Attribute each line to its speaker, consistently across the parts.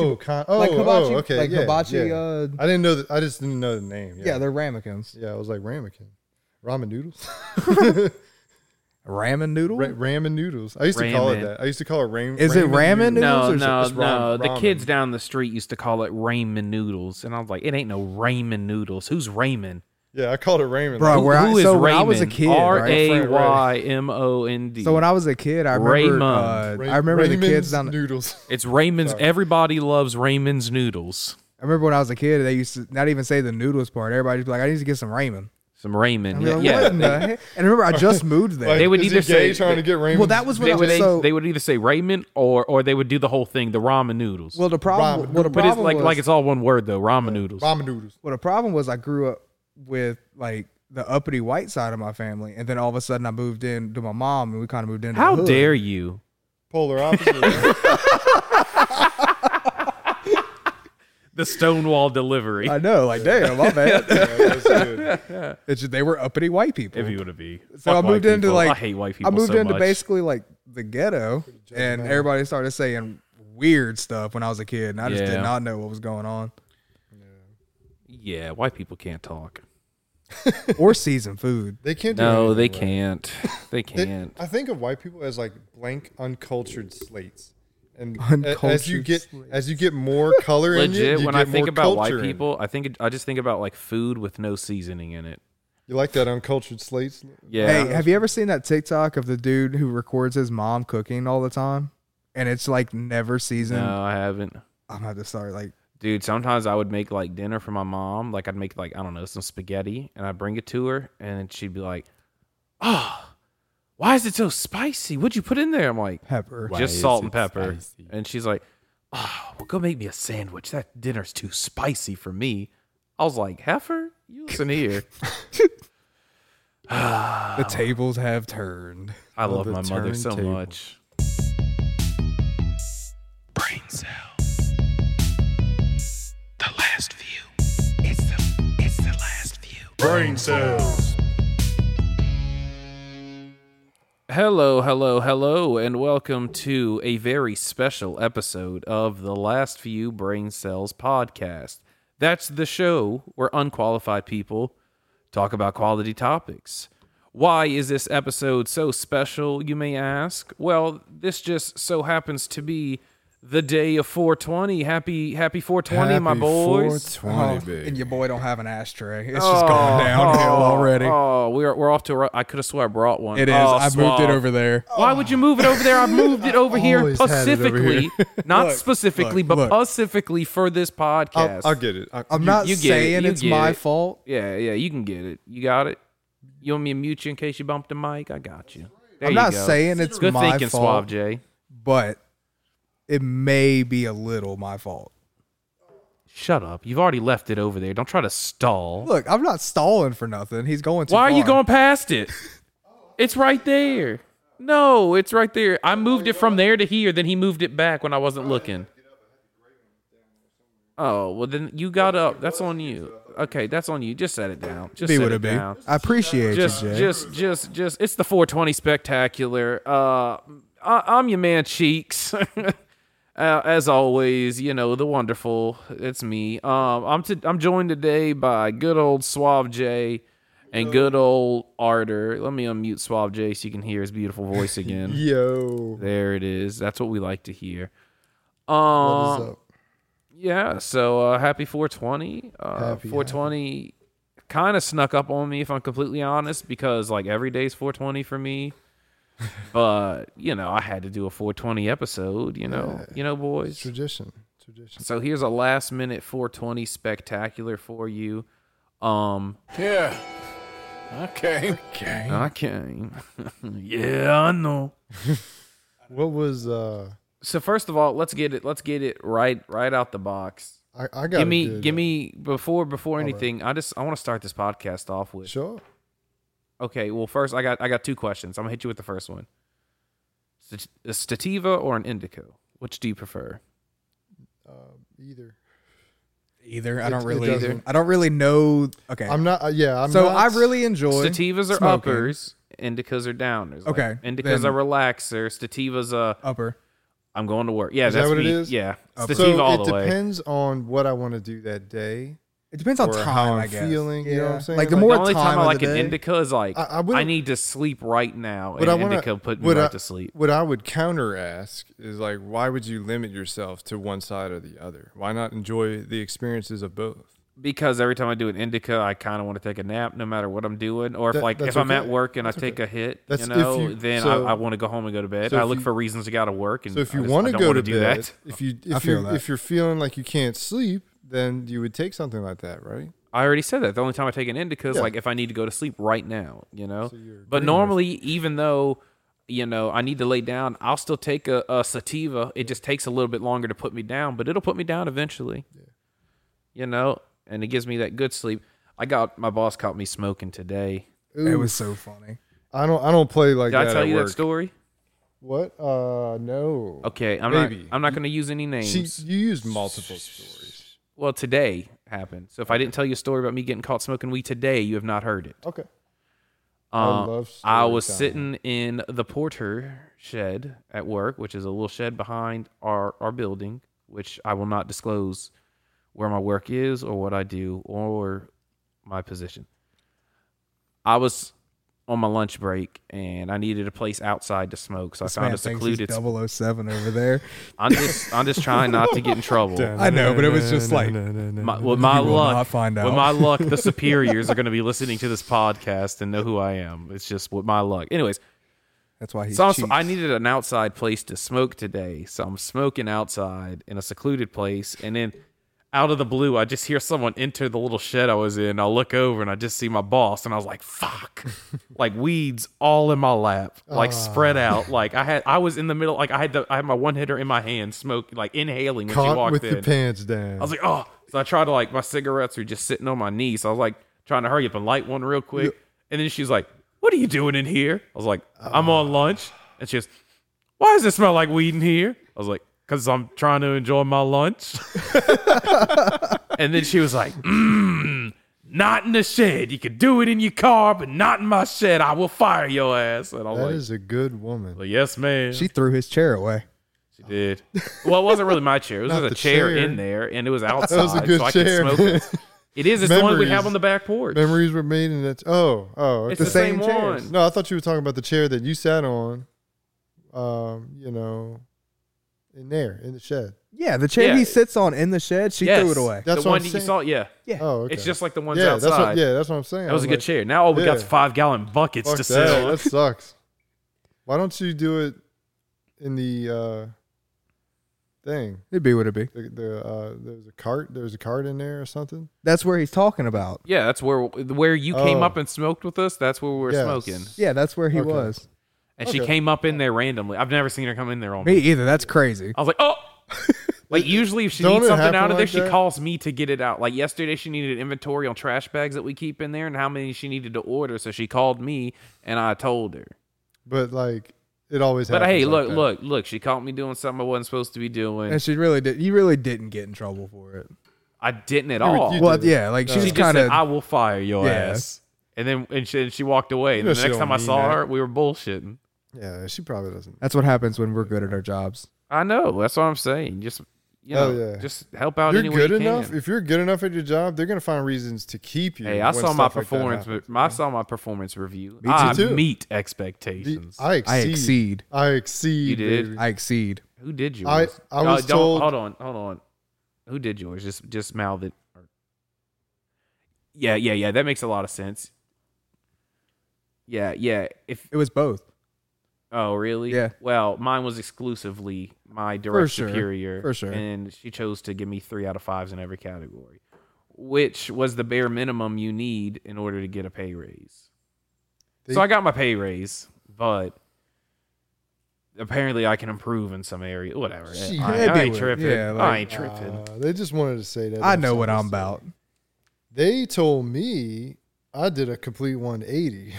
Speaker 1: Oh, con- oh,
Speaker 2: like hibachi,
Speaker 1: oh, okay,
Speaker 2: like
Speaker 1: yeah,
Speaker 2: hibachi.
Speaker 1: yeah.
Speaker 2: Uh,
Speaker 1: I didn't know that. I just didn't know the name.
Speaker 2: yeah. they're ramekins.
Speaker 1: yeah. I was like ramekin, ramen noodles,
Speaker 2: Ramen noodle.
Speaker 1: Ra- ramen noodles. I used to call it
Speaker 3: Ramen.
Speaker 1: that. I used to call it ramen.
Speaker 2: Is it ramen
Speaker 1: noodles.
Speaker 2: noodles
Speaker 3: No,
Speaker 2: or is it
Speaker 3: no,
Speaker 1: just
Speaker 3: no.
Speaker 1: ramen-
Speaker 3: The
Speaker 1: ramen?
Speaker 3: kids down the street used to call it ramen noodles, and I was like, "It ain't no ramen noodles. Who's ramen?
Speaker 1: Yeah, I called it ramen.
Speaker 2: Bro,
Speaker 3: Who-
Speaker 2: Uh, where I-
Speaker 3: who is
Speaker 2: so
Speaker 3: ramen?
Speaker 2: when I was a kid, right?
Speaker 3: R a y m o n d.
Speaker 2: So when I was a kid, I remember. Uh,
Speaker 3: Raymond.
Speaker 1: Ra-
Speaker 2: I remember the kids
Speaker 1: Raymond's
Speaker 2: down.
Speaker 1: noodles.
Speaker 3: it's Raymond's.
Speaker 1: Sorry.
Speaker 3: Everybody loves Raymond's noodles.
Speaker 2: I remember when I was a kid, they used to not even say the noodles part. Everybody just be like, I need to get some ramen.
Speaker 3: Some ramen.
Speaker 2: I'm
Speaker 3: yeah,
Speaker 2: like,
Speaker 3: yeah.
Speaker 2: what in the heck? And remember, I just moved there.
Speaker 3: They would
Speaker 1: is
Speaker 3: either
Speaker 1: he gay
Speaker 3: say-
Speaker 1: trying to get ramen.
Speaker 2: well, that was when
Speaker 3: They
Speaker 2: I
Speaker 3: would,
Speaker 2: was
Speaker 3: they,
Speaker 2: so.
Speaker 3: they would either say ramen or or they would do the whole thing, the ramen noodles.
Speaker 2: well, the problem.
Speaker 1: Ramen.
Speaker 2: Well, the
Speaker 3: but it's
Speaker 2: problem
Speaker 3: like
Speaker 2: was,
Speaker 3: like it's all one word though, ramen noodles.
Speaker 1: ramen noodles.
Speaker 2: Well, the problem was I grew up with like the uppity white side of my family, and then all of a sudden I moved in to my mom, and we kind of moved into.
Speaker 3: How
Speaker 2: the hood.
Speaker 3: dare you?
Speaker 1: Polar opposite. right?
Speaker 3: The Stonewall delivery.
Speaker 2: I know, like damn, my bad.
Speaker 1: yeah, that's good.
Speaker 2: It's just, they were uppity white people.
Speaker 3: if you would be.
Speaker 2: so I
Speaker 3: Fuck white
Speaker 2: moved into
Speaker 3: people.
Speaker 2: like
Speaker 3: I hate white
Speaker 2: I
Speaker 3: people.
Speaker 2: moved
Speaker 3: so
Speaker 2: into
Speaker 3: much.
Speaker 2: basically like the ghetto, and everybody started saying weird stuff when I was a kid, and I just did
Speaker 3: Yeah.
Speaker 2: not know what was going on
Speaker 3: Yeah, white people can't talk.
Speaker 2: or season food.
Speaker 1: They can't. Do
Speaker 3: No, they
Speaker 1: anything right.
Speaker 3: can't. They
Speaker 1: They-
Speaker 3: can't.
Speaker 1: I think of white people as like blank, uncultured slates. And a- as you
Speaker 2: Uncultured
Speaker 1: get
Speaker 2: slates.
Speaker 1: as you get more color in you,
Speaker 3: Legit.
Speaker 1: you
Speaker 3: when
Speaker 1: get
Speaker 3: I think
Speaker 1: more
Speaker 3: about white
Speaker 1: culture in it.
Speaker 3: people, I think it, I just think about like food with no seasoning in it.
Speaker 1: you like that uncultured slates.
Speaker 3: Yeah.
Speaker 2: Hey, have you ever seen that TikTok of the dude who records his mom cooking all the time, and it's like never seasoned?
Speaker 1: um,
Speaker 3: no, I haven't.
Speaker 2: I'm gonna have to start like
Speaker 3: Dude, sometimes I would make like dinner for my mom. Like I'd make like I don't know some spaghetti, and I'd bring it to her, and then she'd be like, "Oh, why is it so spicy? What'd you put in there?" I'm like,
Speaker 2: pepper.
Speaker 3: "Just salt and pepper." And she's like, "Oh, well, go make me a sandwich. That dinner's too spicy for me." I was like, "Heifer, you listen here."
Speaker 2: The tables have turned. Oh,
Speaker 3: I
Speaker 1: Well,
Speaker 3: love
Speaker 1: Oh, the
Speaker 3: my mother so
Speaker 1: turntable.
Speaker 3: much. Brain cell. The last view. It's the it's the last view.
Speaker 4: Brain cells.
Speaker 3: Hello, hello, hello, and welcome to a very special episode of the Last Few Brain Cells podcast. That's the show where unqualified people talk about quality topics. Why is this episode so special, you may ask? Well, this just so happens to be the day of 420. Happy happy 420, my boys.
Speaker 2: Oh, and your boy don't have an ashtray. It's just going downhill already.
Speaker 3: Oh, we're, we're off to a ru- I could have swear I brought one.
Speaker 2: It is.
Speaker 3: Oh,
Speaker 2: I moved it
Speaker 3: Suave.
Speaker 2: over there.
Speaker 3: Why would you move it over there? I moved it over here
Speaker 1: always had it over
Speaker 3: pacifically,
Speaker 1: here.
Speaker 3: not
Speaker 2: Look,
Speaker 3: specifically,
Speaker 2: look,
Speaker 3: but
Speaker 2: look.
Speaker 3: pacifically for this
Speaker 1: I'll,
Speaker 3: podcast.
Speaker 1: I'll get it. I,
Speaker 2: I'm not
Speaker 3: you get it,
Speaker 2: saying
Speaker 3: you
Speaker 2: it's
Speaker 3: get
Speaker 2: my
Speaker 3: it.
Speaker 2: fault.
Speaker 3: yeah, yeah, you can get it. You got it. You want me to mute you in case you bump the mic? I got you. There
Speaker 2: I'm
Speaker 3: you
Speaker 2: not
Speaker 3: go.
Speaker 2: saying it's
Speaker 3: good
Speaker 2: my
Speaker 3: thinking,
Speaker 2: fault,
Speaker 3: Suave J.
Speaker 2: but it may be a little my fault.
Speaker 3: Shut up. You've already left it over there. Don't try to stall.
Speaker 2: Look, I'm not stalling for nothing. He's going too
Speaker 3: Why are you
Speaker 2: far.
Speaker 3: going past it? It's right there. No, it's right there. I moved it from there to here, then he moved it back when I wasn't looking. Oh, well then you got up. That's on you. Okay, that's on you. Just set it down. Just
Speaker 2: Be
Speaker 3: set
Speaker 2: what
Speaker 3: it,
Speaker 2: it be. I
Speaker 3: down.
Speaker 2: appreciate
Speaker 3: Just
Speaker 2: you, Jay.
Speaker 3: just just just it's the 420 spectacular. Uh I, I'm your man Cheeks. uh, as always, you know, the wonderful, it's me. Um I'm t- I'm joined today by good old Suave J and good old Arter. Let me unmute Suave J so you can hear his beautiful voice again.
Speaker 1: yo,
Speaker 3: There it is. That's what we like to hear.
Speaker 1: what
Speaker 3: Um,
Speaker 1: is up?
Speaker 3: yeah. So uh, happy 420. Uh, 420 kind of snuck up on me, if I'm completely honest, because like every day's 420 for me. but you know, I had to do a 420 episode. You know, you know, boys.
Speaker 1: Tradition, tradition.
Speaker 3: So here's a last minute 420 spectacular for you. Um,
Speaker 4: Yeah. Okay. Okay.
Speaker 3: I came. yeah, I know.
Speaker 1: What was uh?
Speaker 3: So first of all, let's get it. Let's get it right, right out the box.
Speaker 1: I, I got
Speaker 3: give me give me before before anything i just i want to start this podcast off with
Speaker 1: sure.
Speaker 3: okay well first i got i got two questions i'm gonna hit you with the first one Stat- a stativa or an indico which do you prefer
Speaker 1: Uh, Either
Speaker 2: either. I
Speaker 1: It-
Speaker 2: don't
Speaker 1: it
Speaker 2: really.
Speaker 1: doesn't-
Speaker 2: I don't really know. Okay.
Speaker 1: I'm not. Uh, yeah, I'm.
Speaker 2: so
Speaker 1: not,
Speaker 2: I really enjoy.
Speaker 3: stativas are
Speaker 2: smoking.
Speaker 3: uppers indicas are downers Like,
Speaker 2: Okay,
Speaker 3: indicas
Speaker 2: then-
Speaker 3: are relaxers stativas are
Speaker 2: Upper.
Speaker 3: I'm going to work. Yeah,
Speaker 1: Is that
Speaker 3: that's
Speaker 1: what it
Speaker 3: me.
Speaker 1: is? Uh,
Speaker 3: Yeah, it's the
Speaker 1: so
Speaker 3: Steve all
Speaker 1: it
Speaker 3: the way.
Speaker 1: depends on what I want to do that day.
Speaker 2: It depends on
Speaker 1: Or
Speaker 2: time,
Speaker 1: how I'm
Speaker 2: I guess.
Speaker 1: feeling, you know what I'm saying?
Speaker 2: Like the
Speaker 1: Like,
Speaker 2: more
Speaker 3: the only time,
Speaker 2: time,
Speaker 3: I
Speaker 2: of
Speaker 3: like
Speaker 2: the
Speaker 3: an
Speaker 2: day,
Speaker 3: indica is like
Speaker 1: I- I
Speaker 3: I,
Speaker 1: wouldn't-
Speaker 3: need to sleep right now,
Speaker 1: But
Speaker 3: and
Speaker 1: I wanna-
Speaker 3: indica put me
Speaker 1: would
Speaker 3: right
Speaker 1: I-
Speaker 3: to sleep.
Speaker 1: What I would counter ask is like, why would you limit yourself to one side or the other? Why not enjoy the experiences of both?
Speaker 3: because every time I do an indica, I kind of want to take a nap, no matter what I'm doing. Or if
Speaker 1: That-
Speaker 3: like if
Speaker 1: that's
Speaker 3: I'm at
Speaker 1: okay.
Speaker 3: work and I take a hit,
Speaker 1: That's
Speaker 3: you
Speaker 1: if
Speaker 3: know,
Speaker 1: you-
Speaker 3: then
Speaker 1: so-
Speaker 3: I, I want to go home and go to bed.
Speaker 1: so
Speaker 3: I
Speaker 1: if
Speaker 3: look
Speaker 1: you-
Speaker 3: for reasons to got to work. And
Speaker 1: So if
Speaker 3: I
Speaker 1: you
Speaker 3: just-
Speaker 1: want
Speaker 3: I
Speaker 1: to
Speaker 3: don't
Speaker 1: go to
Speaker 3: wanna do
Speaker 1: bed,
Speaker 3: that,
Speaker 1: if you
Speaker 2: I
Speaker 1: if
Speaker 2: feel
Speaker 1: you
Speaker 2: that.
Speaker 1: if you're feeling like you can't sleep, then you would take something like that, right?
Speaker 3: I already said that. The only time I take an indica is
Speaker 1: Yeah.
Speaker 3: like if I need to go to sleep right now, you know.
Speaker 1: you're
Speaker 3: but normally, even though you know I need to lay down, I'll still take a, a sativa. It just takes a little bit longer to put me down, but it'll put me down eventually. You know, and it gives me that good sleep. I got my boss caught me smoking today.
Speaker 2: it was so funny.
Speaker 1: I don't I don't play like
Speaker 3: Did
Speaker 1: that.
Speaker 3: I tell
Speaker 1: at
Speaker 3: you
Speaker 1: work.
Speaker 3: that story?
Speaker 1: What? Uh, no.
Speaker 3: Okay, I'm
Speaker 1: Maybe.
Speaker 3: not. I'm not going to use any names.
Speaker 1: She, you used multiple stories.
Speaker 3: well, today happened. So if I didn't tell you a story about me getting caught smoking weed today, you have not heard it.
Speaker 1: Okay.
Speaker 3: Uh,
Speaker 1: love
Speaker 3: I
Speaker 1: story
Speaker 3: was
Speaker 1: time.
Speaker 3: sitting in the porter shed at work, which is a little shed behind our our building, which I will not disclose where my work is or what I do or my position. I was on my lunch break and I needted a place outside to smoke, so
Speaker 2: This
Speaker 3: I found
Speaker 2: man
Speaker 3: a
Speaker 2: thinks he's
Speaker 3: secluded.
Speaker 2: 007 over there.
Speaker 3: I'm just I'm just trying not to get in trouble.
Speaker 2: I know, but it was just like-
Speaker 3: my, with my
Speaker 2: will
Speaker 3: luck,
Speaker 2: not find
Speaker 3: with
Speaker 2: out.
Speaker 3: my luck, the superiors are going to be listening to this podcast and know who I am. It's just with my luck. Anyways,
Speaker 2: That's why he
Speaker 3: so I'm-
Speaker 2: cheats.
Speaker 3: I needed an outside place to smoke today, so I'm smoking outside in a secluded place, and then out of the blue, I just hear someone enter the little shed I was in. I look over and I just see my boss, and I was like, "Fuck!" like weeds all in my lap, like spread
Speaker 2: Ah.
Speaker 3: out. Like I had, I was in the middle, like I had the, I had my one hitter in my hand, smoke, like inhaling when she
Speaker 1: Caught
Speaker 3: walked
Speaker 1: with
Speaker 3: in.
Speaker 1: your pants down.
Speaker 3: I was like, oh. So I tried to like my cigarettes were just sitting on my knee. So I was like trying to hurry up and light one real quick. And then she's like, What are you doing in here? I was like,
Speaker 1: Oh.
Speaker 3: I'm on lunch. And she goes, Why does it smell like weed in here? I was like, Cause I'm trying to enjoy my lunch. and then she was like, mm, not in the shed. You can do it in your car, but not in my shed. I will fire your ass. And I'm
Speaker 1: That
Speaker 3: like,
Speaker 1: is a good woman.
Speaker 3: "Well, yes, man.
Speaker 2: she threw his chair away.
Speaker 3: She did. Well, it wasn't really my chair. It was
Speaker 1: Not
Speaker 3: just a
Speaker 1: the
Speaker 3: chair,
Speaker 1: chair.
Speaker 3: in there, and it was outside,
Speaker 1: was a good
Speaker 3: so I
Speaker 1: chair,
Speaker 3: could smoke
Speaker 1: man.
Speaker 3: it. It is. It's the one we have
Speaker 1: Memories.
Speaker 3: on the back porch.
Speaker 1: Memories were made in that. Oh, oh.
Speaker 3: It's
Speaker 1: okay.
Speaker 3: the, same,
Speaker 2: same chairs.
Speaker 3: one.
Speaker 1: No, I thought you were talking about the chair that you sat on. Um, you know, in there in the shed.
Speaker 2: Yeah, the chair
Speaker 3: Yeah.
Speaker 2: he sits on in the shed, she
Speaker 3: Yes.
Speaker 2: threw it away.
Speaker 1: That's
Speaker 3: the
Speaker 1: what
Speaker 3: one
Speaker 1: I'm
Speaker 3: that you
Speaker 1: saying.
Speaker 3: saw. Yeah,
Speaker 2: Yeah.
Speaker 1: Oh, okay.
Speaker 3: it's just like the ones
Speaker 1: yeah,
Speaker 3: outside.
Speaker 1: That's what, yeah, that's what I'm saying.
Speaker 3: That was a good
Speaker 1: like,
Speaker 3: chair. Now all we got's
Speaker 1: Yeah.
Speaker 3: five gallon buckets
Speaker 1: Fuck
Speaker 3: to
Speaker 1: that.
Speaker 3: sell.
Speaker 1: that sucks. Why don't you do it in the uh, thing?
Speaker 2: It'd be what it be.
Speaker 1: The, the uh, there's a cart. There's a cart in there or something.
Speaker 2: That's where he's talking about.
Speaker 3: Yeah, that's where where you came
Speaker 1: Oh.
Speaker 3: up and smoked with us. That's where we were
Speaker 1: Yes.
Speaker 3: smoking,
Speaker 2: Yeah, that's where he
Speaker 1: Okay.
Speaker 2: was.
Speaker 3: and she
Speaker 1: Okay.
Speaker 3: came up in there randomly. I've never seen her come in there on
Speaker 2: Me either. That's crazy.
Speaker 3: I was like, oh. Like usually, if she
Speaker 1: Don't
Speaker 3: needs
Speaker 1: it
Speaker 3: something
Speaker 1: happen
Speaker 3: out of there,
Speaker 1: like
Speaker 3: she
Speaker 1: that?
Speaker 3: calls me to get it out. Like yesterday, she needed inventory on trash bags that we keep in there and how many she needed to order. So she called me and I told her.
Speaker 1: But like, it always.
Speaker 3: But hey,
Speaker 1: happens like
Speaker 3: look,
Speaker 1: that.
Speaker 3: look, look! She caught me doing something I wasn't supposed to be doing.
Speaker 2: And she really did. You really didn't get in trouble for it.
Speaker 3: I didn't at
Speaker 1: were-
Speaker 3: all.
Speaker 1: you
Speaker 2: Well,
Speaker 1: did it.
Speaker 2: yeah, like
Speaker 3: she
Speaker 2: she's
Speaker 3: just said,
Speaker 2: kind of.
Speaker 3: "I will fire your
Speaker 2: Yeah.
Speaker 3: ass," and then and she, and she walked away. And
Speaker 1: know
Speaker 3: the
Speaker 1: she
Speaker 3: next
Speaker 1: don't
Speaker 3: time I
Speaker 1: mean
Speaker 3: saw
Speaker 1: that.
Speaker 3: her, we were bullshitting.
Speaker 1: Yeah, she probably doesn't.
Speaker 2: That's what happens when we're good at our jobs.
Speaker 3: I know. That's what I'm saying. Just you know,
Speaker 1: Hell Oh, yeah.
Speaker 3: just help out
Speaker 1: You're
Speaker 3: any way
Speaker 1: good
Speaker 3: you
Speaker 1: enough.
Speaker 3: can.
Speaker 1: If you're good enough at your job, they're gonna find reasons to keep you.
Speaker 3: Hey, I
Speaker 1: when
Speaker 3: saw my
Speaker 1: stuff like that
Speaker 3: performance.
Speaker 1: happens.
Speaker 3: I saw my performance review.
Speaker 2: too.
Speaker 3: I
Speaker 1: Me too.
Speaker 3: meet
Speaker 1: The-
Speaker 3: expectations.
Speaker 1: I exceed. I
Speaker 2: I exceed.
Speaker 1: exceed.
Speaker 3: You did?
Speaker 1: baby.
Speaker 2: I exceed.
Speaker 3: Who did yours? Oh,
Speaker 1: I- I was
Speaker 3: don't,
Speaker 1: told-
Speaker 3: Hold on, hold on. Who did yours? Just just mouth it. Or- Yeah, yeah, yeah. That makes a lot of sense. Yeah, yeah. If
Speaker 2: It was both
Speaker 3: oh really?
Speaker 2: Yeah.
Speaker 3: Well, mine was exclusively my
Speaker 2: For
Speaker 3: direct
Speaker 2: sure,
Speaker 3: superior.
Speaker 2: for sure.
Speaker 3: And she chose to give me three out of fives in every category, which was the bare minimum you need in order to get a pay raise.
Speaker 1: They-
Speaker 3: so I got my pay raise, but apparently I can improve in some area. Whatever.
Speaker 1: Gee,
Speaker 3: I, I
Speaker 2: that'd be
Speaker 3: ain't
Speaker 2: weird.
Speaker 3: tripping.
Speaker 2: Yeah,
Speaker 3: I
Speaker 2: like-
Speaker 3: ain't tripping.
Speaker 1: Uh, they just wanted to say that.
Speaker 2: I
Speaker 1: on
Speaker 2: know what
Speaker 1: something.
Speaker 2: I'm about.
Speaker 1: They told me I did a complete 180.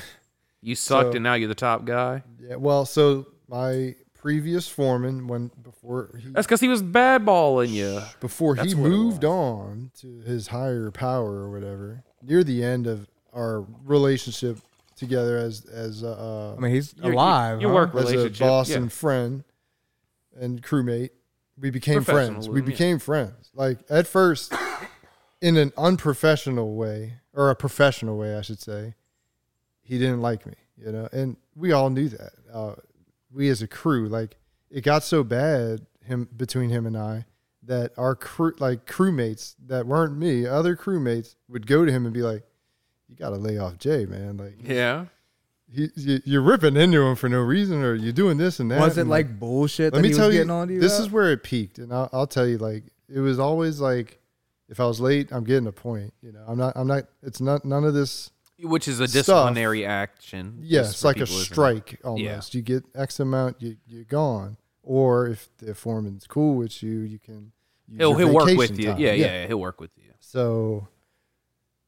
Speaker 3: you sucked
Speaker 1: so-
Speaker 3: and now you're the top guy.
Speaker 1: Yeah. Well, so my previous foreman, when before he
Speaker 3: That's because he was bad balling you.
Speaker 1: before
Speaker 3: That's
Speaker 1: he
Speaker 3: what it
Speaker 1: moved
Speaker 3: was.
Speaker 1: on to his higher power or whatever, near the end of our relationship together as as uh,
Speaker 2: I mean, he's
Speaker 3: Your-
Speaker 2: alive.
Speaker 3: your
Speaker 2: huh?
Speaker 3: work-
Speaker 1: as a
Speaker 3: Relationship,
Speaker 1: boss
Speaker 3: yeah.
Speaker 1: and friend. and crewmate. We became friends. We
Speaker 3: Professionalism, yeah.
Speaker 1: became friends. Like at first, in an unprofessional way or a professional way, I should say, he didn't like me. You know, and we all knew that. Uh, we as a crew, like it got so bad him between him and I that our crew, like crewmates that weren't me, other crewmates would go to him and be like, "You got to lay off Jay, man. Like
Speaker 3: Yeah.
Speaker 1: he, you, you're ripping into him for no reason, or you're doing this and that.
Speaker 2: Was it
Speaker 1: and
Speaker 2: like bullshit
Speaker 1: let
Speaker 2: that
Speaker 1: me
Speaker 2: he
Speaker 1: tell
Speaker 2: was
Speaker 1: you,
Speaker 2: getting on to you?
Speaker 1: this
Speaker 2: about?
Speaker 1: is where it peaked, and I'll, I'll tell you, like it was always like, if I was late, I'm getting a point. You know, I'm not, I'm not. It's not none of this.
Speaker 3: Which is a
Speaker 1: Stuff.
Speaker 3: disciplinary action.
Speaker 1: Yeah,
Speaker 3: just
Speaker 1: it's
Speaker 3: for
Speaker 1: like a
Speaker 3: people, isn't it?
Speaker 1: strike almost. You get X amount, you you're gone. Or if the foreman's cool with you, you can. Use
Speaker 3: He'll,
Speaker 1: your
Speaker 3: he'll work with
Speaker 1: vacation
Speaker 3: you.
Speaker 1: time.
Speaker 3: Yeah, yeah, yeah, he'll work with you.
Speaker 1: So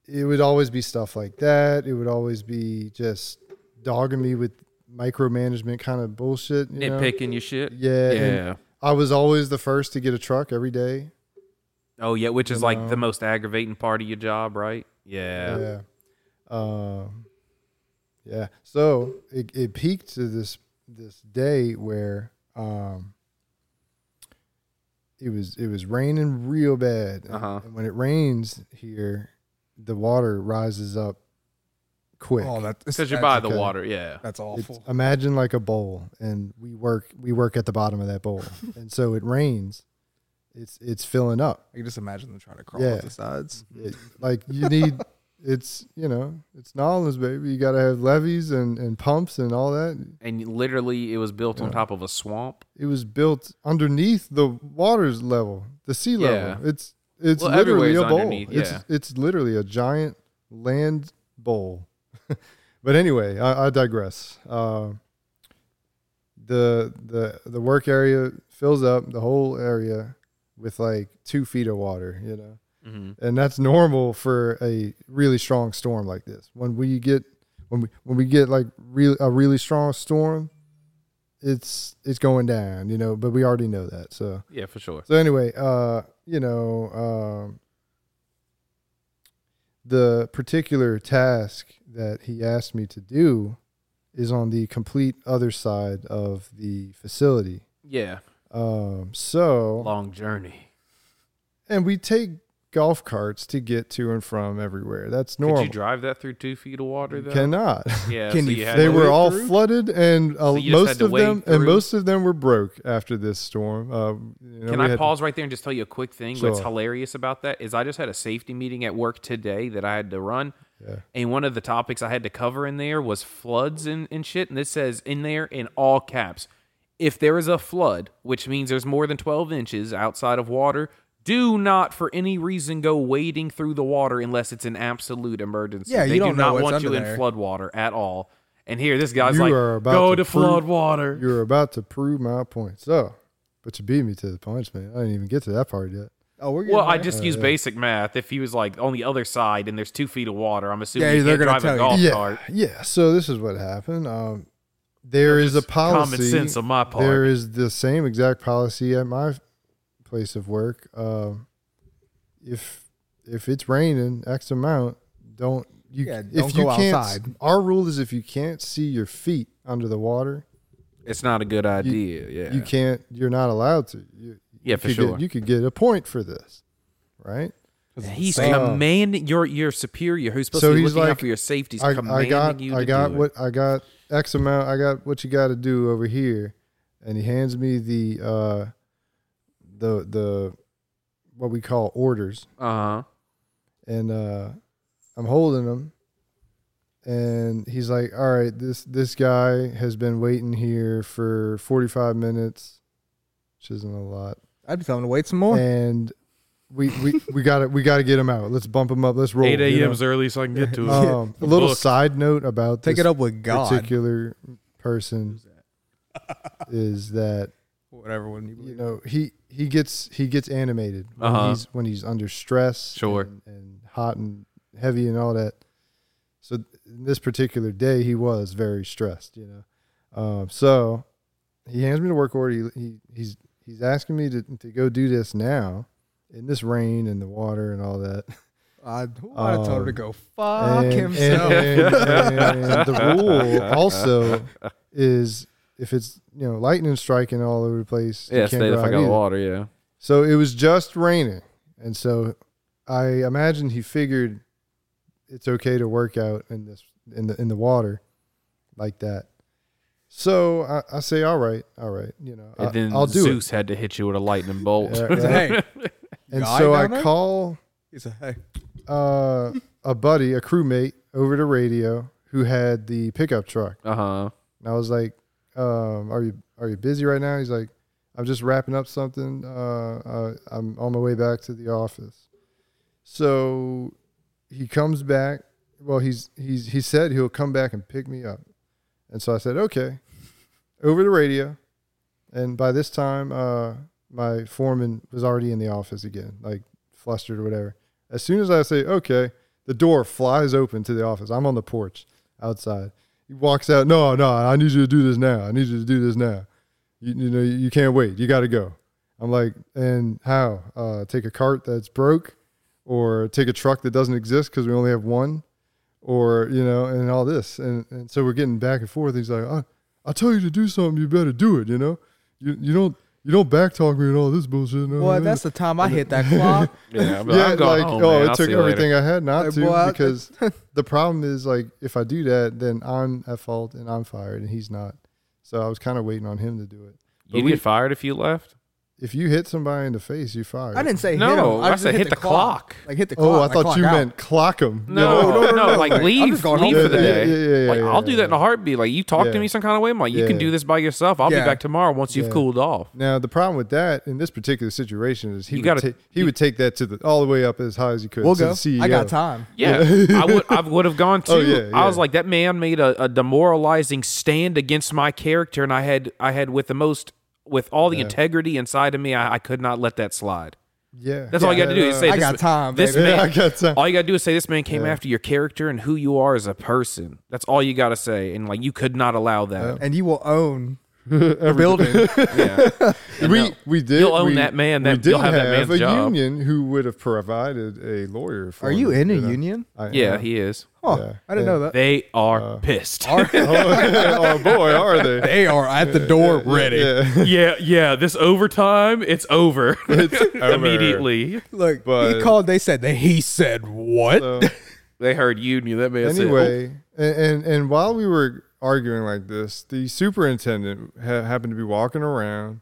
Speaker 1: it would always be stuff like that. It would always be just dogging me with micromanagement kind of bullshit. You know?
Speaker 3: Nitpicking your shit.
Speaker 1: Yeah. and
Speaker 3: Yeah.
Speaker 1: I was always the first to get a truck every day.
Speaker 3: Oh yeah, which is
Speaker 1: You
Speaker 3: like the
Speaker 1: know?
Speaker 3: most aggravating part of your job, right? Yeah.
Speaker 1: Yeah. Um, yeah. So it, it peaked to this this day where um, it was it was raining real bad. And-
Speaker 3: Uh-huh.
Speaker 1: And when it rains here, the water rises up quick.
Speaker 2: Oh, that-
Speaker 3: Because you're
Speaker 2: that's-
Speaker 3: by the
Speaker 1: okay.
Speaker 3: water. Yeah.
Speaker 2: That's
Speaker 1: It's-
Speaker 2: awful.
Speaker 1: imagine like a bowl, and we work we work at the bottom of that bowl, and so it rains. It's it's filling up.
Speaker 2: I can just imagine them trying to crawl
Speaker 1: Yeah.
Speaker 2: up the sides.
Speaker 1: It, like you need it's you know it's Nolans, baby. You got to have levees and and pumps and all that.
Speaker 3: And literally, it was built on top of a swamp.
Speaker 1: It was built underneath the water's level, the sea level.
Speaker 3: Yeah.
Speaker 1: It's it's
Speaker 3: Well,
Speaker 1: literally
Speaker 3: everywhere's
Speaker 1: a bowl.
Speaker 3: underneath, yeah.
Speaker 1: It's it's literally a giant land bowl. but anyway, I, I digress. Uh, the the the work area fills up the whole area with like two feet of water. You know.
Speaker 3: hmm
Speaker 1: and that's normal for a really strong storm like this. When we get when we when we get like real a really strong storm, it's it's going down, you know. But we already know that. So
Speaker 3: Yeah, for sure.
Speaker 1: so anyway, uh, you know, um, the particular task that he asked me to do is on the complete other side of the facility.
Speaker 3: Yeah.
Speaker 1: Um, so
Speaker 3: Long journey.
Speaker 1: and we take golf carts to get to and from everywhere. That's normal.
Speaker 3: Could you drive that through two feet of water though?
Speaker 1: Cannot.
Speaker 3: yeah.
Speaker 2: Can
Speaker 3: so
Speaker 2: you-
Speaker 3: you had
Speaker 1: they
Speaker 3: to-
Speaker 1: were all
Speaker 2: through?
Speaker 1: flooded, and uh,
Speaker 3: So you just had
Speaker 1: most
Speaker 3: to
Speaker 1: of them
Speaker 3: wade
Speaker 1: and
Speaker 3: through?
Speaker 1: most of them were broke after this storm. Uh, you know,
Speaker 3: Can
Speaker 1: we
Speaker 3: I
Speaker 1: had-
Speaker 3: pause right there and just tell you a quick thing? What's
Speaker 1: Sure.
Speaker 3: hilarious about that is I just had a safety meeting at work today that I had to run.
Speaker 1: Yeah.
Speaker 3: And one of the topics I had to cover in there was floods and, and shit. And this says in there in all caps if there is a flood, which means there's more than 12 inches outside of water, do not for any reason go wading through the water unless it's an absolute emergency.
Speaker 2: Yeah,
Speaker 3: they
Speaker 2: you
Speaker 3: do
Speaker 2: don't know
Speaker 3: not
Speaker 2: what's
Speaker 3: want
Speaker 2: under
Speaker 3: you in
Speaker 2: there.
Speaker 3: flood water at all. And here, this guy's
Speaker 1: You
Speaker 3: like,
Speaker 1: are about
Speaker 3: go
Speaker 1: to
Speaker 3: to
Speaker 1: prove-
Speaker 3: flood water.
Speaker 1: You were about to prove my point, so but you beat me to the punch, man. I didn't even get to that part yet.
Speaker 2: Oh, we're
Speaker 3: Well,
Speaker 2: getting
Speaker 3: I
Speaker 2: there.
Speaker 3: just
Speaker 1: Uh,
Speaker 3: use
Speaker 1: yeah.
Speaker 3: basic math. If he was like on the other side and there's two feet of water, I'm assuming
Speaker 2: Yeah,
Speaker 3: you
Speaker 2: they're
Speaker 3: can't
Speaker 2: gonna
Speaker 3: drive a
Speaker 2: tell you.
Speaker 3: golf
Speaker 1: yeah,
Speaker 3: cart.
Speaker 1: yeah. So this is what happened. Um, there is a
Speaker 3: Just
Speaker 1: policy.
Speaker 3: Common sense on my part.
Speaker 1: There is the same exact policy at my place of work. Um, if if it's raining X amount, don't you
Speaker 2: Yeah,
Speaker 1: if
Speaker 2: don't
Speaker 1: you
Speaker 2: go
Speaker 1: can't,
Speaker 2: outside.
Speaker 1: Our rule is if you can't see your feet under the water,
Speaker 3: it's not a good idea. yeah.
Speaker 1: you can't. You're not allowed to. You,
Speaker 3: yeah,
Speaker 1: you
Speaker 3: for
Speaker 1: could
Speaker 3: sure.
Speaker 1: Get, you could get a point for this, right?
Speaker 3: he's
Speaker 1: insane.
Speaker 3: commanding your your superior, who's supposed
Speaker 1: So
Speaker 3: to be
Speaker 1: he's
Speaker 3: looking
Speaker 1: like,
Speaker 3: out for your safety, is
Speaker 1: I,
Speaker 3: commanding
Speaker 1: I got
Speaker 3: you
Speaker 1: I
Speaker 3: to
Speaker 1: got
Speaker 3: do
Speaker 1: what I got X amount. I got what you got to do over here, and he hands me the uh, the the what we call orders.
Speaker 3: it. Uh huh.
Speaker 1: and uh, I'm holding him, and he's like, "All right, this this guy has been waiting here for 45 minutes, which isn't a lot,
Speaker 2: I'd be telling him to wait some more.
Speaker 1: and we we we got to we got to get him out. Let's bump him up. Let's roll. you know?
Speaker 5: early, so I can get to
Speaker 1: Um, a little
Speaker 5: Booked.
Speaker 1: side note about
Speaker 2: Take
Speaker 1: this
Speaker 2: it up with God.
Speaker 1: particular person is that
Speaker 2: Whatever one you
Speaker 1: you
Speaker 2: believe.
Speaker 1: know he he gets he gets animated when
Speaker 3: Uh-huh.
Speaker 1: he's when he's under stress
Speaker 3: Sure.
Speaker 1: and, and hot and heavy and all that so th- this particular day he was very stressed you know um, so he hands me the work order he, he he's he's asking me to, to go do this now in this rain and the water and all that
Speaker 2: I, who I'd have told him to
Speaker 1: Um,
Speaker 2: go fuck
Speaker 1: and,
Speaker 2: himself.
Speaker 1: and- and- and the rule also is if it's you know lightning striking all over the place, you
Speaker 3: Yeah,
Speaker 1: can't
Speaker 3: stayed if
Speaker 1: go
Speaker 3: I
Speaker 1: out
Speaker 3: got
Speaker 1: either.
Speaker 3: water. Yeah.
Speaker 1: So it was just raining, and so I imagine he figured it's okay to work out in this in the in the water like that. So I, I say, all right, all right, you know, I,
Speaker 3: And then
Speaker 1: will do
Speaker 3: Zeus had to hit you with a lightning bolt.
Speaker 1: it. Yeah,
Speaker 2: It's a
Speaker 1: right.
Speaker 2: hey.
Speaker 1: And
Speaker 2: guy
Speaker 1: so I
Speaker 2: down there?
Speaker 1: call
Speaker 2: It's a hey.
Speaker 1: uh, a buddy, a crewmate, over to radio who had the pickup truck.
Speaker 3: Uh huh.
Speaker 1: And I was like, um, "Are you are you busy right now?" He's like, "I'm just wrapping up something. Uh, uh, I'm on my way back to the office." So he comes back. Well, he's he's he said he'll come back and pick me up, and so I said, "Okay," over the radio. And by this time, uh, my foreman was already in the office again, like flustered or whatever. As soon as I say "Okay," the door flies open to the office. I'm on the porch outside he walks out. No, no, I need you to do this now. I need you to do this now. You, you know, you can't wait. You got to go. I'm like, and how? Uh, take a cart that's broke, or take a truck that doesn't exist because we only have one, or you know, and all this, and and so we're getting back and forth. He's like, I, I tell you to do something, you better do it. You know, you you don't you don't backtalk me and all this bullshit. No,
Speaker 2: Boy,
Speaker 1: no, no.
Speaker 2: that's the time I hit that clock.
Speaker 3: Yeah. But
Speaker 1: yeah,
Speaker 3: I'm going
Speaker 1: like
Speaker 3: home,
Speaker 1: oh,
Speaker 3: man.
Speaker 1: it
Speaker 3: I'll
Speaker 1: took
Speaker 3: see you later.
Speaker 1: everything I had not
Speaker 2: Like,
Speaker 1: to
Speaker 2: boy, I-
Speaker 1: because the problem is like if I do that, then I'm at fault and I'm fired and he's not. So I was kind of waiting on him to do it. but
Speaker 3: You
Speaker 1: we-
Speaker 3: get fired if you left.
Speaker 1: if you hit somebody in the face, you're fired.
Speaker 2: I didn't say hit
Speaker 3: No,
Speaker 2: him.
Speaker 3: I
Speaker 2: just
Speaker 3: said hit the clock.
Speaker 2: Like hit the clock.
Speaker 1: Oh, I
Speaker 2: like
Speaker 1: thought
Speaker 2: clock
Speaker 1: you
Speaker 2: out.
Speaker 1: meant clock him.
Speaker 3: No, no, no, like
Speaker 2: I'm
Speaker 3: leave,
Speaker 2: just going
Speaker 3: leave
Speaker 2: home
Speaker 3: for the
Speaker 1: Yeah, yeah,
Speaker 3: day.
Speaker 1: yeah, yeah,
Speaker 3: like
Speaker 1: yeah,
Speaker 3: I'll do that in
Speaker 1: yeah.
Speaker 3: a heartbeat. Like you talk
Speaker 1: Yeah.
Speaker 3: to me some kind of way. I'm like, you
Speaker 1: Yeah.
Speaker 3: can do this by yourself. I'll
Speaker 2: Yeah.
Speaker 3: be back tomorrow once you've
Speaker 1: Yeah.
Speaker 3: cooled off.
Speaker 1: Now the problem with that in this particular situation is he
Speaker 3: You
Speaker 1: would
Speaker 3: gotta-
Speaker 1: ta- he would take that to the all the way up as high as he could.
Speaker 2: We'll
Speaker 1: to
Speaker 2: go.
Speaker 1: The E CEO.
Speaker 2: I got time.
Speaker 3: Yeah, I would. I would have gone too.
Speaker 1: Oh, yeah,
Speaker 3: I was
Speaker 1: yeah.
Speaker 3: like, that man made a, a demoralizing stand against my character, and I had, I had with the most, with all the integrity inside of me, I, I could not let that slide.
Speaker 1: Yeah,
Speaker 3: That's all you got to do is say,
Speaker 2: I
Speaker 3: this,
Speaker 2: got time,
Speaker 3: This
Speaker 2: baby.
Speaker 1: Yeah,
Speaker 3: man,
Speaker 1: I got time.
Speaker 3: all you got to do is say, this man came after your character and who you are as a person. That's all you got to say, and like, you could not allow that.
Speaker 2: And you will own the building.
Speaker 1: we we did.
Speaker 3: You'll own
Speaker 1: we-
Speaker 3: that man,
Speaker 1: we
Speaker 3: that-
Speaker 1: did
Speaker 3: you'll have that
Speaker 1: have
Speaker 3: man's
Speaker 1: a
Speaker 3: job.
Speaker 1: union who would have provided a lawyer for.
Speaker 2: Are you
Speaker 1: him,
Speaker 2: in a
Speaker 1: know?
Speaker 2: union?
Speaker 1: I am.
Speaker 3: Yeah, he is.
Speaker 2: Huh.
Speaker 1: Yeah,
Speaker 2: I didn't
Speaker 1: yeah.
Speaker 2: know that.
Speaker 3: They are
Speaker 1: Uh,
Speaker 3: pissed.
Speaker 1: oh boy, are they?
Speaker 2: They are at the door ready.
Speaker 1: Yeah.
Speaker 3: yeah, yeah. This overtime, it's over
Speaker 1: over.
Speaker 3: immediately.
Speaker 2: Look,
Speaker 1: But-
Speaker 2: he called. They said that he said what?
Speaker 1: So,
Speaker 3: They heard you knew that man. said, "Oh,
Speaker 1: anyway, and, and and while we were arguing like this, the superintendent ha- happened to be walking around,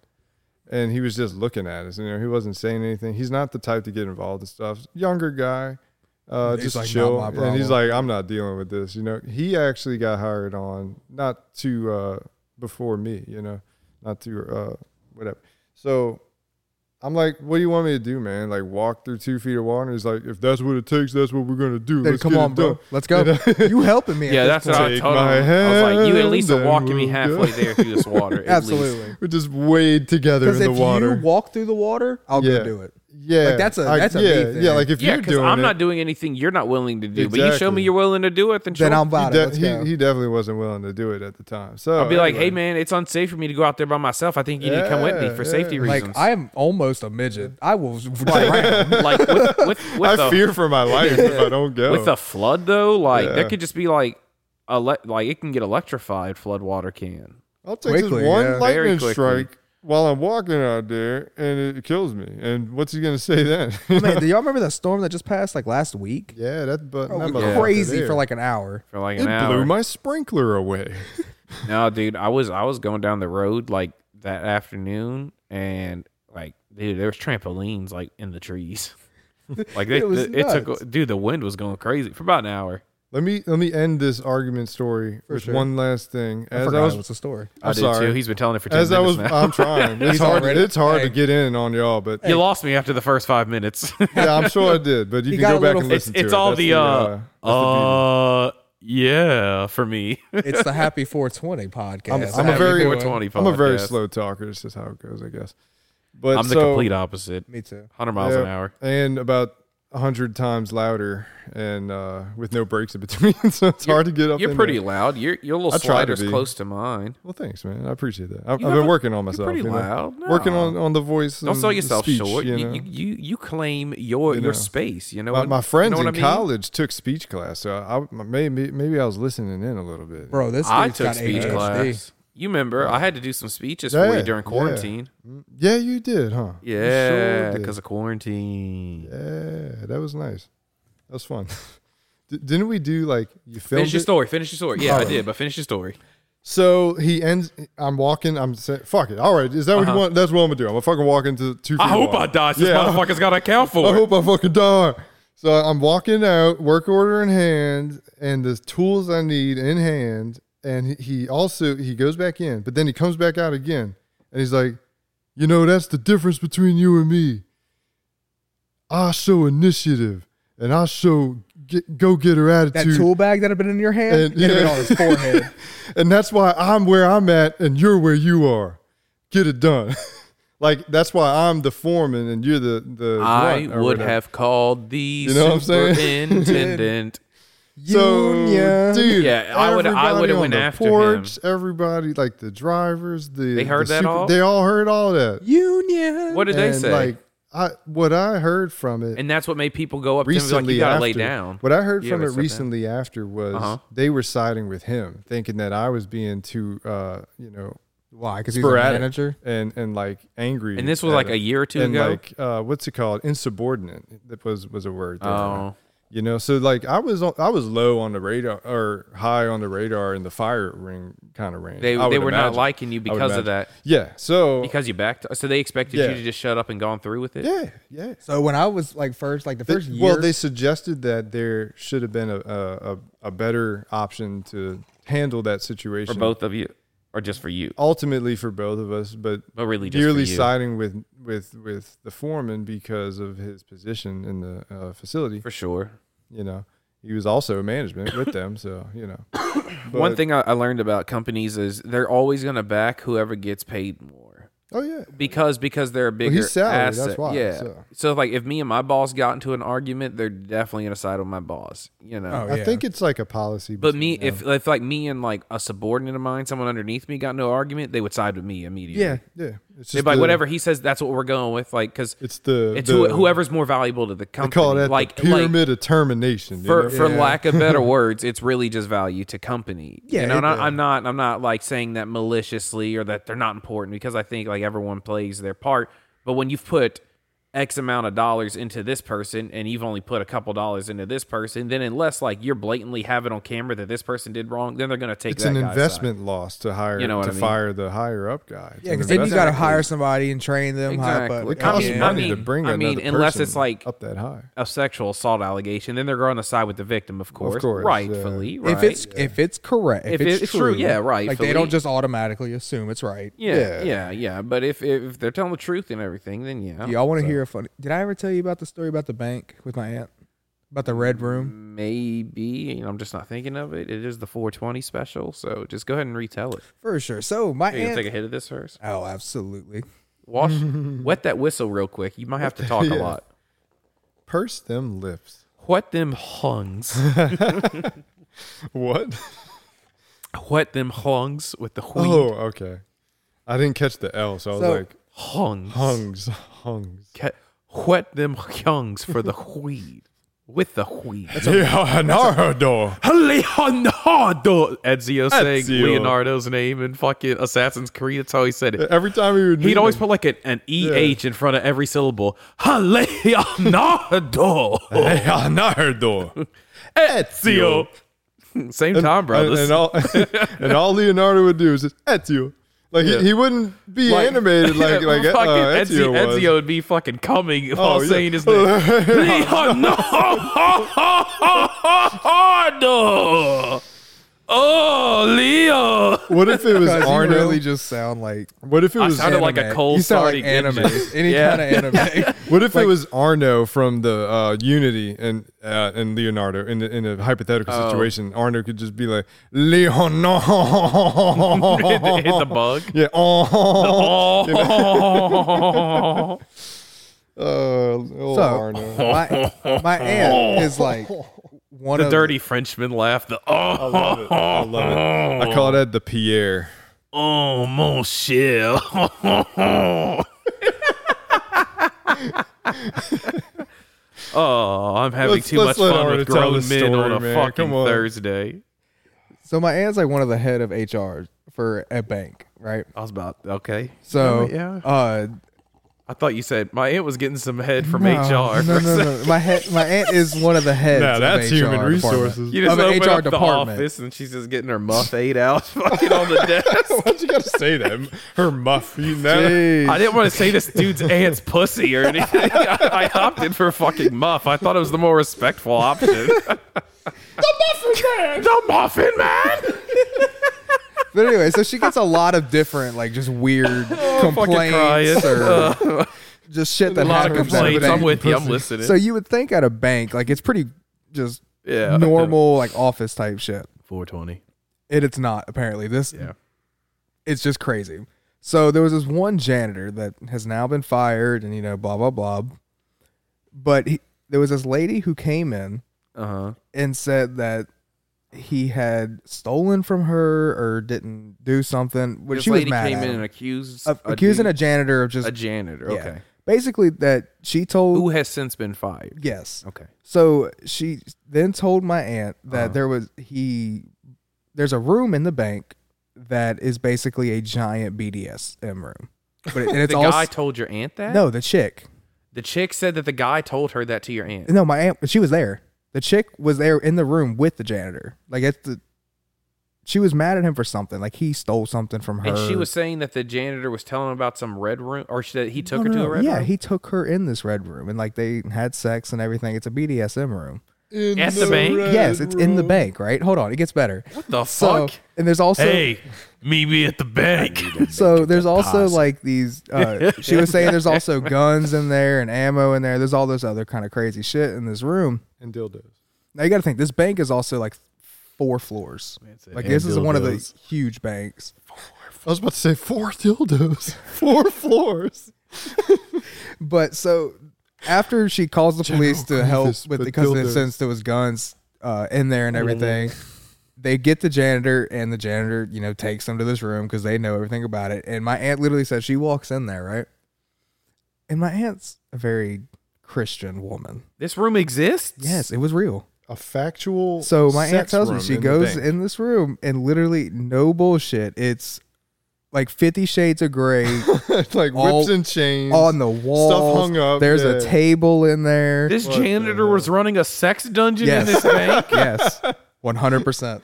Speaker 1: and he was just looking at us. You know, he wasn't saying anything. He's not the type to get involved in stuff. Younger guy, uh,
Speaker 2: He's
Speaker 1: just
Speaker 2: like, "Not
Speaker 1: chill.
Speaker 2: my
Speaker 1: And he's
Speaker 2: problem.
Speaker 1: like, I'm not dealing with this. You know, he actually got hired on not too uh, before me. You know, not too uh, whatever. So I'm like, what do you want me to do, man? Like walk through two feet of water? He's like, if that's what it takes, that's what we're gonna do.
Speaker 2: Then
Speaker 1: Let's
Speaker 2: come
Speaker 1: get
Speaker 2: on,
Speaker 1: it
Speaker 2: bro.
Speaker 1: done."
Speaker 2: Let's go. you helping me? at
Speaker 3: Yeah,
Speaker 2: this
Speaker 3: that's
Speaker 2: point.
Speaker 3: what I
Speaker 1: Take
Speaker 3: told him.
Speaker 1: my
Speaker 3: I was like, you at
Speaker 1: hand
Speaker 3: least are
Speaker 1: and
Speaker 3: walking me
Speaker 1: we'll
Speaker 3: halfway
Speaker 1: go.
Speaker 3: there through this water. at least.
Speaker 2: absolutely.
Speaker 1: We just wade together in
Speaker 2: Because
Speaker 1: the
Speaker 2: if
Speaker 1: water.
Speaker 2: you walk through the water, I'll
Speaker 1: yeah,
Speaker 2: go do it.
Speaker 1: Yeah,
Speaker 2: Like, that's a-
Speaker 1: I-
Speaker 2: that's a me
Speaker 1: yeah,
Speaker 2: thing.
Speaker 1: yeah. Like if
Speaker 3: Yeah,
Speaker 1: you're
Speaker 3: because
Speaker 1: doing
Speaker 3: I'm
Speaker 1: it,
Speaker 3: not doing anything you're not willing to do. But you show
Speaker 1: Exactly.
Speaker 3: me you're willing to do it, then,
Speaker 2: Then
Speaker 3: sure.
Speaker 2: I'm about
Speaker 1: he,
Speaker 2: it.
Speaker 1: de-
Speaker 2: Let's
Speaker 1: he-
Speaker 2: go.
Speaker 1: he definitely wasn't willing to do it at the time. So
Speaker 3: I'll be like, hey man, it's unsafe for me to go out there by myself. I think you need to come with me for
Speaker 1: Yeah,
Speaker 3: safety
Speaker 1: yeah.
Speaker 3: reasons.
Speaker 2: like I am almost a midget. I will drown.
Speaker 3: like with with, with
Speaker 1: I
Speaker 3: the
Speaker 1: fear for my life if I don't go.
Speaker 3: with the flood though, like
Speaker 1: Yeah.
Speaker 3: that could just be like ele- like it can get electrified. Flood water can.
Speaker 1: I'll take this
Speaker 2: Quickly,
Speaker 1: one
Speaker 2: yeah.
Speaker 3: Very
Speaker 1: lightning
Speaker 3: quickly.
Speaker 1: strike while I'm walking out there, and it kills me. And what's he gonna say then?
Speaker 2: Man, do y'all remember that storm that just passed like last week?
Speaker 1: Oh, yeah, that but
Speaker 2: Bro,
Speaker 1: that
Speaker 2: we
Speaker 1: motherfucker
Speaker 2: crazy
Speaker 1: there.
Speaker 2: for like an hour.
Speaker 3: For like
Speaker 1: it
Speaker 3: an hour.
Speaker 1: blew my sprinkler away.
Speaker 3: No, dude, I was I was going down the road like that afternoon, and like dude, there was trampolines like in the trees. Like they,
Speaker 2: It
Speaker 3: it,
Speaker 2: was
Speaker 3: it
Speaker 2: nuts.
Speaker 3: took dude, the wind was going crazy for about an hour.
Speaker 1: Let me let me end this argument story with
Speaker 2: sure.
Speaker 1: one last thing.
Speaker 2: I
Speaker 1: As I
Speaker 2: forgot
Speaker 1: was
Speaker 2: it was a story.
Speaker 3: i
Speaker 1: I'm
Speaker 3: did
Speaker 1: sorry.
Speaker 3: too. He's been telling it for ten
Speaker 1: As I was, uh,
Speaker 3: minutes now.
Speaker 1: I'm trying. It's
Speaker 2: He's
Speaker 1: hard.
Speaker 2: already-
Speaker 1: It's hard to
Speaker 2: hey.
Speaker 1: get in on y'all, but
Speaker 3: you lost me after the first five minutes.
Speaker 1: yeah, I'm sure I did. But you
Speaker 2: He
Speaker 1: can
Speaker 2: got
Speaker 1: go
Speaker 2: a
Speaker 1: back
Speaker 2: little-
Speaker 1: and
Speaker 3: it's
Speaker 1: listen to it.
Speaker 3: it's all
Speaker 1: That's
Speaker 3: the uh,
Speaker 1: that's the
Speaker 3: uh, yeah for me.
Speaker 2: It's the Happy 420 podcast.
Speaker 1: beauty. I'm, I'm a
Speaker 3: Happy
Speaker 1: very
Speaker 3: 420
Speaker 1: I'm a very
Speaker 3: podcast.
Speaker 1: slow talker. It's just how it goes, I guess. But
Speaker 3: I'm the
Speaker 1: so-
Speaker 3: complete opposite.
Speaker 2: Me too.
Speaker 3: Hundred miles an
Speaker 1: yeah,
Speaker 3: hour.
Speaker 1: and about hundred times louder, and uh, with no breaks in between, so it's hard to get up.
Speaker 3: You're
Speaker 1: in
Speaker 3: pretty
Speaker 1: there.
Speaker 3: loud. Your your little
Speaker 1: I try to
Speaker 3: slider's
Speaker 1: be.
Speaker 3: close to mine.
Speaker 1: Well, thanks, man. I appreciate that. I, I've
Speaker 3: You have
Speaker 1: been
Speaker 3: a-
Speaker 1: working on
Speaker 3: you're
Speaker 1: myself.
Speaker 3: pretty
Speaker 1: you know?
Speaker 3: loud.
Speaker 1: Working
Speaker 3: No.
Speaker 1: on on the voice.
Speaker 3: Don't
Speaker 1: and
Speaker 3: sell
Speaker 1: the
Speaker 3: yourself
Speaker 1: speech,
Speaker 3: short.
Speaker 1: You
Speaker 3: You,
Speaker 1: know?
Speaker 3: you, you, you claim your
Speaker 1: You know.
Speaker 3: your space. You know,
Speaker 1: My,
Speaker 3: what-
Speaker 1: my friends
Speaker 3: you know what
Speaker 1: in
Speaker 3: I mean?
Speaker 1: college took speech class, so I, I maybe maybe I was listening in a little bit.
Speaker 2: Bro, this
Speaker 3: I
Speaker 2: dude's
Speaker 3: took
Speaker 2: got
Speaker 3: speech
Speaker 2: ADHD.
Speaker 3: class. You remember I had to do some speeches for
Speaker 1: Yeah,
Speaker 3: you during
Speaker 1: yeah.
Speaker 3: quarantine.
Speaker 1: Mm, Yeah, you did, huh? You sure
Speaker 3: Yeah,
Speaker 1: did.
Speaker 3: because of quarantine.
Speaker 1: yeah, that was nice. That was fun. D- didn't we do like you filmed
Speaker 3: Finish your
Speaker 1: it?
Speaker 3: story. Finish your story. Yeah, I
Speaker 1: Alright.
Speaker 3: did, but finish your story.
Speaker 1: So he ends. I'm walking. I'm saying, "Fuck it." All right, is that what you
Speaker 3: Uh-huh.
Speaker 1: want? That's what I'm gonna do. I'm gonna fucking walk into two. Feet
Speaker 3: I hope
Speaker 1: wide.
Speaker 3: I die. This
Speaker 1: Yeah, I-
Speaker 3: motherfucker's got to account for
Speaker 1: I
Speaker 3: it.
Speaker 1: hope I fucking die. So I'm walking out, work order in hand, and the tools I need in hand. And he he also he goes back in, but then he comes back out again, and he's like, "You know, that's the difference between you and me. I show initiative, and I show get, go get her
Speaker 2: That
Speaker 1: attitude.
Speaker 2: tool bag that had been in your hand,
Speaker 1: And-
Speaker 2: it had been on his forehead.
Speaker 1: and that's why I'm where I'm at and you're where you are. Get it done. like that's why I'm the foreman and you're the the
Speaker 3: I
Speaker 1: runt or
Speaker 3: would
Speaker 1: whatever.
Speaker 3: have called the
Speaker 1: You know what I'm saying?
Speaker 3: superintendent.
Speaker 1: so dude.
Speaker 3: Yeah, I would- I
Speaker 1: everybody
Speaker 3: would've
Speaker 1: on
Speaker 3: went
Speaker 1: the
Speaker 3: after
Speaker 1: porch, Everybody like the drivers, the
Speaker 3: They heard
Speaker 1: the
Speaker 3: that all?
Speaker 1: They all heard all that.
Speaker 2: Union.
Speaker 3: what did they
Speaker 1: And,
Speaker 3: say?
Speaker 1: Like I what I heard from it
Speaker 3: and that's what made people go up to him and
Speaker 1: recently
Speaker 3: be like, you got to
Speaker 1: after,
Speaker 3: lay down.
Speaker 1: What I heard
Speaker 3: Yeah,
Speaker 1: from
Speaker 3: they
Speaker 1: it
Speaker 3: said that.
Speaker 1: recently after was
Speaker 3: Uh-huh.
Speaker 1: they were siding with him, thinking that I was being too uh, you know,
Speaker 2: Why? Because he's a
Speaker 1: sporadic
Speaker 2: manager.
Speaker 1: and and like angry.
Speaker 3: And this was
Speaker 1: at
Speaker 3: like
Speaker 1: him.
Speaker 3: a year or two
Speaker 1: and
Speaker 3: ago.
Speaker 1: like uh, what's it called insubordinate that was was a word there.
Speaker 3: oh,
Speaker 1: you know so like i was on, i was low on the radar or high on the radar in the fire ring kind of range
Speaker 3: they,
Speaker 1: I
Speaker 3: they
Speaker 1: would
Speaker 3: were not
Speaker 1: imagine.
Speaker 3: liking you
Speaker 1: I would
Speaker 3: because of
Speaker 1: imagine.
Speaker 3: that.
Speaker 1: yeah so
Speaker 3: Because you backed. So they expected
Speaker 1: Yeah.
Speaker 3: you to just shut up and gone through with it.
Speaker 1: yeah yeah
Speaker 2: So when I was like first, like the
Speaker 1: They-
Speaker 2: first year,
Speaker 1: well they suggested that there should have been a a, a, a better option to handle that
Speaker 3: For
Speaker 1: situation
Speaker 3: both of you, or just for you.
Speaker 1: ultimately for both of us but
Speaker 3: But really, just
Speaker 1: yearly
Speaker 3: for you.
Speaker 1: siding with with with the foreman because of his position in the uh, facility
Speaker 3: For sure.
Speaker 1: you know he was also management with them so you know
Speaker 3: One
Speaker 1: But-
Speaker 3: thing I, I learned about companies is they're always going to back whoever gets paid more.
Speaker 1: oh yeah
Speaker 3: because because they're a bigger
Speaker 1: he's salaried, that's
Speaker 3: asset.
Speaker 1: why,
Speaker 3: yeah. So.
Speaker 1: so.
Speaker 3: like if me and my boss got into an argument, they're definitely gonna side with my boss. You know.
Speaker 2: Oh,
Speaker 1: I
Speaker 2: yeah.
Speaker 1: think it's like a policy.
Speaker 3: But me,
Speaker 1: between them.
Speaker 3: if if like me and like a subordinate of mine, someone underneath me got into an argument, they would side with me immediately.
Speaker 1: yeah, yeah, it's
Speaker 3: They'd
Speaker 1: just
Speaker 3: be like,
Speaker 1: the-
Speaker 3: whatever he says, that's what we're going with. Like, because
Speaker 1: It's the
Speaker 3: it's
Speaker 1: the,
Speaker 3: who, whoever's more valuable to the
Speaker 1: They
Speaker 3: company.
Speaker 1: call that the
Speaker 3: like, like,
Speaker 1: pyramid of termination.
Speaker 3: for
Speaker 1: you know?
Speaker 3: for lack of better words, it's really just value to company.
Speaker 2: Yeah,
Speaker 3: Yeah, you know,
Speaker 2: it-
Speaker 3: and I, I'm not I'm not like saying that maliciously or that they're not important because I think like everyone plays their part. But when you've put X amount of dollars into this person and you've only put a couple dollars into this person, then unless like you're blatantly having on camera that this person did wrong, then they're gonna take
Speaker 1: it's
Speaker 3: that
Speaker 1: an
Speaker 3: guy's side.
Speaker 1: investment loss to hire
Speaker 3: You know what
Speaker 1: to
Speaker 3: I mean?
Speaker 1: fire the higher up guy. It's
Speaker 2: yeah,
Speaker 1: an
Speaker 2: because then you got to
Speaker 1: investment.
Speaker 2: hire somebody and train them. hire-
Speaker 3: Exactly.
Speaker 2: but-
Speaker 1: It costs
Speaker 3: I mean-
Speaker 1: money
Speaker 3: I
Speaker 1: to
Speaker 3: mean-
Speaker 1: bring.
Speaker 3: I mean,
Speaker 1: another
Speaker 3: unless
Speaker 1: person
Speaker 3: it's like-
Speaker 1: up that high.
Speaker 3: A sexual assault allegation, then they're going to side with the victim, of course,
Speaker 1: course, yeah.
Speaker 3: rightfully. Right?
Speaker 2: If it's if it's correct, if,
Speaker 3: If
Speaker 2: it's,
Speaker 3: it's true,
Speaker 2: true,
Speaker 3: yeah, right,
Speaker 2: Like
Speaker 3: Philippe.
Speaker 2: they don't just automatically assume it's right.
Speaker 3: yeah, yeah,
Speaker 1: yeah.
Speaker 3: yeah, But if if they're telling the truth and everything, then yeah,
Speaker 2: Y'all want to hear a funny? Did I ever tell you about the story about the bank with my aunt? About the red room?
Speaker 3: maybe and I'm just not thinking of it. It is the 420 special, so just go ahead and retell it.
Speaker 2: For sure. So my
Speaker 3: Mm. Are you gonna take a
Speaker 2: aunt.
Speaker 3: hit of this first?
Speaker 2: Oh, absolutely.
Speaker 3: Wash, wet that whistle real quick. You might have to talk a
Speaker 1: Yeah.
Speaker 3: lot.
Speaker 1: Purse them lips.
Speaker 3: What them hungs?
Speaker 1: What?
Speaker 3: what them hungs with the wheat
Speaker 1: Oh, okay. I didn't catch the L, so I was
Speaker 2: So-
Speaker 1: like
Speaker 3: hungs?
Speaker 1: hungs, hungs.
Speaker 3: Ca- What them hungs for the wheat with the wheat?
Speaker 1: Yeah, Naruto.
Speaker 3: Leonardo Ezio saying
Speaker 1: Ezio.
Speaker 3: Leonardo's name in fucking Assassin's Creed. That's how he said it.
Speaker 1: Every time he would,
Speaker 3: He'd
Speaker 1: meet
Speaker 3: always
Speaker 1: him,
Speaker 3: put like an, an EH in front of every syllable. Leonardo
Speaker 1: Leonardo.
Speaker 3: Ezio. Same time,
Speaker 1: And,
Speaker 3: brothers.
Speaker 1: and all and all Leonardo would do is just Ezio. Like he, he wouldn't be
Speaker 3: Like-
Speaker 1: animated like like uh,
Speaker 3: fucking
Speaker 1: Ezio,
Speaker 3: Ezio,
Speaker 1: was. Oh,
Speaker 3: Ezio would be fucking coming while
Speaker 1: yeah.
Speaker 3: saying his name. Leonardo. Oh, Leo.
Speaker 1: What if it was
Speaker 2: Guys,
Speaker 1: Arno?
Speaker 2: you really just sound like
Speaker 1: what if it
Speaker 3: I
Speaker 1: was
Speaker 3: sounded like a
Speaker 2: anime.
Speaker 3: cold
Speaker 2: You sound like
Speaker 3: starting
Speaker 2: anime. Any
Speaker 3: Yeah.
Speaker 2: kind of anime.
Speaker 1: what if it was Arno from the uh, Unity and uh, and Leonardo in the, in a hypothetical
Speaker 3: Oh.
Speaker 1: situation? Arno could just be like
Speaker 3: hit, the, hit the
Speaker 1: Leonardo.
Speaker 3: bug.
Speaker 1: yeah. Oh,
Speaker 3: Oh.
Speaker 1: uh, old
Speaker 2: So-
Speaker 1: Arno.
Speaker 2: my, my aunt is like one
Speaker 3: the
Speaker 2: of
Speaker 3: dirty Frenchman laugh. The
Speaker 1: I
Speaker 3: oh,
Speaker 1: love it. I love it. I call that the Pierre.
Speaker 3: oh, mon cher. oh, I'm having
Speaker 1: Let's-
Speaker 3: too
Speaker 1: let's
Speaker 3: much
Speaker 1: let
Speaker 3: fun
Speaker 1: Arda
Speaker 3: with
Speaker 1: tell
Speaker 3: grown men
Speaker 1: his story,
Speaker 3: on a
Speaker 1: man.
Speaker 3: fucking
Speaker 1: Come on.
Speaker 3: Thursday.
Speaker 2: So my aunt's like one of the head of HR for for a bank, right?
Speaker 3: I was about okay.
Speaker 2: So,
Speaker 3: Oh, yeah.
Speaker 2: uh,
Speaker 3: I thought you said my aunt was getting some head from
Speaker 2: no,
Speaker 3: HR.
Speaker 2: No, no, no. My head, my aunt is one of the heads.
Speaker 1: Now
Speaker 2: of
Speaker 1: that's
Speaker 2: HR
Speaker 1: human
Speaker 2: department.
Speaker 1: resources.
Speaker 3: You just
Speaker 2: Of an
Speaker 3: open
Speaker 2: HR
Speaker 3: up
Speaker 2: department.
Speaker 3: the office and she's just getting her muff ate out, fucking on the desk.
Speaker 1: Why'd you gotta say that? Her muff. You know.
Speaker 2: Jeez.
Speaker 3: I didn't want to say this dude's aunt's pussy or anything. I, I opted for fucking muff. I thought it was the more respectful option. the muffin man. The muffin man.
Speaker 2: But anyway, so she gets a lot of different, like, just weird
Speaker 3: Oh,
Speaker 2: complaints
Speaker 3: crying.
Speaker 2: or just shit
Speaker 3: Uh, A
Speaker 2: that
Speaker 3: lot of
Speaker 2: happens. every
Speaker 3: complaints. I'm
Speaker 2: day.
Speaker 3: with you. I'm listening.
Speaker 2: So you would think at a bank, like, it's pretty just
Speaker 3: yeah.
Speaker 2: normal, like, office type shit.
Speaker 3: 420.
Speaker 2: It, it's not apparently. This
Speaker 3: Yeah.
Speaker 2: it's just crazy. So there was this one janitor that has now been fired, and you know, blah blah blah. But he, there was this lady who came in
Speaker 3: Uh huh.
Speaker 2: and said that he had stolen from her or didn't do something. Which
Speaker 3: This
Speaker 2: she
Speaker 3: lady
Speaker 2: was mad
Speaker 3: came
Speaker 2: at
Speaker 3: in
Speaker 2: him.
Speaker 3: and accused
Speaker 2: Of accusing a
Speaker 3: dude-
Speaker 2: janitor of just
Speaker 3: a janitor.
Speaker 2: yeah.
Speaker 3: Okay.
Speaker 2: basically that she told
Speaker 3: Who has since been fired?
Speaker 2: yes.
Speaker 3: Okay.
Speaker 2: So she then told my aunt that
Speaker 3: Uh-huh.
Speaker 2: there was he there's a room in the bank that is basically a giant BDSM room. But it, and it's
Speaker 3: the
Speaker 2: all
Speaker 3: guy
Speaker 2: s-
Speaker 3: told your aunt that?
Speaker 2: no, the chick.
Speaker 3: The chick said that the guy told her that to your aunt.
Speaker 2: No, my aunt she was there. The chick was there in the room with the janitor. Like it's the she was mad at him for something. Like he stole something from her.
Speaker 3: And she was saying that the janitor was telling him about some red room, or she, that he took
Speaker 2: No,
Speaker 3: her
Speaker 2: no,
Speaker 3: to
Speaker 2: Oh, no.
Speaker 3: a red
Speaker 2: Yeah,
Speaker 3: room.
Speaker 2: he took her in this red room and like they had sex and everything. It's a BDSM room.
Speaker 6: In
Speaker 3: At the bank?
Speaker 6: red
Speaker 2: yes, it's in the
Speaker 6: room.
Speaker 2: bank, right? Hold on, it gets better.
Speaker 3: what the
Speaker 2: So,
Speaker 3: fuck?
Speaker 2: and there's also
Speaker 3: meet me at the bank.
Speaker 2: So there's also like these. Uh, she was saying there's also guns in there and ammo in there. There's all this other kind of crazy shit in this room.
Speaker 6: and dildos.
Speaker 2: Now you got to think this bank is also like four floors. Like this is one of the huge banks.
Speaker 6: I was about to say four dildos, four floors.
Speaker 2: But so after she calls the police to
Speaker 6: General
Speaker 2: help
Speaker 6: Grievous,
Speaker 2: with
Speaker 6: but
Speaker 2: because
Speaker 6: dildos.
Speaker 2: since there was guns uh, in there and everything, they get the janitor and the janitor you know takes them to this room because they know everything about it. And my aunt literally says she walks in there right, and my aunt's a very Christian woman.
Speaker 3: this room exists.
Speaker 2: Yes, it was real.
Speaker 6: A factual.
Speaker 2: So my aunt
Speaker 6: sex
Speaker 2: tells me
Speaker 1: room
Speaker 2: she
Speaker 1: in the
Speaker 2: goes
Speaker 1: bank.
Speaker 2: in this room and literally no bullshit. It's like Fifty Shades of Grey
Speaker 6: It's like whips
Speaker 2: All-
Speaker 6: and chains
Speaker 2: on the wall.
Speaker 6: hung up,
Speaker 2: There's a
Speaker 6: yeah.
Speaker 2: table in there.
Speaker 3: This
Speaker 6: What the
Speaker 3: janitor
Speaker 6: hell?
Speaker 3: was running a sex dungeon
Speaker 2: Yes.
Speaker 3: in this bank.
Speaker 2: yes, one hundred percent.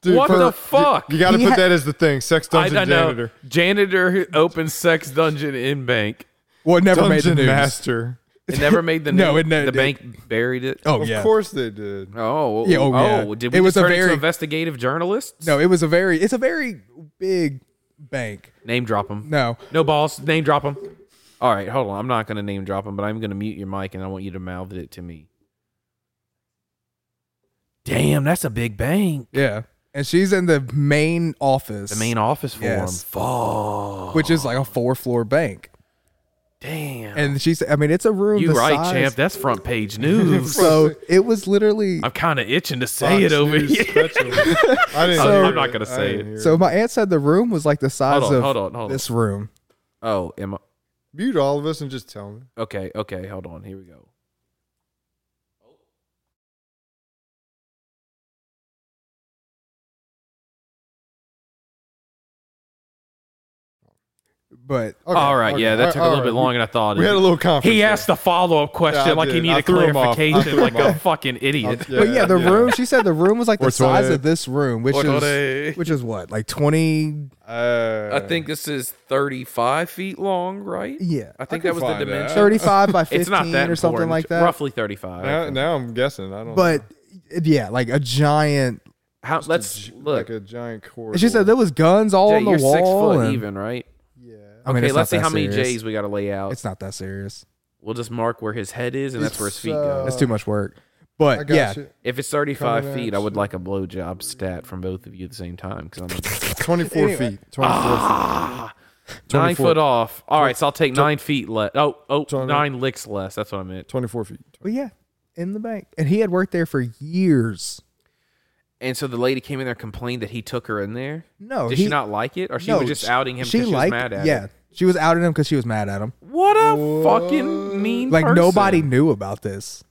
Speaker 6: Dude,
Speaker 3: what
Speaker 6: for-
Speaker 3: the fuck?
Speaker 6: You got to
Speaker 2: He
Speaker 6: put
Speaker 2: had-
Speaker 6: that as the thing. Sex
Speaker 3: I,
Speaker 6: dungeon
Speaker 3: I know.
Speaker 6: janitor.
Speaker 3: Janitor. who opens sex dungeon in bank.
Speaker 2: Well, it never made the
Speaker 1: Dungeon
Speaker 2: news.
Speaker 1: master.
Speaker 3: It never made the
Speaker 2: No,
Speaker 3: news.
Speaker 2: it ne-
Speaker 3: the
Speaker 2: it-
Speaker 3: bank buried it.
Speaker 2: Oh
Speaker 6: Of
Speaker 2: yeah,
Speaker 6: course they did.
Speaker 3: Oh,
Speaker 2: Yeah,
Speaker 3: oh,
Speaker 2: oh, yeah.
Speaker 3: did we
Speaker 2: It
Speaker 3: just
Speaker 2: was a
Speaker 3: turn into
Speaker 2: very-
Speaker 3: investigative journalists?
Speaker 2: no, it was a very. It's a very big bank.
Speaker 3: Name drop them.
Speaker 2: No,
Speaker 3: No balls. Name drop them. All right, hold on. I'm not going to name drop them, but I'm going to mute your mic and I want you to mouth it to me. Damn, that's a big bank.
Speaker 2: yeah, and she's in the main office,
Speaker 3: The main oh. office for
Speaker 2: Yes.
Speaker 3: him. Fuck.
Speaker 2: which is like a four floor bank.
Speaker 3: Damn.
Speaker 2: And she's. I mean, it's a room.
Speaker 3: you
Speaker 2: the
Speaker 3: right,
Speaker 2: size-
Speaker 3: champ. That's front page news.
Speaker 2: So it was literally
Speaker 3: I'm kind of itching to say it
Speaker 6: Fox
Speaker 3: over
Speaker 6: News
Speaker 3: here.
Speaker 6: special. I didn't.
Speaker 3: So-
Speaker 6: hear
Speaker 3: I'm not
Speaker 6: it.
Speaker 3: gonna
Speaker 6: I
Speaker 3: say
Speaker 6: didn't hear
Speaker 2: So my aunt said the room was like the size
Speaker 3: Hold on,
Speaker 2: of
Speaker 3: hold on, hold on.
Speaker 2: this room.
Speaker 3: Oh, am I?
Speaker 6: mute all of us and just tell me.
Speaker 3: Okay, okay. Hold on. Here we go.
Speaker 2: But
Speaker 6: Okay,
Speaker 3: all right.
Speaker 6: okay,
Speaker 3: Yeah, that
Speaker 6: all-
Speaker 3: took a
Speaker 6: all
Speaker 3: little
Speaker 6: right.
Speaker 3: bit longer than I thought.
Speaker 6: We, we
Speaker 3: it
Speaker 6: had a little conference.
Speaker 3: He asked a follow up question
Speaker 6: Yeah, I
Speaker 3: like he
Speaker 6: did. I
Speaker 3: needed
Speaker 6: threw him off. I
Speaker 3: clarification,
Speaker 6: threw
Speaker 3: like
Speaker 6: him
Speaker 3: a
Speaker 6: off.
Speaker 3: fucking idiot.
Speaker 2: but yeah, the room. She said the room was like the
Speaker 1: Or
Speaker 2: size
Speaker 1: toilet.
Speaker 2: of this room, which is which is what like twenty.
Speaker 6: Uh,
Speaker 3: I think this is 35 feet long, right?
Speaker 2: Yeah,
Speaker 3: I think
Speaker 1: I can
Speaker 3: that was the
Speaker 1: find that.
Speaker 3: dimension.
Speaker 2: thirty-five by
Speaker 3: It's not
Speaker 2: fifteen
Speaker 3: that
Speaker 2: or something
Speaker 3: important.
Speaker 2: like that.
Speaker 3: Roughly 35. I
Speaker 1: Now,
Speaker 3: think.
Speaker 1: now I'm guessing. I don't.
Speaker 2: But yeah, like a giant.
Speaker 3: How,
Speaker 1: know.
Speaker 3: let's
Speaker 1: Just a-
Speaker 3: look.
Speaker 1: like a giant
Speaker 2: and
Speaker 1: cord.
Speaker 2: She said there was guns all
Speaker 3: Jay,
Speaker 2: on the
Speaker 3: you're
Speaker 2: wall.
Speaker 3: six foot
Speaker 2: and-
Speaker 3: even, right?
Speaker 6: Yeah.
Speaker 2: I mean,
Speaker 3: okay,
Speaker 2: it's not
Speaker 3: let's see
Speaker 2: that
Speaker 3: how many
Speaker 2: serious.
Speaker 3: J's we got to lay out.
Speaker 2: It's not that serious.
Speaker 3: we'll just mark where his head is, and that's where his
Speaker 6: It's,
Speaker 3: feet
Speaker 6: uh,
Speaker 3: go.
Speaker 2: It's too much work.
Speaker 6: I
Speaker 2: But
Speaker 6: got
Speaker 2: yeah,
Speaker 6: you.
Speaker 3: If it's 35
Speaker 6: coming at
Speaker 3: feet, I would
Speaker 6: you.
Speaker 3: like a blowjob stat from both of you at the same time. 'cause I'm
Speaker 6: 24
Speaker 2: Anyway.
Speaker 6: feet. 24
Speaker 3: Ah. nine
Speaker 1: 24.
Speaker 3: foot off. All right, so I'll take nine feet less. Oh, oh,
Speaker 1: Twenty-
Speaker 3: nine licks less. That's what I meant.
Speaker 1: Twenty-four feet.
Speaker 2: but yeah, in the bank, and he had worked there for years.
Speaker 3: And so the lady came in there and complained that he took her in there.
Speaker 1: Oh,
Speaker 2: No,
Speaker 3: Did
Speaker 2: he,
Speaker 3: she not like it, or she
Speaker 2: no,
Speaker 3: was just
Speaker 2: sh-
Speaker 3: outing him because
Speaker 2: She
Speaker 3: she, was
Speaker 2: liked-
Speaker 3: mad at
Speaker 2: yeah,
Speaker 3: him?
Speaker 2: she was outing him because she was mad at him.
Speaker 3: What a fucking mean
Speaker 2: like nobody
Speaker 3: person.
Speaker 2: knew about this.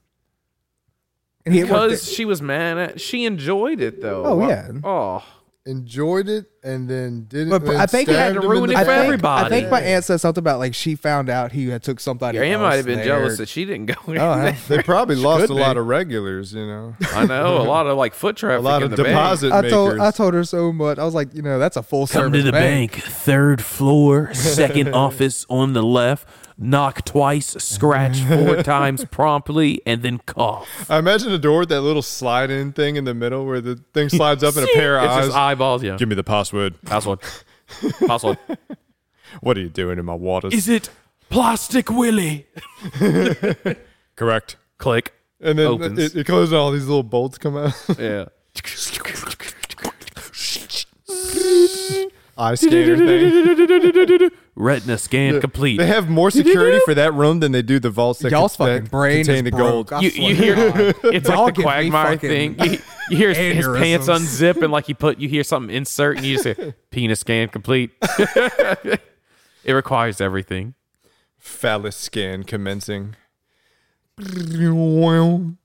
Speaker 2: And he had worked
Speaker 3: because she was mad at. She enjoyed it though.
Speaker 2: Oh, yeah.
Speaker 3: Oh,
Speaker 6: Enjoyed it and then didn't.
Speaker 2: But- but I
Speaker 6: then
Speaker 2: think it
Speaker 6: stabbed
Speaker 2: had to
Speaker 6: him in
Speaker 3: ruin
Speaker 6: the
Speaker 3: it for
Speaker 6: back.
Speaker 3: everybody.
Speaker 2: I think my
Speaker 6: Yeah.
Speaker 2: aunt said something about like she found out he had took somebody.
Speaker 3: Your aunt might
Speaker 2: else
Speaker 3: have been
Speaker 2: there.
Speaker 3: jealous that she didn't go in.
Speaker 2: Oh, I-
Speaker 3: there.
Speaker 1: They probably lost
Speaker 6: could
Speaker 1: a lot
Speaker 6: be.
Speaker 1: of regulars, you know,
Speaker 3: I know a lot of like foot traffic.
Speaker 1: a lot of
Speaker 3: in the bank.
Speaker 1: deposit
Speaker 2: I
Speaker 1: makers.
Speaker 2: told I told her so much. I was like, you know, that's a full
Speaker 7: Come
Speaker 2: service
Speaker 7: to the bank. third floor, second office on the left. Knock twice, scratch four times promptly, and then cough.
Speaker 1: I imagine a door with that little slide in thing in the middle where the thing slides up in a pair of
Speaker 3: It's
Speaker 1: eyes.
Speaker 3: just eyeballs. Yeah.
Speaker 1: Give me the password.
Speaker 3: Password. Password.
Speaker 1: What are you doing in my waters?
Speaker 7: Is it Plastic Willie?
Speaker 1: Correct.
Speaker 3: Click.
Speaker 1: And then
Speaker 3: Opens.
Speaker 1: it, it closes and all these little bolts come out.
Speaker 3: Yeah.
Speaker 1: Eye scanner thing.
Speaker 7: Retina scan complete.
Speaker 1: They have more security for that room than they do the vaults that,
Speaker 2: Y'all's
Speaker 1: con- that
Speaker 2: fucking brain is
Speaker 1: contain the
Speaker 2: broke.
Speaker 1: gold.
Speaker 2: I
Speaker 3: You,
Speaker 2: swear
Speaker 3: you
Speaker 2: to
Speaker 3: hear
Speaker 2: God.
Speaker 3: it's
Speaker 2: Y'all
Speaker 3: like
Speaker 2: give
Speaker 3: the
Speaker 2: me
Speaker 3: Quagmire
Speaker 2: fucking
Speaker 3: thing. You, you hear his, his pants
Speaker 2: aneurysms.
Speaker 3: unzip and like he put you hear something insert and you just say penis scan complete. it requires everything.
Speaker 1: Phallus scan commencing.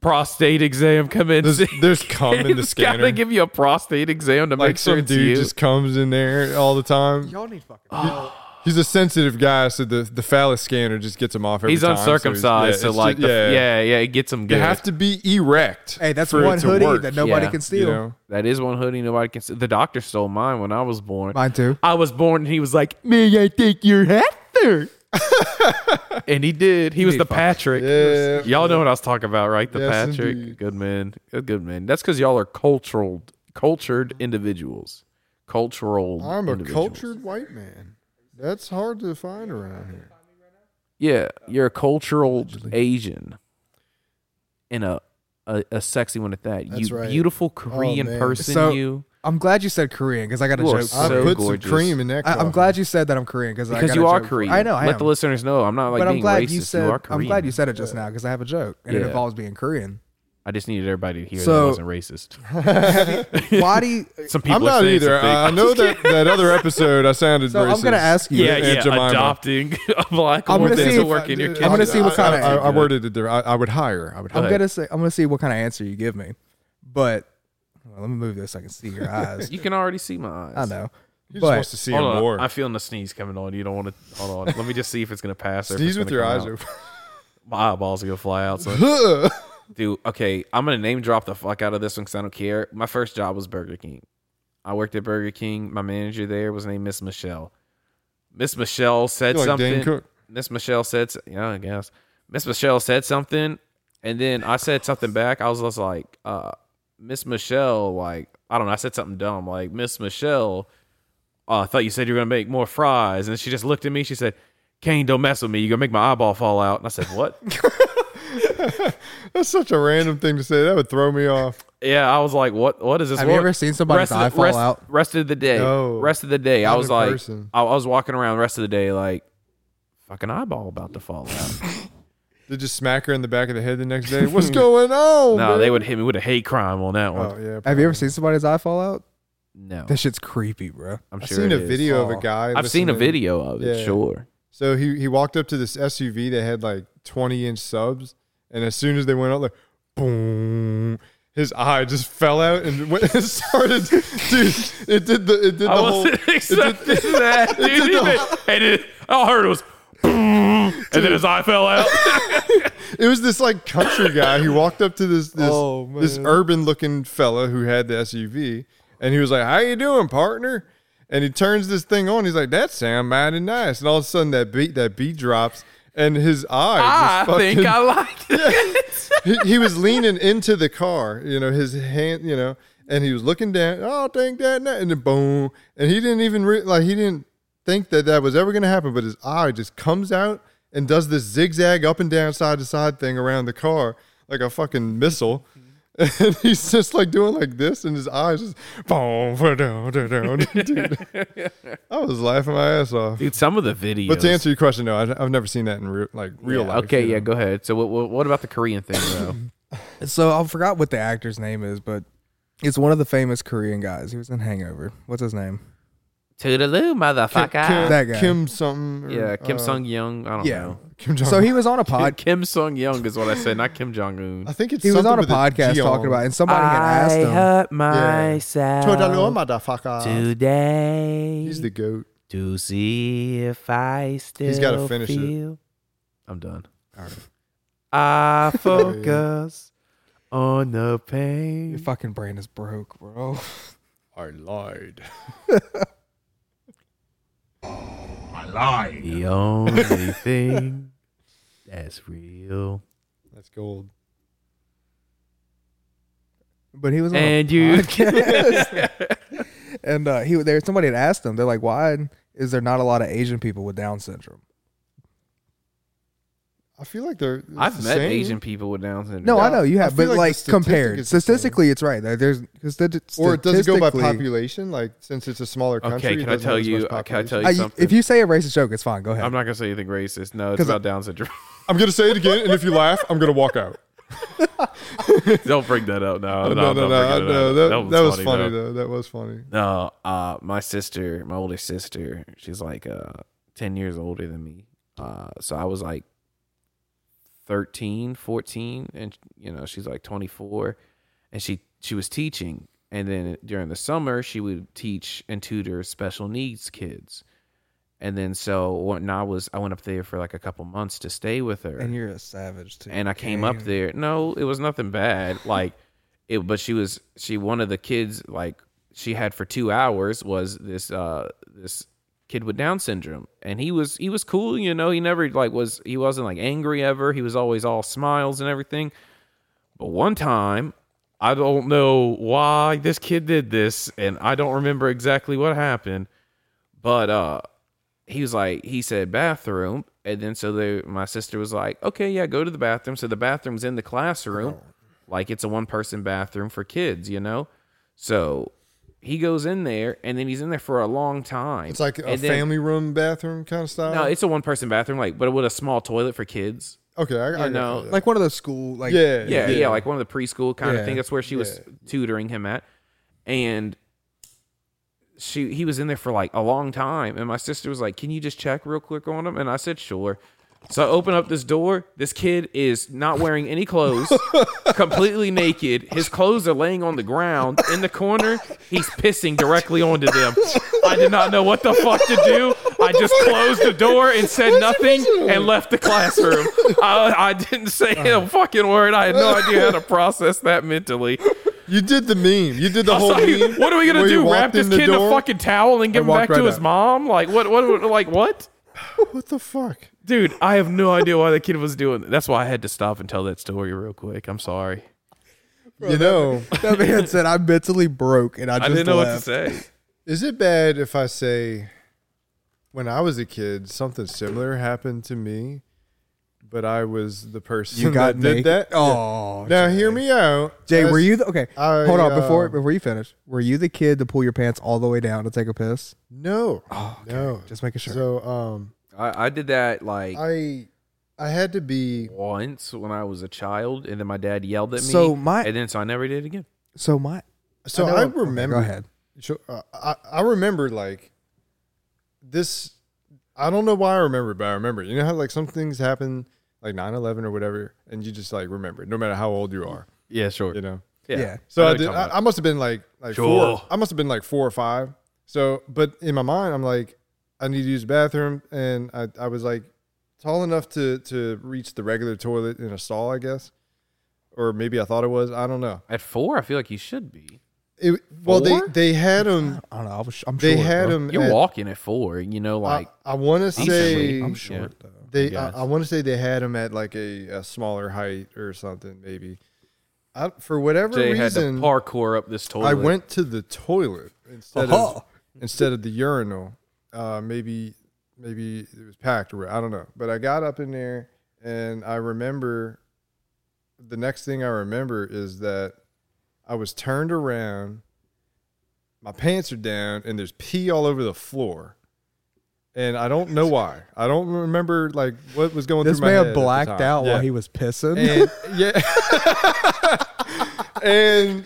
Speaker 3: Prostate exam
Speaker 1: There's,
Speaker 3: commencing.
Speaker 1: there's cum in the
Speaker 3: It's gotta
Speaker 1: scanner.
Speaker 3: give you a prostate exam to
Speaker 1: Like
Speaker 3: make sure
Speaker 1: some
Speaker 3: it's
Speaker 1: dude
Speaker 3: you.
Speaker 1: just comes in there all the time.
Speaker 2: Y'all need fucking.
Speaker 7: Oh.
Speaker 1: He's a sensitive guy, so the, the phallus scanner just gets him off every
Speaker 3: he's
Speaker 1: time.
Speaker 3: uncircumcised, so,
Speaker 1: it's
Speaker 3: like
Speaker 1: just-
Speaker 3: the, yeah. yeah, yeah, it gets him
Speaker 1: You
Speaker 3: good.
Speaker 1: have to be erect.
Speaker 2: Hey, that's
Speaker 1: for it
Speaker 2: one
Speaker 1: to
Speaker 2: hoodie
Speaker 1: work,
Speaker 2: that nobody
Speaker 3: Yeah.
Speaker 2: can steal.
Speaker 1: you know?
Speaker 3: that is one hoodie nobody can see. The doctor stole mine when I was born.
Speaker 2: Mine too.
Speaker 3: I was born and he was like, May I take your hat there? and he did. He was the Patrick.
Speaker 1: Yeah.
Speaker 3: Y'all know what I was talking about, right? The
Speaker 1: Yes,
Speaker 3: Patrick.
Speaker 1: indeed.
Speaker 3: Good man. Good, good man. That's because y'all are cultural cultured individuals. Cultural
Speaker 6: I'm a
Speaker 3: individuals.
Speaker 6: cultured white man. That's hard to find around here.
Speaker 3: Yeah. You're a cultural Asian. And a a, a sexy one at that.
Speaker 6: That's
Speaker 3: you
Speaker 6: right.
Speaker 3: beautiful Korean
Speaker 6: man.
Speaker 3: person
Speaker 2: Oh, So-
Speaker 3: you
Speaker 2: I'm glad you said Korean because I got a
Speaker 3: You are
Speaker 2: joke.
Speaker 3: so
Speaker 6: I put
Speaker 3: gorgeous.
Speaker 6: some cream in that.
Speaker 2: I, am
Speaker 6: coffee.
Speaker 2: glad you said that I'm Korean because I
Speaker 3: because
Speaker 2: got
Speaker 3: you
Speaker 2: a
Speaker 3: are
Speaker 2: joke.
Speaker 3: Korean.
Speaker 2: I know. I
Speaker 3: Let
Speaker 2: am.
Speaker 3: the listeners know I'm not like
Speaker 2: but I'm
Speaker 3: being
Speaker 2: glad
Speaker 3: racist.
Speaker 2: you said.
Speaker 3: are Korean.
Speaker 2: I'm glad you said it just now because I have a joke and
Speaker 3: Yeah.
Speaker 2: it involves being Korean.
Speaker 3: I just needed everybody to hear that I
Speaker 2: So-
Speaker 3: wasn't racist.
Speaker 2: Why do you?
Speaker 3: Some people
Speaker 1: I'm
Speaker 3: are
Speaker 1: not
Speaker 3: saying
Speaker 1: either.
Speaker 3: some things.
Speaker 1: I I know that, that other episode I sounded
Speaker 2: So
Speaker 1: racist.
Speaker 2: I'm gonna ask you.
Speaker 3: yeah,
Speaker 1: Aunt
Speaker 3: yeah,
Speaker 1: Jemima.
Speaker 3: adopting a black
Speaker 2: I'm
Speaker 3: woman
Speaker 2: gonna see
Speaker 3: to
Speaker 2: if
Speaker 3: work
Speaker 1: I-
Speaker 3: in your
Speaker 1: I-
Speaker 3: kitchen.
Speaker 2: I'm gonna see what kind
Speaker 1: I,
Speaker 2: of
Speaker 1: I, I
Speaker 2: answer.
Speaker 1: worded it. different. I, I would hire. I would hire.
Speaker 2: I'm
Speaker 3: ahead.
Speaker 2: gonna say. I'm gonna see what kind of answer you give me. But well, let me move this so I can see your eyes.
Speaker 3: You can already see my eyes.
Speaker 2: I know.
Speaker 1: He just
Speaker 2: but-
Speaker 1: wants to see him
Speaker 3: Hold on,
Speaker 1: more.
Speaker 3: I'm feeling the sneeze coming on. You don't want to. Hold on. Let me just see if it's gonna pass. Or if
Speaker 1: Sneeze
Speaker 3: it's
Speaker 1: with
Speaker 3: gonna
Speaker 1: your
Speaker 3: come
Speaker 1: eyes
Speaker 3: out.
Speaker 1: open.
Speaker 3: My eyeballs are gonna fly out. So. Dude, okay, I'm gonna name drop the fuck out of this one because I don't care. My first job was Burger King. I worked at Burger King. My manager there was named Miss Michelle. Miss Michelle said
Speaker 1: You like
Speaker 3: something.
Speaker 1: Dane Cook?
Speaker 3: Miss Michelle said, s- yeah, I guess. Miss Michelle said something, and then I said something back. I was just like, uh, Miss Michelle, like, I don't know. I said something dumb, like, Miss Michelle, uh, I thought you said you were going to make more fries. And she just looked at me. She said, Kane, don't mess with me. You're going to make my eyeball fall out. And I said, What?
Speaker 1: That's such a random thing to say. That would throw me off.
Speaker 3: yeah, I was like, What? What is this?
Speaker 2: Have you
Speaker 3: What-
Speaker 2: ever seen somebody's
Speaker 3: rest of
Speaker 2: eye
Speaker 3: the,
Speaker 2: fall
Speaker 3: rest,
Speaker 2: out?
Speaker 3: Rest of the day.
Speaker 1: No.
Speaker 3: Rest of the day. I
Speaker 6: Not
Speaker 3: was
Speaker 6: in
Speaker 3: like,
Speaker 6: person.
Speaker 3: I, I was walking around the rest of the day, like, fucking eyeball about to fall out.
Speaker 1: Did just smack her in the back of the head the next day? What's going on?
Speaker 3: no,
Speaker 1: man?
Speaker 3: they would hit me with a hate crime on that one.
Speaker 1: Oh yeah.
Speaker 2: Have you ever seen somebody's eye fall out?
Speaker 3: No,
Speaker 2: That shit's creepy, bro.
Speaker 3: I'm
Speaker 1: I've
Speaker 3: sure
Speaker 1: seen a
Speaker 3: it is.
Speaker 1: video of
Speaker 2: Oh.
Speaker 1: a guy.
Speaker 3: I've seen a
Speaker 1: listening-
Speaker 3: video of it.
Speaker 1: Yeah.
Speaker 3: Sure.
Speaker 1: So he he walked up to this SUV that had like 20 inch subs, and as soon as they went out, like boom, his eye just fell out and went and started. dude, it did the it did the
Speaker 3: I
Speaker 1: whole.
Speaker 3: wasn't expecting that, dude.
Speaker 1: did the
Speaker 3: Even-
Speaker 1: whole-
Speaker 3: and it, all I heard was, boom, and then his eye fell out.
Speaker 1: It was this like country guy. He walked up to this this,
Speaker 2: Oh, man.
Speaker 1: this urban looking fella who had the SUV, and he was like, "How you doing, partner?" And he turns this thing on. He's like, "That sound mighty nice." And all of a sudden, that beat that beat drops, and his eye.
Speaker 3: I
Speaker 1: just fucking,
Speaker 3: think I liked it.
Speaker 1: he, he was leaning into the car, you know, his hand, you know, and he was looking down. Oh, dang that! that," And then boom, and he didn't even re- like he didn't think that that was ever going to happen. But his eye just comes out and does this zigzag up and down, side to side thing around the car like a fucking missile.
Speaker 3: Mm-hmm.
Speaker 1: And he's just like doing like this, and his eyes just boom, down, down, dude. I was laughing my ass off.
Speaker 3: Dude, some of the videos.
Speaker 1: But to answer your question, no, I, I've never seen that in real, like real life.
Speaker 3: Okay,
Speaker 1: you know?
Speaker 3: yeah, go ahead. So, what, what, what about the Korean thing, bro?
Speaker 2: So I forgot what the actor's name is, but it's one of the famous Korean guys. He was in Hangover. What's his name?
Speaker 3: Toodaloo, motherfucker.
Speaker 2: That guy.
Speaker 1: Kim something. or,
Speaker 3: yeah, Kim
Speaker 1: uh,
Speaker 3: Sung Young. I don't
Speaker 2: yeah.
Speaker 3: know.
Speaker 1: Kim Jong.
Speaker 2: So he was on a pod.
Speaker 3: Kim Sung Young is what I said, not Kim Jong Un.
Speaker 1: I think it's
Speaker 2: He was
Speaker 1: something
Speaker 2: on a
Speaker 1: with
Speaker 2: podcast
Speaker 1: G on.
Speaker 2: talking about, it, and somebody had asked him.
Speaker 7: hurt
Speaker 1: Totally, Oh.
Speaker 7: myself
Speaker 1: motherfucker.
Speaker 7: today
Speaker 1: He's the goat.
Speaker 7: to see if I still
Speaker 1: He's gotta finish it.
Speaker 7: feel.
Speaker 3: I'm done.
Speaker 7: I focus on the pain.
Speaker 2: Your fucking brain is broke, bro.
Speaker 4: I lied. I lied.
Speaker 7: The only thing that's real.
Speaker 1: That's gold.
Speaker 2: But he was on a
Speaker 7: And you.
Speaker 2: podcast. and uh, he there somebody had asked him. They're like, why is there not a lot of Asian people with Down syndrome?
Speaker 1: I feel like they're. it's
Speaker 3: I've
Speaker 1: the
Speaker 3: met
Speaker 1: same.
Speaker 3: Asian people with Down syndrome.
Speaker 2: No, I know you
Speaker 1: I
Speaker 2: have,
Speaker 1: feel
Speaker 2: but
Speaker 1: like
Speaker 2: like,
Speaker 1: the statistic
Speaker 2: compared
Speaker 1: is the same.
Speaker 2: statistically, it's right. Like, There's because
Speaker 1: Or it doesn't go by population, like since it's a smaller country.
Speaker 3: Okay,
Speaker 1: it
Speaker 3: can I
Speaker 1: doesn't
Speaker 3: tell
Speaker 1: have as
Speaker 3: you? uh,
Speaker 1: much
Speaker 3: Can I
Speaker 1: population.
Speaker 3: tell you something?
Speaker 2: if you say a racist joke, it's fine. Go ahead.
Speaker 3: I'm not gonna say anything racist. No, it's
Speaker 2: 'Cause I-
Speaker 3: about Down syndrome.
Speaker 1: I'm gonna say it again, and if you laugh, I'm gonna walk out.
Speaker 3: don't bring that up. No,
Speaker 1: no,
Speaker 3: no,
Speaker 1: no, no,
Speaker 3: no.
Speaker 1: no, that, that, was funny,
Speaker 3: though.
Speaker 1: though. That was funny.
Speaker 3: No, uh, my sister, my older sister, she's like uh, ten years older than me. Uh, so I was like 13, 14, and you know she's like twenty four, and she she was teaching, and then during the summer she would teach and tutor special needs kids, and then so when I was I went up there for like a couple months to stay with her,
Speaker 2: and you're a savage too.
Speaker 3: and I came
Speaker 2: Okay.
Speaker 3: up there. No, it was nothing bad. Like it, but she was she one of the kids like she had for two hours was this uh this kid with Down syndrome, and he was he was cool. You know, he never like was he wasn't like angry ever. He was always all smiles and everything. But one time. I don't know why this kid did this, and I don't remember exactly what happened. But uh, he was like, he said bathroom, and then so they, my sister was like, okay, yeah, go to the bathroom. So the bathroom's in the classroom, like it's a one person bathroom for kids, you know. So he goes in there, and then he's in there for a long time.
Speaker 1: It's like a
Speaker 3: And then-
Speaker 1: family room bathroom kind of style.
Speaker 3: No, it's a one person bathroom, like but with a small toilet for kids.
Speaker 1: okay. I, I
Speaker 3: You know,
Speaker 1: like
Speaker 2: like one of those school like
Speaker 1: Oh, yeah,
Speaker 3: yeah, yeah, like one of the preschool kind of thing. That's where she was tutoring him at, and she he was in there for like a long time. And my sister was like, "Can you just check real quick on him?" And I said, "Sure." So I open up this door. This kid is not wearing any clothes, completely naked. His clothes are laying on the ground in the corner. He's pissing directly onto them. I did not know what the fuck to do. I just closed the door and said nothing and left the classroom. I, I didn't say a fucking word. I had no idea how to process that mentally.
Speaker 1: you did the meme. You did the
Speaker 3: I was
Speaker 1: whole
Speaker 3: like,
Speaker 1: meme.
Speaker 3: what are we gonna
Speaker 1: where you
Speaker 3: do?
Speaker 1: walked
Speaker 3: Wrap this
Speaker 1: the
Speaker 3: kid in a
Speaker 1: door?
Speaker 3: fucking towel and give him
Speaker 1: walked
Speaker 3: back to
Speaker 1: right
Speaker 3: his
Speaker 1: out.
Speaker 3: mom? Like what? What? Like what?
Speaker 1: What the fuck?
Speaker 3: Dude, I have no idea why the kid was doing. That. That's why I had to stop and tell that story real quick. I'm sorry.
Speaker 1: you know,
Speaker 2: that man said I'm mentally broke and I just
Speaker 3: I didn't know
Speaker 2: left.
Speaker 3: what to say.
Speaker 1: is it bad if I say when I was a kid something similar happened to me, but I was the person
Speaker 2: You got
Speaker 1: that did
Speaker 2: naked.
Speaker 1: that?
Speaker 2: Oh,
Speaker 1: Now hear me out,
Speaker 2: Jay,
Speaker 1: As-
Speaker 2: were you the, okay?
Speaker 1: I,
Speaker 2: hold on before
Speaker 1: um,
Speaker 2: before you finish. Were you the kid to pull your pants all the way down to take a piss?
Speaker 1: No, no.
Speaker 2: Just making sure.
Speaker 1: So, um,
Speaker 3: I, I did that like
Speaker 1: I I had to be
Speaker 3: once when I was a child, and then my dad yelled at me.
Speaker 2: So my-
Speaker 3: and then so I never did it again.
Speaker 2: So my
Speaker 1: so
Speaker 2: know-
Speaker 1: I,
Speaker 2: okay,
Speaker 1: remember.
Speaker 2: Go ahead.
Speaker 1: So, uh, I I remember like this. I don't know why I remember, it, but I remember. it. You know how like some things happen, like 9-11 or whatever, and you just like remember, it, no matter how old you are.
Speaker 3: Yeah, sure.
Speaker 1: You know.
Speaker 2: Yeah.
Speaker 1: So I,
Speaker 3: what
Speaker 1: did,
Speaker 3: you're talking
Speaker 1: I,
Speaker 3: about.
Speaker 1: I must have been like like
Speaker 4: Sure.
Speaker 1: four. I must have been like four or five. So, but in my mind, I'm like, I need to use the bathroom, and I, I was like tall enough to to reach the regular toilet in a stall, I guess, or maybe I thought it was. I don't know.
Speaker 3: At four, I feel like you should be.
Speaker 1: It, well, they
Speaker 3: Four?
Speaker 1: they had them.
Speaker 2: I don't know. I was, I'm
Speaker 1: They
Speaker 2: short,
Speaker 1: had
Speaker 2: bro.
Speaker 1: them.
Speaker 3: You're walking at four. You know, like
Speaker 1: I, want to say
Speaker 2: I'm short though.
Speaker 1: they.
Speaker 3: I
Speaker 1: I,
Speaker 3: guess.
Speaker 1: I want to say they had him at like a, a smaller height or something. Maybe I, for whatever
Speaker 3: Jay had to
Speaker 1: reason,
Speaker 3: parkour up this toilet. Oh.
Speaker 1: I went to the toilet instead
Speaker 2: Uh-huh.
Speaker 1: of instead of the urinal. Uh, maybe maybe it was packed or I don't know. But I got up in there and I remember the next thing I remember is that I was turned around, my pants are down, and there's pee all over the floor. And I don't know why. I don't remember like what was going
Speaker 2: This
Speaker 1: through my head.
Speaker 2: man blacked out while he was pissing.
Speaker 1: and, yeah. and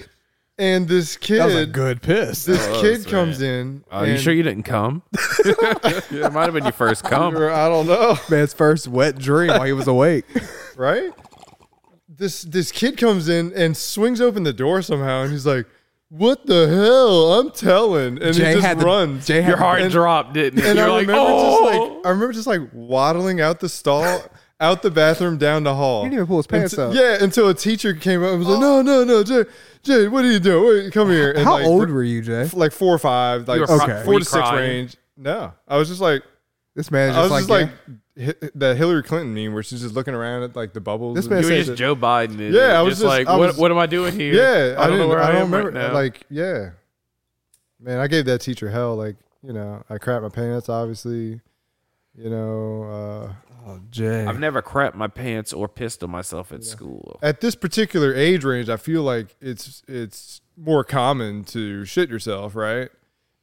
Speaker 1: And this
Speaker 2: That was a
Speaker 1: kid,
Speaker 2: good piss.
Speaker 1: this
Speaker 3: Oh,
Speaker 1: kid
Speaker 3: that's
Speaker 1: comes in.
Speaker 3: Are Uh, you
Speaker 1: and-
Speaker 3: sure you didn't come? it might have been your first come.
Speaker 1: Or I don't know,
Speaker 2: man's first wet dream while he was awake.
Speaker 1: right? This this kid comes in and swings open the door somehow, and he's like, "What the hell?" I'm telling, and he just
Speaker 2: the-
Speaker 1: runs.
Speaker 2: Jay had
Speaker 3: Your
Speaker 2: the-
Speaker 3: heart dropped, didn't it?
Speaker 1: and
Speaker 3: You're
Speaker 1: I
Speaker 3: like,
Speaker 1: remember just
Speaker 3: oh,
Speaker 1: like I remember just like waddling out the stall, out the bathroom, down the hall.
Speaker 2: He didn't even pull his pants
Speaker 1: Until-
Speaker 2: up.
Speaker 1: Yeah, until a teacher came up and was like, "No, no, no, Jay, Jay, what are you doing? Wait, come here." And
Speaker 2: How
Speaker 1: like,
Speaker 2: old
Speaker 1: br-
Speaker 2: were you, Jay?
Speaker 1: Like four or five, like
Speaker 3: You were
Speaker 1: okay.
Speaker 2: cry-
Speaker 1: four
Speaker 3: were
Speaker 1: to
Speaker 3: you
Speaker 1: six
Speaker 3: crying?
Speaker 1: range. No, I was just like,
Speaker 2: This man's
Speaker 1: I was
Speaker 2: just like,
Speaker 1: just like hi- that Hillary Clinton meme where she's just looking around at like the bubbles.
Speaker 2: This
Speaker 1: and-
Speaker 2: man
Speaker 3: you were
Speaker 2: said
Speaker 3: just
Speaker 2: that-
Speaker 3: Joe Biden. and
Speaker 1: Yeah, I was
Speaker 3: just,
Speaker 1: just-
Speaker 3: like,
Speaker 1: I
Speaker 3: what,
Speaker 1: was-
Speaker 3: what am I doing here?
Speaker 1: Yeah,
Speaker 3: I don't know
Speaker 1: didn't-
Speaker 3: where I,
Speaker 1: don't
Speaker 3: am
Speaker 1: remember.
Speaker 3: right now.
Speaker 1: Like, yeah, man, I gave that teacher hell. Like, you know, I crapped my pants, obviously. You know, uh,
Speaker 2: oh, Jay.
Speaker 3: I've never crapped my pants or pissed on myself at school.
Speaker 1: at this particular age range, I feel like it's it's more common to shit yourself, right?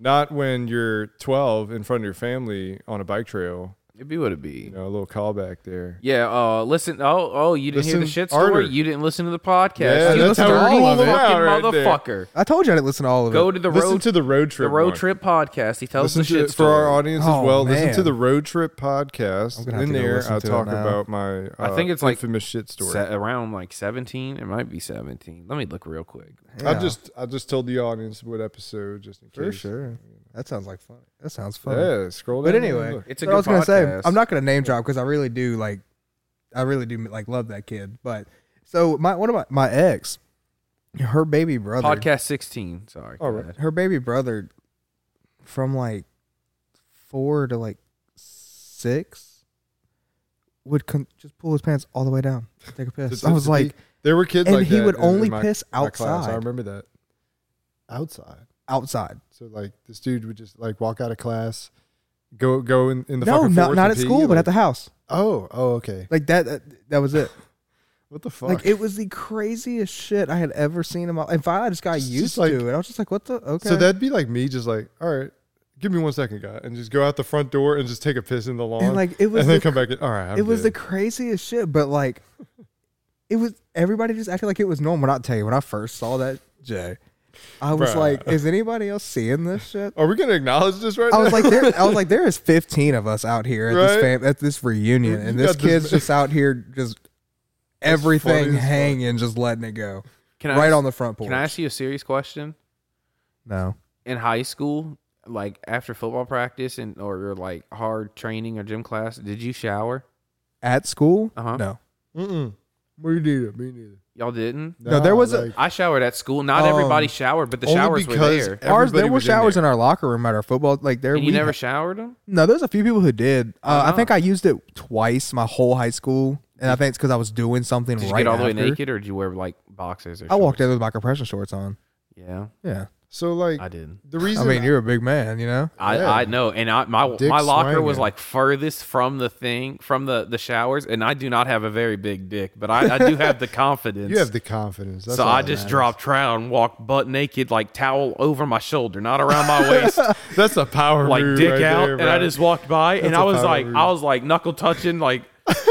Speaker 1: Not when you're 12 in front of your family on a bike trail.
Speaker 3: It'd be what it'd be.
Speaker 1: You know, a little callback there.
Speaker 3: Yeah. Uh, listen. Oh, oh, you didn't hear the
Speaker 1: Listen
Speaker 3: shit story.
Speaker 1: harder.
Speaker 3: You didn't listen to the podcast.
Speaker 1: Yeah,
Speaker 3: you
Speaker 1: that's
Speaker 3: dirty
Speaker 1: how we roll them out
Speaker 3: fucking
Speaker 1: right there.
Speaker 3: motherfucker.
Speaker 2: I told you I didn't listen to all of it.
Speaker 3: Go to the
Speaker 1: Listen
Speaker 3: road
Speaker 1: to the road
Speaker 3: the
Speaker 1: trip.
Speaker 3: road
Speaker 1: one.
Speaker 3: trip podcast. He tells
Speaker 1: Listen
Speaker 3: the shit
Speaker 1: to, for our
Speaker 3: story.
Speaker 1: audience
Speaker 2: Oh,
Speaker 1: as well. Listen to
Speaker 2: man.
Speaker 1: the road trip podcast.
Speaker 2: I'm gonna have
Speaker 1: In
Speaker 2: to go
Speaker 1: there,
Speaker 2: listen
Speaker 1: I
Speaker 2: to it
Speaker 1: talk
Speaker 2: now.
Speaker 1: about my. Uh,
Speaker 3: I think it's like
Speaker 1: infamous shit story.
Speaker 3: Se- around like seventeen. It might be seventeen. Let me look real quick.
Speaker 1: I just I just told the audience what episode just in case.
Speaker 2: For sure. That sounds like fun. That sounds fun.
Speaker 1: Yeah, scroll down.
Speaker 2: But
Speaker 1: and
Speaker 2: anyway,
Speaker 1: look.
Speaker 3: It's a
Speaker 2: what I was
Speaker 3: good
Speaker 2: gonna say
Speaker 3: podcast.
Speaker 2: I'm not gonna name drop because I really do like, I really do like love that kid. But so my one of my my ex, her baby brother,
Speaker 3: Podcast sixteen. Sorry. go
Speaker 1: All right.
Speaker 3: ahead.
Speaker 2: her baby brother, from like four to like six, would con- just pull his pants all the way down, and take a piss. I was like,
Speaker 1: there were kids
Speaker 2: and
Speaker 1: like
Speaker 2: he
Speaker 1: that
Speaker 2: would
Speaker 1: in-
Speaker 2: only
Speaker 1: in my-
Speaker 2: piss
Speaker 1: my class. I
Speaker 2: outside.
Speaker 1: remember that. Outside.
Speaker 2: outside.
Speaker 1: So like this dude would just like walk out of class, go go in, in the
Speaker 2: No,
Speaker 1: fucking
Speaker 2: not
Speaker 1: forest
Speaker 2: not
Speaker 1: and
Speaker 2: at
Speaker 1: pee,
Speaker 2: school, but
Speaker 1: like-
Speaker 2: at the house.
Speaker 1: oh oh okay
Speaker 2: Like that. That, that was it.
Speaker 1: what the fuck
Speaker 2: Like it was the craziest shit I had ever seen in my. And finally, I just got
Speaker 1: It's just
Speaker 2: used
Speaker 1: like-
Speaker 2: to it. I was just like, "What the? Okay."
Speaker 1: so that'd be like me just like all right give me one second guy and just go out the front door and just take a piss in the lawn
Speaker 2: and like it was
Speaker 1: and then
Speaker 2: the,
Speaker 1: come back in all right I'm
Speaker 2: it was the
Speaker 1: good.
Speaker 2: craziest shit, but like it was everybody just acted like it was normal. When I tell you, when I first saw that Jay, I was
Speaker 1: Bruh.
Speaker 2: like, "Is anybody else seeing this shit?"
Speaker 1: are we gonna acknowledge this right
Speaker 2: I was
Speaker 1: now?
Speaker 2: like, there, I was like, there is fifteen of us out here at
Speaker 1: Right?
Speaker 2: this fam- at this reunion, and
Speaker 1: You
Speaker 2: this
Speaker 1: got this-
Speaker 2: kid's just out here just
Speaker 1: funny as
Speaker 2: everything
Speaker 1: fuck.
Speaker 2: hanging, just letting it go
Speaker 3: Can I
Speaker 2: right
Speaker 3: ask-
Speaker 2: on the front porch.
Speaker 3: Can I ask you a serious question?
Speaker 2: no,
Speaker 3: In high school, like after football practice and or your, like hard training or gym class, did you shower?
Speaker 2: at school,
Speaker 3: Uh-huh.
Speaker 2: no.
Speaker 1: Mm-mm. we neither me neither
Speaker 3: Y'all didn't.
Speaker 2: No, there was a-
Speaker 3: I showered at school. Not
Speaker 2: Um,
Speaker 3: everybody showered, but the
Speaker 1: only
Speaker 3: showers were
Speaker 1: because
Speaker 3: there.
Speaker 2: Ours, there
Speaker 1: Everybody
Speaker 2: were
Speaker 1: was in
Speaker 2: showers
Speaker 1: there.
Speaker 2: in our locker room at our football. Like there,
Speaker 3: And you
Speaker 2: we-
Speaker 3: never Oh, showered them.
Speaker 2: No, there's a few people who did. Uh,
Speaker 3: Why
Speaker 2: I think I used it twice my whole high school, and I think it's because I was doing something
Speaker 3: Did you
Speaker 2: right
Speaker 3: get all the way
Speaker 2: after.
Speaker 3: naked, or did you wear like boxers? Or
Speaker 2: I walked
Speaker 3: shorts?
Speaker 2: in with my compression shorts on.
Speaker 3: Yeah,
Speaker 2: Yeah,
Speaker 1: so like
Speaker 3: I didn't.
Speaker 1: the reason
Speaker 2: I mean you're a big man, you know.
Speaker 3: I,
Speaker 1: Yeah.
Speaker 3: I know, and I my
Speaker 1: Dick
Speaker 3: my locker was
Speaker 1: swinging.
Speaker 3: like furthest from the thing from the the showers, and I do not have a very big dick, but I, I do have the confidence.
Speaker 1: you have the confidence That's
Speaker 3: so
Speaker 1: all
Speaker 3: I
Speaker 1: that
Speaker 3: just
Speaker 1: matters.
Speaker 3: dropped down, walked butt naked, like towel over my shoulder, not around my waist,
Speaker 1: that's a power
Speaker 3: like
Speaker 1: move
Speaker 3: dick
Speaker 1: right
Speaker 3: out,
Speaker 1: there,
Speaker 3: and I
Speaker 1: bro.
Speaker 3: just walked by, and
Speaker 1: That's
Speaker 3: I
Speaker 1: a
Speaker 3: was
Speaker 1: power
Speaker 3: like,
Speaker 1: move.
Speaker 3: I was like knuckle touching, like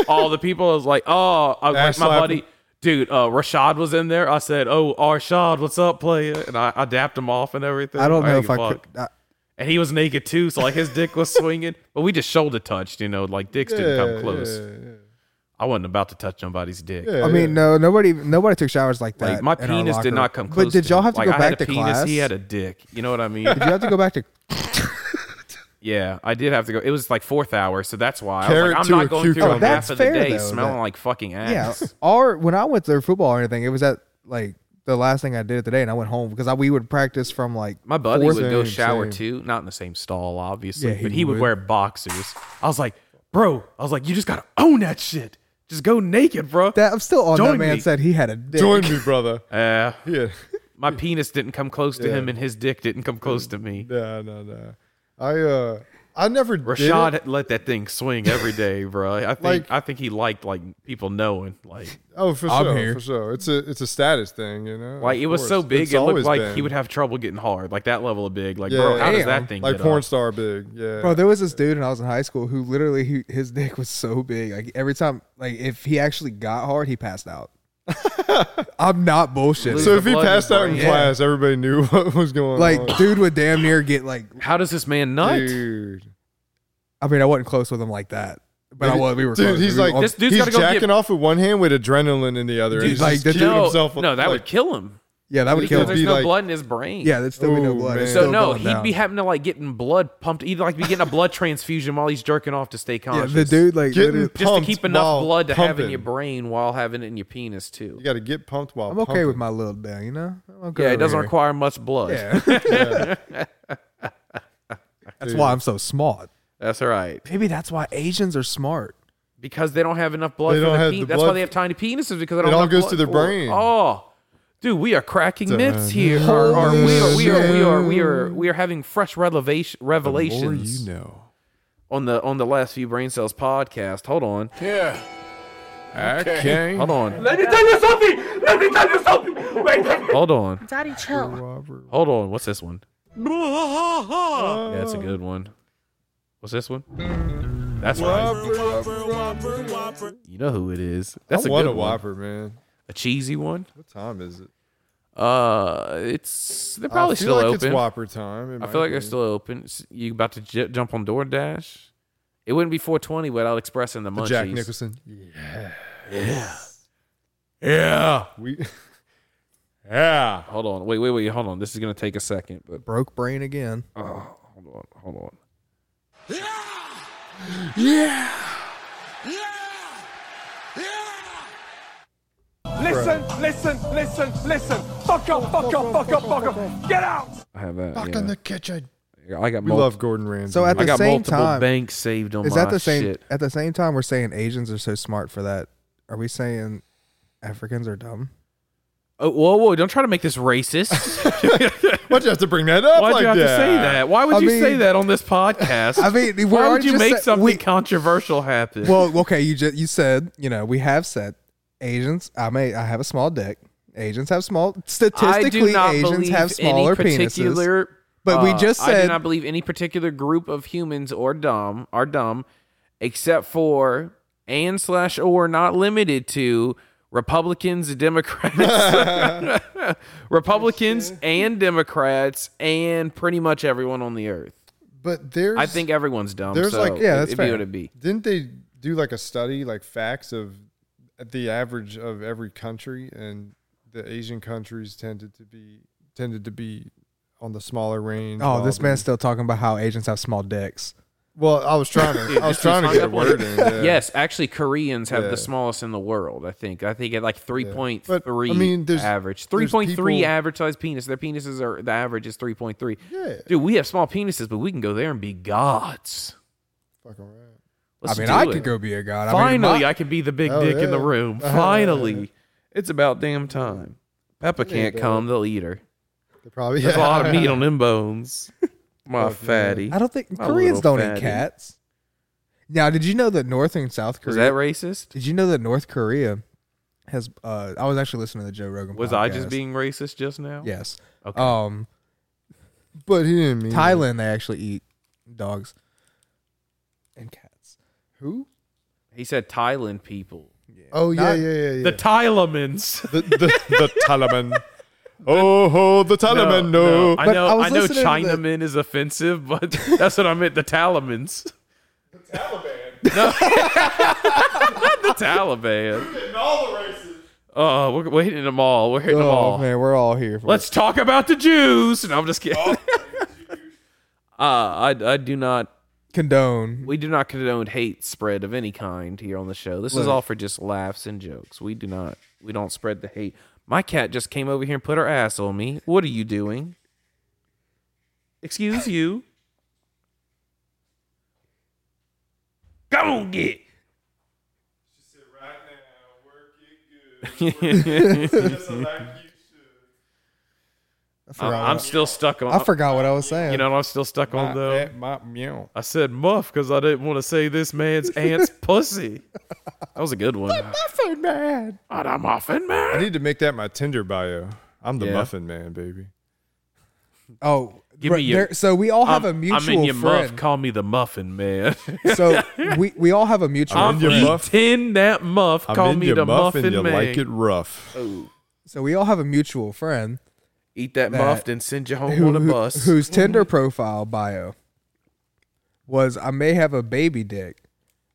Speaker 3: all the people. I was like, oh, I, like
Speaker 1: Ass
Speaker 3: my
Speaker 1: slapping.
Speaker 3: buddy, dude, uh, Rashad was in there. I said, oh, Rashad, what's up, player? And I, I dapped him off and everything.
Speaker 2: I don't know
Speaker 3: gave
Speaker 2: if
Speaker 3: a
Speaker 2: I
Speaker 3: fuck.
Speaker 2: could. I,
Speaker 3: and he was naked too, so like his dick was swinging, but we just shoulder touched, you know, like dicks didn't come close. I wasn't about to touch nobody's dick.
Speaker 1: Yeah,
Speaker 2: I
Speaker 1: yeah.
Speaker 2: mean, no, nobody, nobody took showers like that.
Speaker 3: Like my
Speaker 2: in our
Speaker 3: penis
Speaker 2: locker
Speaker 3: did not come
Speaker 2: room.
Speaker 3: close.
Speaker 2: But did y'all have to
Speaker 3: him.
Speaker 2: go
Speaker 3: Like, I
Speaker 2: back
Speaker 3: had
Speaker 2: to
Speaker 3: a penis,
Speaker 2: class?
Speaker 3: He had a dick. You know what I mean?
Speaker 2: Did you have to go back to?
Speaker 3: yeah, I did have to go. It was like fourth hour, so that's why I was
Speaker 1: Carrot
Speaker 3: like, I'm
Speaker 1: to a
Speaker 3: not going through
Speaker 1: cucumber.
Speaker 3: half
Speaker 2: That's
Speaker 3: of the
Speaker 2: fair,
Speaker 3: day
Speaker 2: though,
Speaker 3: smelling
Speaker 2: that-
Speaker 3: like fucking
Speaker 2: Yeah,
Speaker 3: ass.
Speaker 2: or when I went through football or anything, it was at like the last thing I did at the day, and I went home because I, we would practice from like
Speaker 3: My buddy
Speaker 2: fourth-
Speaker 3: would go
Speaker 1: Same,
Speaker 3: shower
Speaker 1: same.
Speaker 3: too, not in the same stall, obviously,
Speaker 2: Yeah, he
Speaker 3: but he would.
Speaker 2: would.
Speaker 3: wear boxers. I was like, bro, I was like, you just gotta own that shit. Just go naked, bro.
Speaker 2: That, I'm still on
Speaker 3: Join
Speaker 2: that man
Speaker 3: me.
Speaker 2: said he had a dick.
Speaker 1: join me brother
Speaker 3: Yeah.
Speaker 1: yeah
Speaker 3: my penis didn't come close to him and his dick didn't come close to me.
Speaker 1: no no no I uh I never did it.
Speaker 3: Rashad let that thing swing every day, bro. I think
Speaker 1: Like-
Speaker 3: I think he liked like people knowing like
Speaker 1: Oh, for
Speaker 2: I'm
Speaker 1: sure,
Speaker 2: here.
Speaker 1: for sure. It's a it's a status thing, you know.
Speaker 3: like
Speaker 1: Of
Speaker 3: it was so
Speaker 1: course.
Speaker 3: big
Speaker 1: It's
Speaker 3: it looked
Speaker 1: always
Speaker 3: like
Speaker 1: been.
Speaker 3: he would have trouble getting hard like that level of big like
Speaker 1: Yeah.
Speaker 3: bro how does
Speaker 2: Damn.
Speaker 3: that thing
Speaker 1: like
Speaker 3: get
Speaker 1: porn
Speaker 3: up?
Speaker 1: star big, yeah.
Speaker 2: Bro, there was this dude when I was in high school who literally he, his dick was so big. Like every time, like if he actually got hard, he passed out. I'm not bullshit.
Speaker 1: So
Speaker 3: The
Speaker 1: if he
Speaker 3: blood
Speaker 1: passed
Speaker 3: was
Speaker 1: out in
Speaker 3: green.
Speaker 1: class, everybody knew what was going on.
Speaker 3: Oh.
Speaker 2: Like, dude would damn near get like.
Speaker 3: How does this man nut?
Speaker 1: dude,
Speaker 2: I mean, I wasn't close with him like that, but I was. We were.
Speaker 1: dude,
Speaker 2: close.
Speaker 1: he's
Speaker 2: We were
Speaker 1: like
Speaker 3: This dude's
Speaker 1: he's
Speaker 3: gotta go get-
Speaker 1: jacking off with one hand with adrenaline in the other, and
Speaker 2: Dude,
Speaker 1: he's
Speaker 2: like,
Speaker 1: just
Speaker 2: the
Speaker 1: keeping
Speaker 3: no,
Speaker 1: himself.
Speaker 3: no, that
Speaker 1: like,
Speaker 3: would kill him.
Speaker 2: yeah, that would
Speaker 3: Because
Speaker 2: kill
Speaker 1: him.
Speaker 3: there's
Speaker 1: Be
Speaker 3: no
Speaker 1: like-
Speaker 3: blood in his brain.
Speaker 2: Yeah, that's still be no
Speaker 1: Ooh,
Speaker 2: blood.
Speaker 1: man.
Speaker 2: It's
Speaker 1: So,
Speaker 2: still
Speaker 3: So no,
Speaker 2: going
Speaker 3: he'd
Speaker 2: down.
Speaker 3: be having to like getting blood pumped. He'd like be getting a blood transfusion while he's jerking off to stay
Speaker 2: Yeah,
Speaker 3: conscious.
Speaker 2: the dude like
Speaker 1: Getting
Speaker 2: literally-
Speaker 3: just to
Speaker 1: pumped
Speaker 3: keep enough
Speaker 1: while
Speaker 3: blood to have in
Speaker 1: pumping.
Speaker 3: your brain while having it in your penis too.
Speaker 1: You got to get pumped while
Speaker 2: I'm okay
Speaker 1: pumping.
Speaker 2: with my little down, you know. I'm okay
Speaker 3: Yeah, it
Speaker 2: over
Speaker 3: doesn't
Speaker 2: here.
Speaker 3: require much blood.
Speaker 2: Yeah. that's why I'm so smart.
Speaker 3: That's all right.
Speaker 2: Maybe that's why Asians are smart.
Speaker 3: Because they don't have enough blood.
Speaker 1: They
Speaker 3: for
Speaker 1: don't
Speaker 3: the
Speaker 1: have
Speaker 3: pe-
Speaker 1: the
Speaker 3: That's why
Speaker 1: blood-
Speaker 3: they have tiny penises because they don't
Speaker 1: It all
Speaker 3: have
Speaker 1: goes
Speaker 3: blood
Speaker 1: to the
Speaker 3: for it.
Speaker 1: brain.
Speaker 3: Oh, dude, we are cracking myths here. Or, or we, are, we, are, we are we are we are having fresh revelation revelations
Speaker 1: know.
Speaker 3: on the on the last few brain cells podcast. Hold on,
Speaker 4: Yeah.
Speaker 1: Okay.
Speaker 3: hold on,
Speaker 7: Let me tell you something. Let me tell you something.
Speaker 3: hold on,
Speaker 8: Daddy, chill.
Speaker 3: hold on. What's this one? Yeah, that's a good one. What's this one? That's right. You know who it is. That's
Speaker 1: I
Speaker 3: a
Speaker 1: want
Speaker 3: good
Speaker 1: a
Speaker 3: one.
Speaker 1: Whopper, man.
Speaker 3: A cheesy one.
Speaker 1: What time is it?
Speaker 3: Uh, it's they're probably
Speaker 1: I feel
Speaker 3: still
Speaker 1: like
Speaker 3: open.
Speaker 1: It's Whopper time. It
Speaker 3: I feel
Speaker 1: might
Speaker 3: like they're
Speaker 1: be.
Speaker 3: still open. S- You about to j- jump on DoorDash? It wouldn't be 420 without expressing the munchies.
Speaker 1: Jack Nicholson.
Speaker 4: Yeah.
Speaker 1: We
Speaker 4: Yeah.
Speaker 3: Hold on. Wait, wait, wait. Hold on. This is gonna take a second. But
Speaker 2: Broke brain again.
Speaker 3: oh, hold on, hold on.
Speaker 9: Listen, listen, listen, listen. Fuck up, fuck up, fuck up, fuck up. Get out!
Speaker 3: I have that.
Speaker 6: Fuck
Speaker 3: yeah.
Speaker 6: in the kitchen.
Speaker 3: Yeah, I got.
Speaker 1: we
Speaker 3: mul-
Speaker 1: love Gordon Ramsay.
Speaker 2: So at
Speaker 3: I
Speaker 2: the
Speaker 3: got
Speaker 2: same
Speaker 3: multiple
Speaker 2: time,
Speaker 3: banks saved on
Speaker 2: is
Speaker 3: my
Speaker 2: that the same?
Speaker 3: shit.
Speaker 2: At the same time, we're saying Asians are so smart for that. Are we saying Africans are dumb?
Speaker 3: Oh, whoa, whoa! Don't try to make this racist.
Speaker 1: Why'd you have to bring that up?
Speaker 3: Why'd
Speaker 1: like
Speaker 3: you have to say that? Why would
Speaker 2: I
Speaker 3: you say
Speaker 2: mean-
Speaker 3: that on this podcast?
Speaker 2: I mean, we
Speaker 3: why
Speaker 2: are
Speaker 3: would you
Speaker 2: just
Speaker 3: make
Speaker 2: sa-
Speaker 3: something
Speaker 2: we-
Speaker 3: controversial happen?
Speaker 2: Well, okay, you just you said you know we have said Asians. I may I have a small dick. Asians have small.
Speaker 3: I do
Speaker 2: Statistically,
Speaker 3: not
Speaker 2: Asians
Speaker 3: believe
Speaker 2: have smaller
Speaker 3: any
Speaker 2: penises.
Speaker 3: particular,
Speaker 2: But we
Speaker 3: uh,
Speaker 2: just
Speaker 3: I do
Speaker 2: said-
Speaker 3: not believe any particular group of humans or dumb are dumb, except for and slash or not limited to Republicans, Democrats, Republicans and Democrats, and pretty much everyone on the earth.
Speaker 1: But there's
Speaker 3: I think everyone's dumb.
Speaker 1: there's
Speaker 3: so
Speaker 1: like-
Speaker 2: yeah, that's
Speaker 3: it'd be
Speaker 2: fair.
Speaker 3: what it'd be.
Speaker 1: didn't they do like a study, like facts of the average of every country, and the Asian countries tended to be tended to be on the smaller range.
Speaker 2: Oh,
Speaker 1: while
Speaker 2: this
Speaker 1: the-
Speaker 2: man's still talking about how Asians have small dicks.
Speaker 1: Well, I was trying to. I was trying to
Speaker 3: hung
Speaker 1: get a
Speaker 3: up on
Speaker 1: word in. yeah.
Speaker 3: Yes, actually, Koreans have
Speaker 1: Yeah.
Speaker 3: the smallest in the world. I think. I think at like three point three
Speaker 1: But, I mean, there's-
Speaker 3: average. Three
Speaker 1: there's
Speaker 3: point three
Speaker 1: people-
Speaker 3: average size penis. Their penises are the average is three point three.
Speaker 1: Yeah.
Speaker 3: Dude, we have small penises, but we can go there and be gods.
Speaker 1: Fucking right.
Speaker 3: Let's
Speaker 2: I mean,
Speaker 3: do
Speaker 2: I
Speaker 3: it.
Speaker 2: could go be a god. I
Speaker 3: Finally,
Speaker 2: mean, my-
Speaker 3: I can be the big
Speaker 1: Oh,
Speaker 3: dick in the
Speaker 1: yeah.
Speaker 3: room. Finally, it's about damn time. Peppa can't come. They'll eat her.
Speaker 1: They probably
Speaker 3: There's a lot of meat on them bones. My fatty.
Speaker 2: I don't think
Speaker 3: My
Speaker 2: Koreans
Speaker 3: little
Speaker 2: don't
Speaker 3: fatty.
Speaker 2: eat cats. Now, did you know that North and South Korea?
Speaker 3: Was that racist?
Speaker 2: Did you know that North Korea has? Uh, I was actually listening to the Joe Rogan.
Speaker 3: Was I just
Speaker 2: podcast.
Speaker 3: being racist just now?
Speaker 2: Yes.
Speaker 3: Okay.
Speaker 2: Um,
Speaker 1: But he didn't mean. it.
Speaker 2: Thailand they actually eat dogs and cats.
Speaker 1: Who?
Speaker 3: He said Thailand people.
Speaker 1: Oh yeah, yeah, yeah, yeah.
Speaker 3: The Tylemans.
Speaker 1: the the, the Taliban. Oh, ho, the Taliban, no.
Speaker 3: I
Speaker 2: But
Speaker 3: know.
Speaker 2: I
Speaker 3: I,
Speaker 2: was
Speaker 3: know.
Speaker 2: listening to the-
Speaker 3: Chinaman is offensive, but that's what I meant. The Talamans. The Taliban. No. the Taliban. We're getting all the races. Oh, we're, we're hitting them all. We're hitting them all.
Speaker 2: Oh man, we're all here. For
Speaker 3: Let's talk about the Jews. And I'm just kidding. uh, I I do not.
Speaker 2: condone.
Speaker 3: We do not condone hate spread of any kind here on the show. This is all for just laughs and jokes. We do not. We don't spread the hate. My cat just came over here and put her ass on me. What are you doing? Excuse you.
Speaker 7: Go on, get.
Speaker 3: I'm, I'm still stuck on.
Speaker 2: I forgot what I was saying.
Speaker 3: You know, what I'm still stuck on though.
Speaker 1: Eh, my, meow.
Speaker 3: I said muff because I didn't want to say this man's aunt's pussy. That was a good one.
Speaker 2: muffin man.
Speaker 7: Not a muffin man.
Speaker 1: I need to make that my Tinder bio. I'm the
Speaker 3: Yeah.
Speaker 1: muffin man, baby.
Speaker 2: Oh,
Speaker 3: Give me your-
Speaker 2: there- so we all have a
Speaker 3: I'm-
Speaker 2: mutual
Speaker 3: I'm in your muff.
Speaker 2: friend.
Speaker 3: Call me the muffin man.
Speaker 2: so we, we all have a mutual
Speaker 3: I'm
Speaker 10: your muff.
Speaker 3: eating that muff.
Speaker 10: I'm
Speaker 3: call
Speaker 10: in
Speaker 3: me
Speaker 10: your
Speaker 3: the
Speaker 10: muff
Speaker 3: muffin
Speaker 10: and you
Speaker 3: man.
Speaker 10: like it rough.
Speaker 2: Oh. So we all have a mutual friend
Speaker 3: Eat that,
Speaker 2: that-
Speaker 3: muff and send you home
Speaker 2: who-
Speaker 3: on a
Speaker 2: who-
Speaker 3: bus.
Speaker 2: whose Tinder profile bio was I may have a baby dick,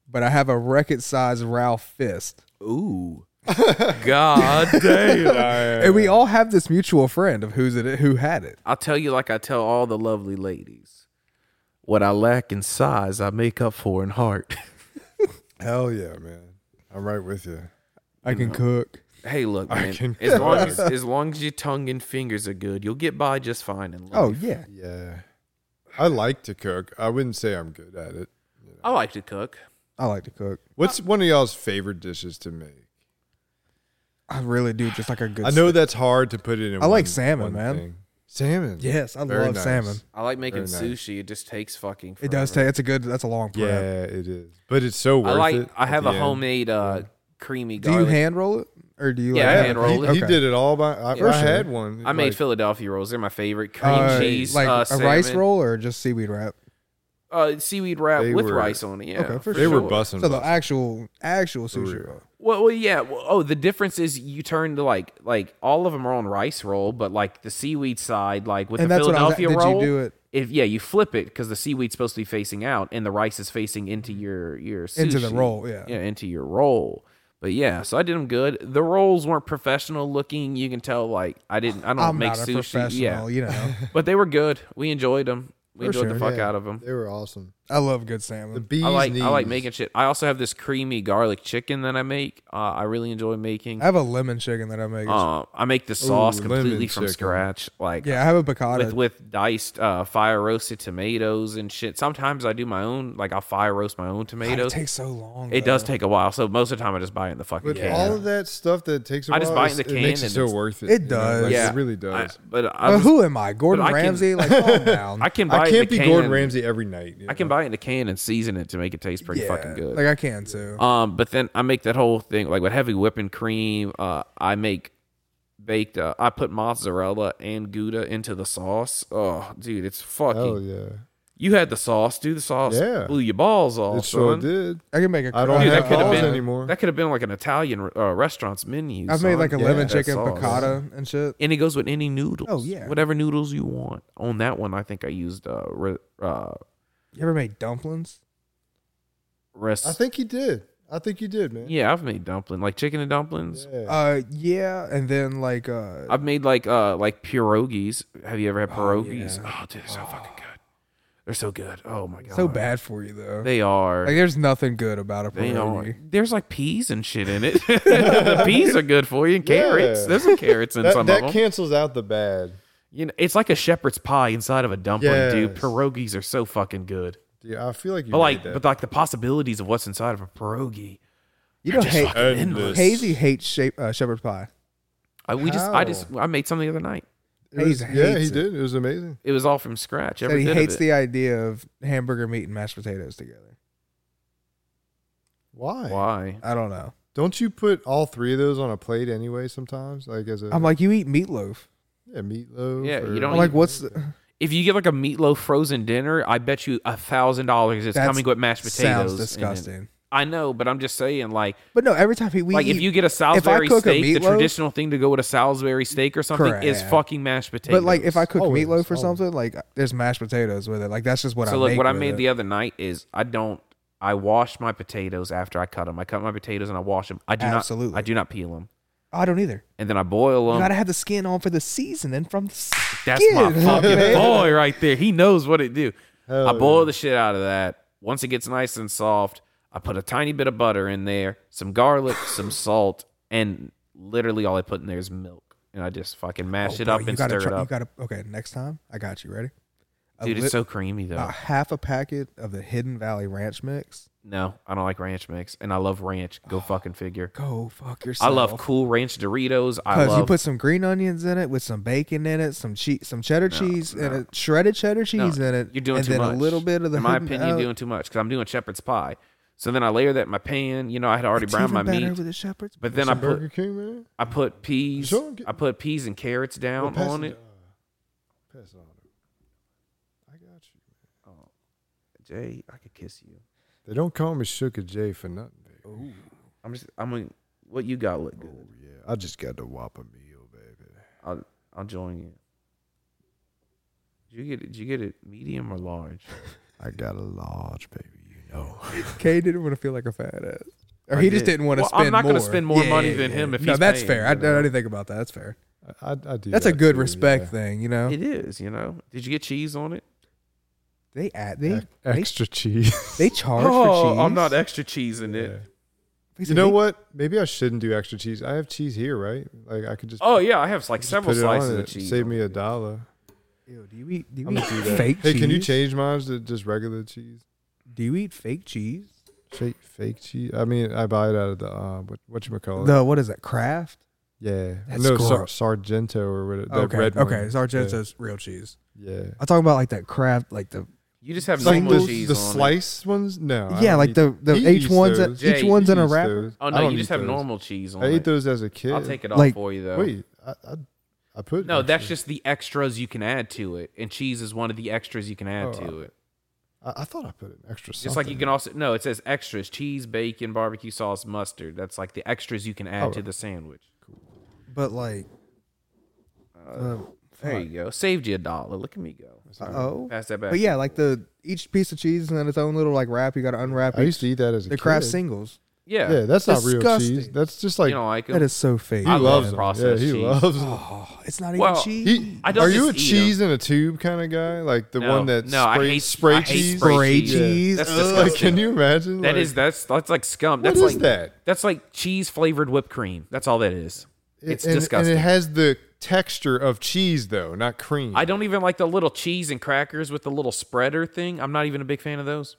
Speaker 2: but I have a record size Ralph fist.
Speaker 3: Ooh. God
Speaker 2: And we all have this mutual friend of who's it who had it.
Speaker 3: I'll tell you like I tell all the lovely ladies. What I lack in size, I make up for in heart.
Speaker 1: Hell yeah, man. I'm right with you.
Speaker 2: I can cook.
Speaker 3: hey, look, man.
Speaker 1: can-
Speaker 3: as long as as long as your tongue and fingers are good, you'll get by just fine in life.
Speaker 2: Oh yeah.
Speaker 1: Yeah. I like to cook. I wouldn't say I'm good at it.
Speaker 3: I like to cook.
Speaker 2: I like to cook.
Speaker 1: What's one of y'all's favorite dishes to make?
Speaker 2: I really do just like a good
Speaker 1: I know that's hard to put it in.
Speaker 2: I like
Speaker 1: one-
Speaker 2: salmon,
Speaker 1: one
Speaker 2: man.
Speaker 1: thing. Salmon.
Speaker 2: Yes, I
Speaker 1: Very
Speaker 2: love
Speaker 1: nice.
Speaker 2: salmon.
Speaker 3: I like making
Speaker 1: Very nice.
Speaker 3: sushi. It just takes fucking.
Speaker 2: It does
Speaker 3: forever.
Speaker 2: take. It's a good. That's a long prep.
Speaker 1: Yeah, it is. But it's so worth
Speaker 3: I like.
Speaker 1: it.
Speaker 3: I
Speaker 1: at
Speaker 3: have
Speaker 1: the
Speaker 3: a
Speaker 1: end.
Speaker 3: homemade uh, creamy
Speaker 2: Do you
Speaker 3: garlic.
Speaker 2: hand roll it or do you?
Speaker 3: Yeah,
Speaker 2: like,
Speaker 1: Yeah,
Speaker 3: hand roll
Speaker 1: he,
Speaker 3: it.
Speaker 1: he
Speaker 2: Okay.
Speaker 1: did it all by. I,
Speaker 3: Yeah.
Speaker 1: I had one.
Speaker 3: I made
Speaker 1: like,
Speaker 3: Philadelphia rolls. They're my favorite. Cream
Speaker 2: Uh,
Speaker 3: cheese,
Speaker 2: like
Speaker 3: uh,
Speaker 2: a rice
Speaker 3: salmon,
Speaker 2: roll or just seaweed wrap.
Speaker 3: uh, seaweed wrap
Speaker 1: They
Speaker 3: with
Speaker 1: were-
Speaker 3: rice on it. Yeah,
Speaker 2: Okay, for
Speaker 1: They
Speaker 2: sure.
Speaker 1: were busting.
Speaker 2: So the actual actual sushi
Speaker 1: real.
Speaker 2: roll.
Speaker 3: Well, well, yeah. Well, oh, the difference is you turn to like like all of them are on rice roll, but like the seaweed side, like with
Speaker 2: And
Speaker 3: the
Speaker 2: that's what I was at-
Speaker 3: Philadelphia
Speaker 2: did you
Speaker 3: roll,
Speaker 2: do it-
Speaker 3: If yeah, you flip it because the seaweed's supposed to be facing out and the rice is facing into your your sushi.
Speaker 2: Into the roll, yeah.
Speaker 3: yeah, into your roll. But yeah, so I did them good. The rolls weren't professional looking. You can tell like I didn't. I don't
Speaker 2: I'm
Speaker 3: make
Speaker 2: not a
Speaker 3: sushi.
Speaker 2: professional,
Speaker 3: Yeah,
Speaker 2: you know.
Speaker 3: but they were good. We enjoyed them. We
Speaker 2: For
Speaker 3: enjoyed
Speaker 2: sure,
Speaker 3: the fuck
Speaker 1: yeah.
Speaker 3: out of them.
Speaker 1: They were awesome.
Speaker 2: I love good
Speaker 1: The
Speaker 2: salmon.
Speaker 1: bees.
Speaker 3: I like I like
Speaker 1: knees.
Speaker 3: making shit. I also have this creamy garlic chicken that I make. Uh, I really enjoy making.
Speaker 2: I have a lemon chicken that I make.
Speaker 3: Uh, I make the sauce
Speaker 1: Ooh,
Speaker 3: completely
Speaker 1: lemon
Speaker 3: from
Speaker 1: chicken.
Speaker 3: scratch, like
Speaker 2: yeah, I have a piccata.
Speaker 3: with with diced uh, fire roasted tomatoes and shit. Sometimes I do my own, like I'll fire roast my own
Speaker 2: God, it
Speaker 3: tomatoes.
Speaker 2: takes so long.
Speaker 3: it does
Speaker 2: though.
Speaker 3: take a while, so most of the time I just buy it in the fucking
Speaker 1: With
Speaker 3: can.
Speaker 1: all of that stuff that takes. a
Speaker 3: I just
Speaker 1: while,
Speaker 3: buy it in the
Speaker 1: it's- It makes
Speaker 3: can
Speaker 1: it
Speaker 3: and
Speaker 1: so
Speaker 3: it's-
Speaker 1: worth it.
Speaker 2: It
Speaker 1: you know, like,
Speaker 2: does.
Speaker 3: Yeah.
Speaker 1: It really
Speaker 3: I-
Speaker 1: does.
Speaker 3: but I,
Speaker 2: Uh,
Speaker 3: was-
Speaker 2: who am I? Gordon
Speaker 3: I can-
Speaker 2: Ramsay? Like, calm down.
Speaker 3: I can buy
Speaker 1: I
Speaker 3: it in
Speaker 1: can't
Speaker 3: the
Speaker 1: be
Speaker 3: can.
Speaker 1: Gordon Ramsay every night. you
Speaker 3: I can
Speaker 1: know?
Speaker 3: buy it in a can and season it to make it taste pretty fucking good.
Speaker 2: Like I can too.
Speaker 3: Um, but then I make that whole thing like with heavy whipping cream. Uh, I make baked. Uh, I put mozzarella and gouda into the sauce. Oh, dude, it's fucking.
Speaker 1: Hell Oh, yeah.
Speaker 3: You had the sauce. Do the sauce.
Speaker 1: Yeah.
Speaker 3: blew your balls off.
Speaker 1: It sure
Speaker 3: son.
Speaker 1: did.
Speaker 2: I can make a.
Speaker 1: I don't
Speaker 3: Dude, that
Speaker 1: have
Speaker 3: could've
Speaker 1: balls
Speaker 3: been-
Speaker 1: anymore.
Speaker 3: That could have been like an Italian uh, restaurant's menu.
Speaker 2: I've made
Speaker 3: son.
Speaker 2: like a
Speaker 1: Yeah,
Speaker 2: lemon
Speaker 1: that
Speaker 2: chicken
Speaker 3: sauce.
Speaker 2: piccata and shit.
Speaker 3: and it goes with any noodles.
Speaker 2: Oh, yeah.
Speaker 3: whatever noodles you want. On that one, I think I used uh, re- uh
Speaker 2: You ever made dumplings?
Speaker 3: rest.
Speaker 1: I think he did. I think you did, man.
Speaker 3: yeah, I've made dumpling like chicken and dumplings.
Speaker 1: Yeah.
Speaker 2: Uh, yeah, and then like uh,
Speaker 3: I've made like uh like pierogies. Have you ever had pierogies? Oh, dude, they're so fucking good. They're so good. Oh my god,
Speaker 2: so bad for you though.
Speaker 3: they are.
Speaker 2: like, there's nothing good about a
Speaker 3: they are.
Speaker 2: pierogi.
Speaker 3: There's like peas and shit in it. the peas are good for you and carrots.
Speaker 1: Yeah.
Speaker 3: There's some carrots in
Speaker 1: That,
Speaker 3: some
Speaker 1: that
Speaker 3: of them.
Speaker 1: cancels out the bad.
Speaker 3: You know, it's like a shepherd's pie inside of a dumpling, dude.
Speaker 1: Yes.
Speaker 3: Pierogies are so fucking good.
Speaker 1: Dude, I feel like you
Speaker 3: But like,
Speaker 1: made that.
Speaker 3: but like the possibilities of what's inside of a pierogi.
Speaker 2: You don't hate
Speaker 1: endless.
Speaker 2: Hazy hates shape, uh, shepherd pie.
Speaker 3: I, we just, I
Speaker 1: How?
Speaker 3: just, I made something the other night.
Speaker 1: It was-
Speaker 2: Hayes
Speaker 1: yeah, he
Speaker 2: hates it.
Speaker 1: did. It was amazing.
Speaker 3: It was all from scratch.
Speaker 2: Said
Speaker 3: Every
Speaker 2: he
Speaker 3: bit
Speaker 2: hates
Speaker 3: of it.
Speaker 2: the idea of hamburger meat and mashed potatoes together.
Speaker 1: Why?
Speaker 3: Why?
Speaker 2: I don't know.
Speaker 1: Don't you put all three of those on a plate anyway? Sometimes, like as a
Speaker 2: I'm like, you eat meatloaf.
Speaker 1: yeah, meatloaf.
Speaker 3: Yeah,
Speaker 1: or-
Speaker 3: you don't
Speaker 2: I'm like, what's the,
Speaker 3: If you get like a meatloaf frozen dinner, I bet you a thousand dollars it's
Speaker 2: That's-
Speaker 3: coming with mashed potatoes.
Speaker 2: sounds
Speaker 3: in it.
Speaker 2: disgusting?
Speaker 3: I know, but I'm just saying, like,
Speaker 2: But no, every time we
Speaker 3: like
Speaker 2: eat,
Speaker 3: if you get a
Speaker 2: I
Speaker 3: Salisbury
Speaker 2: cook a
Speaker 3: steak, the
Speaker 2: meatloaf-
Speaker 3: traditional thing to go with a Salisbury steak or something is
Speaker 2: Correct.
Speaker 3: fucking mashed potatoes.
Speaker 2: but like if I cook
Speaker 1: Always,
Speaker 2: meatloaf or
Speaker 1: always.
Speaker 2: something, like there's mashed potatoes with it. Like that's just what I
Speaker 3: so look,
Speaker 2: make
Speaker 3: what I
Speaker 2: with
Speaker 3: made
Speaker 2: it.
Speaker 3: the other night is I don't. I wash my potatoes after I cut them. I cut my potatoes and I wash them. I do
Speaker 2: Absolutely.
Speaker 3: not. I do not peel them,
Speaker 2: I don't either.
Speaker 3: and then I boil
Speaker 2: You
Speaker 3: them.
Speaker 2: gotta have the skin on for the season and from the skin.
Speaker 3: That's my fucking boy right there. He knows what it do. I boil the shit out of that. Once it gets nice and soft, I put a tiny bit of butter in there, some garlic, some salt, and literally all I put in there is milk. And I just fucking mash it
Speaker 2: Oh,
Speaker 3: up
Speaker 2: bro, you
Speaker 3: and
Speaker 2: gotta
Speaker 3: stir
Speaker 2: try-
Speaker 3: it
Speaker 2: You
Speaker 3: up.
Speaker 2: gotta okay. Next time, I got you. Ready? A
Speaker 3: Dude,
Speaker 2: li-
Speaker 3: it's so creamy though.
Speaker 2: a half a packet of the Hidden Valley Ranch mix.
Speaker 3: no, I don't like ranch mix, and I love ranch. Go fucking figure.
Speaker 2: Go fuck
Speaker 3: I
Speaker 2: Ah. yourself.
Speaker 3: love cool ranch Doritos. I
Speaker 2: Because
Speaker 3: love
Speaker 2: you put some green onions in it with some bacon in it, some cheese, some cheddar cheese in it, shredded cheddar
Speaker 3: No,
Speaker 2: cheese in it.
Speaker 3: You're doing
Speaker 2: and
Speaker 3: too
Speaker 2: then
Speaker 3: much.
Speaker 2: a little bit of the.
Speaker 3: in my
Speaker 2: hidden-
Speaker 3: opinion,
Speaker 2: oh,
Speaker 3: you're doing too much because I'm doing shepherd's pie. So then I layer that in my pan. You know, I had already
Speaker 2: it's
Speaker 3: browned
Speaker 2: even
Speaker 3: my
Speaker 2: better
Speaker 3: meat,
Speaker 2: with the shepherd's.
Speaker 3: but then I
Speaker 1: Some
Speaker 3: put
Speaker 1: Burger King, man.
Speaker 3: I put peas.
Speaker 1: Sure, get-
Speaker 3: I put peas and carrots down
Speaker 1: Pass
Speaker 3: on it.
Speaker 1: uh, pass it on.
Speaker 3: Jay, I could kiss you.
Speaker 1: They don't call me Sugar J for nothing. Baby.
Speaker 3: I'm just, I'm gonna, what you got look good.
Speaker 1: Oh yeah, I just got the Whopper meal, baby.
Speaker 3: I'll, I'll join you. Did you get it? Did you get it medium or large?
Speaker 1: I got a large, baby. You know.
Speaker 2: Kay didn't want to feel like a fat ass, or he just
Speaker 3: did.
Speaker 2: didn't want to
Speaker 3: Well, I'm
Speaker 2: spend.
Speaker 3: not
Speaker 2: going
Speaker 3: gonna
Speaker 2: to
Speaker 3: spend more money than him if
Speaker 2: no,
Speaker 3: he's
Speaker 2: that's
Speaker 3: paying,
Speaker 2: fair. I, I
Speaker 3: you know?
Speaker 2: didn't think about that. That's fair.
Speaker 1: I, I, I do.
Speaker 2: That's a
Speaker 1: that
Speaker 2: good
Speaker 1: too,
Speaker 2: respect
Speaker 1: yeah.
Speaker 2: thing, you know.
Speaker 3: It is, you know. Did you get cheese on it?
Speaker 2: they add they
Speaker 1: Ex- Extra cheese.
Speaker 2: they, they charge for cheese.
Speaker 3: Oh, I'm not extra cheese in it.
Speaker 2: Please,
Speaker 1: You know
Speaker 2: they-
Speaker 1: what? Maybe I shouldn't do extra cheese. I have cheese here, right? Like I could just
Speaker 3: Oh yeah, I have like
Speaker 1: just
Speaker 3: several
Speaker 1: put it on
Speaker 3: slices
Speaker 1: and
Speaker 3: of
Speaker 1: it
Speaker 3: cheese.
Speaker 1: Save me a dollar.
Speaker 2: Ew, do you eat? Do you
Speaker 1: I'm
Speaker 2: eat
Speaker 1: gonna do that.
Speaker 2: fake
Speaker 1: hey,
Speaker 2: cheese?
Speaker 1: can you change mine to just regular cheese?
Speaker 2: Do you eat fake cheese?
Speaker 1: Fake, fake cheese. I mean, I buy it out of the uh, what what you call it?
Speaker 2: No, what is it? Kraft.
Speaker 1: Yeah,
Speaker 2: That's
Speaker 1: no Sar-
Speaker 2: gross.
Speaker 1: Sargento or whatever. That
Speaker 2: okay,
Speaker 1: red one.
Speaker 2: okay, Sargento's real cheese.
Speaker 1: Yeah, yeah.
Speaker 2: I'm talking about like that Kraft, like the
Speaker 3: You just have
Speaker 1: Like
Speaker 3: normal
Speaker 1: those,
Speaker 3: cheese
Speaker 1: the
Speaker 3: on it.
Speaker 1: slice ones. No. I
Speaker 2: yeah,
Speaker 1: don't
Speaker 2: like
Speaker 1: eat-
Speaker 2: the the
Speaker 1: He
Speaker 2: each
Speaker 1: eats
Speaker 2: one's a,
Speaker 1: those.
Speaker 3: Jay,
Speaker 2: each one's
Speaker 1: He
Speaker 2: in a
Speaker 1: eats
Speaker 2: wrapper.
Speaker 1: those.
Speaker 3: Oh
Speaker 1: I
Speaker 3: no,
Speaker 1: don't
Speaker 3: you
Speaker 1: eat
Speaker 3: just have
Speaker 1: those.
Speaker 3: normal cheese on
Speaker 1: I ate
Speaker 3: it.
Speaker 1: those as a kid.
Speaker 3: I'll take it off
Speaker 2: Like-
Speaker 3: for you though.
Speaker 1: Wait, I, I, I put
Speaker 3: No, that's
Speaker 1: extra-
Speaker 3: just the extras you can add to it, and cheese is one of the extras you can add
Speaker 1: Oh,
Speaker 3: to it.
Speaker 1: I, I thought I put an extra. Something.
Speaker 3: Just like you can also no, it says extras: cheese, bacon, barbecue sauce, mustard. That's like the extras you can add to
Speaker 1: Alright.
Speaker 3: the sandwich.
Speaker 2: But like,
Speaker 3: Uh,
Speaker 2: um,
Speaker 3: There you go. Saved you a dollar. Look at me go.
Speaker 2: oh,
Speaker 3: Pass that back.
Speaker 2: but yeah, like the each piece of cheese and then its own little like wrap. You got to unwrap
Speaker 1: I
Speaker 2: each,
Speaker 1: used to eat that as a
Speaker 2: the
Speaker 1: kid.
Speaker 2: Kraft singles.
Speaker 3: yeah.
Speaker 1: Yeah, that's not real
Speaker 2: Disgusting.
Speaker 1: cheese. That's just like
Speaker 3: you don't like 'em?
Speaker 2: That is so fake.
Speaker 1: he
Speaker 3: I love
Speaker 1: loves them.
Speaker 3: processed
Speaker 1: yeah, he
Speaker 3: cheese.
Speaker 1: loves. them.
Speaker 2: Oh, it's not even
Speaker 3: Well,
Speaker 2: cheese.
Speaker 1: He,
Speaker 3: I don't
Speaker 1: are you a
Speaker 3: just eat 'em.
Speaker 1: cheese in a tube kind of guy? Like the
Speaker 3: No,
Speaker 1: one that
Speaker 3: no, I
Speaker 1: spray,
Speaker 3: hate-
Speaker 1: spray
Speaker 3: I hate
Speaker 1: cheese?
Speaker 3: spray
Speaker 2: Spray
Speaker 3: cheese.
Speaker 2: cheese.
Speaker 3: That's
Speaker 2: Ugh.
Speaker 1: Like,
Speaker 3: disgusting.
Speaker 1: can you imagine?
Speaker 3: That
Speaker 1: like,
Speaker 3: is that's that's like scum.
Speaker 1: What
Speaker 3: That's
Speaker 1: is
Speaker 3: like
Speaker 1: that?
Speaker 3: That's like cheese flavored whipped cream. That's all that is.
Speaker 1: It-
Speaker 3: It's
Speaker 1: and,
Speaker 3: disgusting.
Speaker 1: And it has the texture of cheese though, not cream.
Speaker 3: I don't even like the little cheese and crackers with the little spreader thing. I'm not even a big fan of those.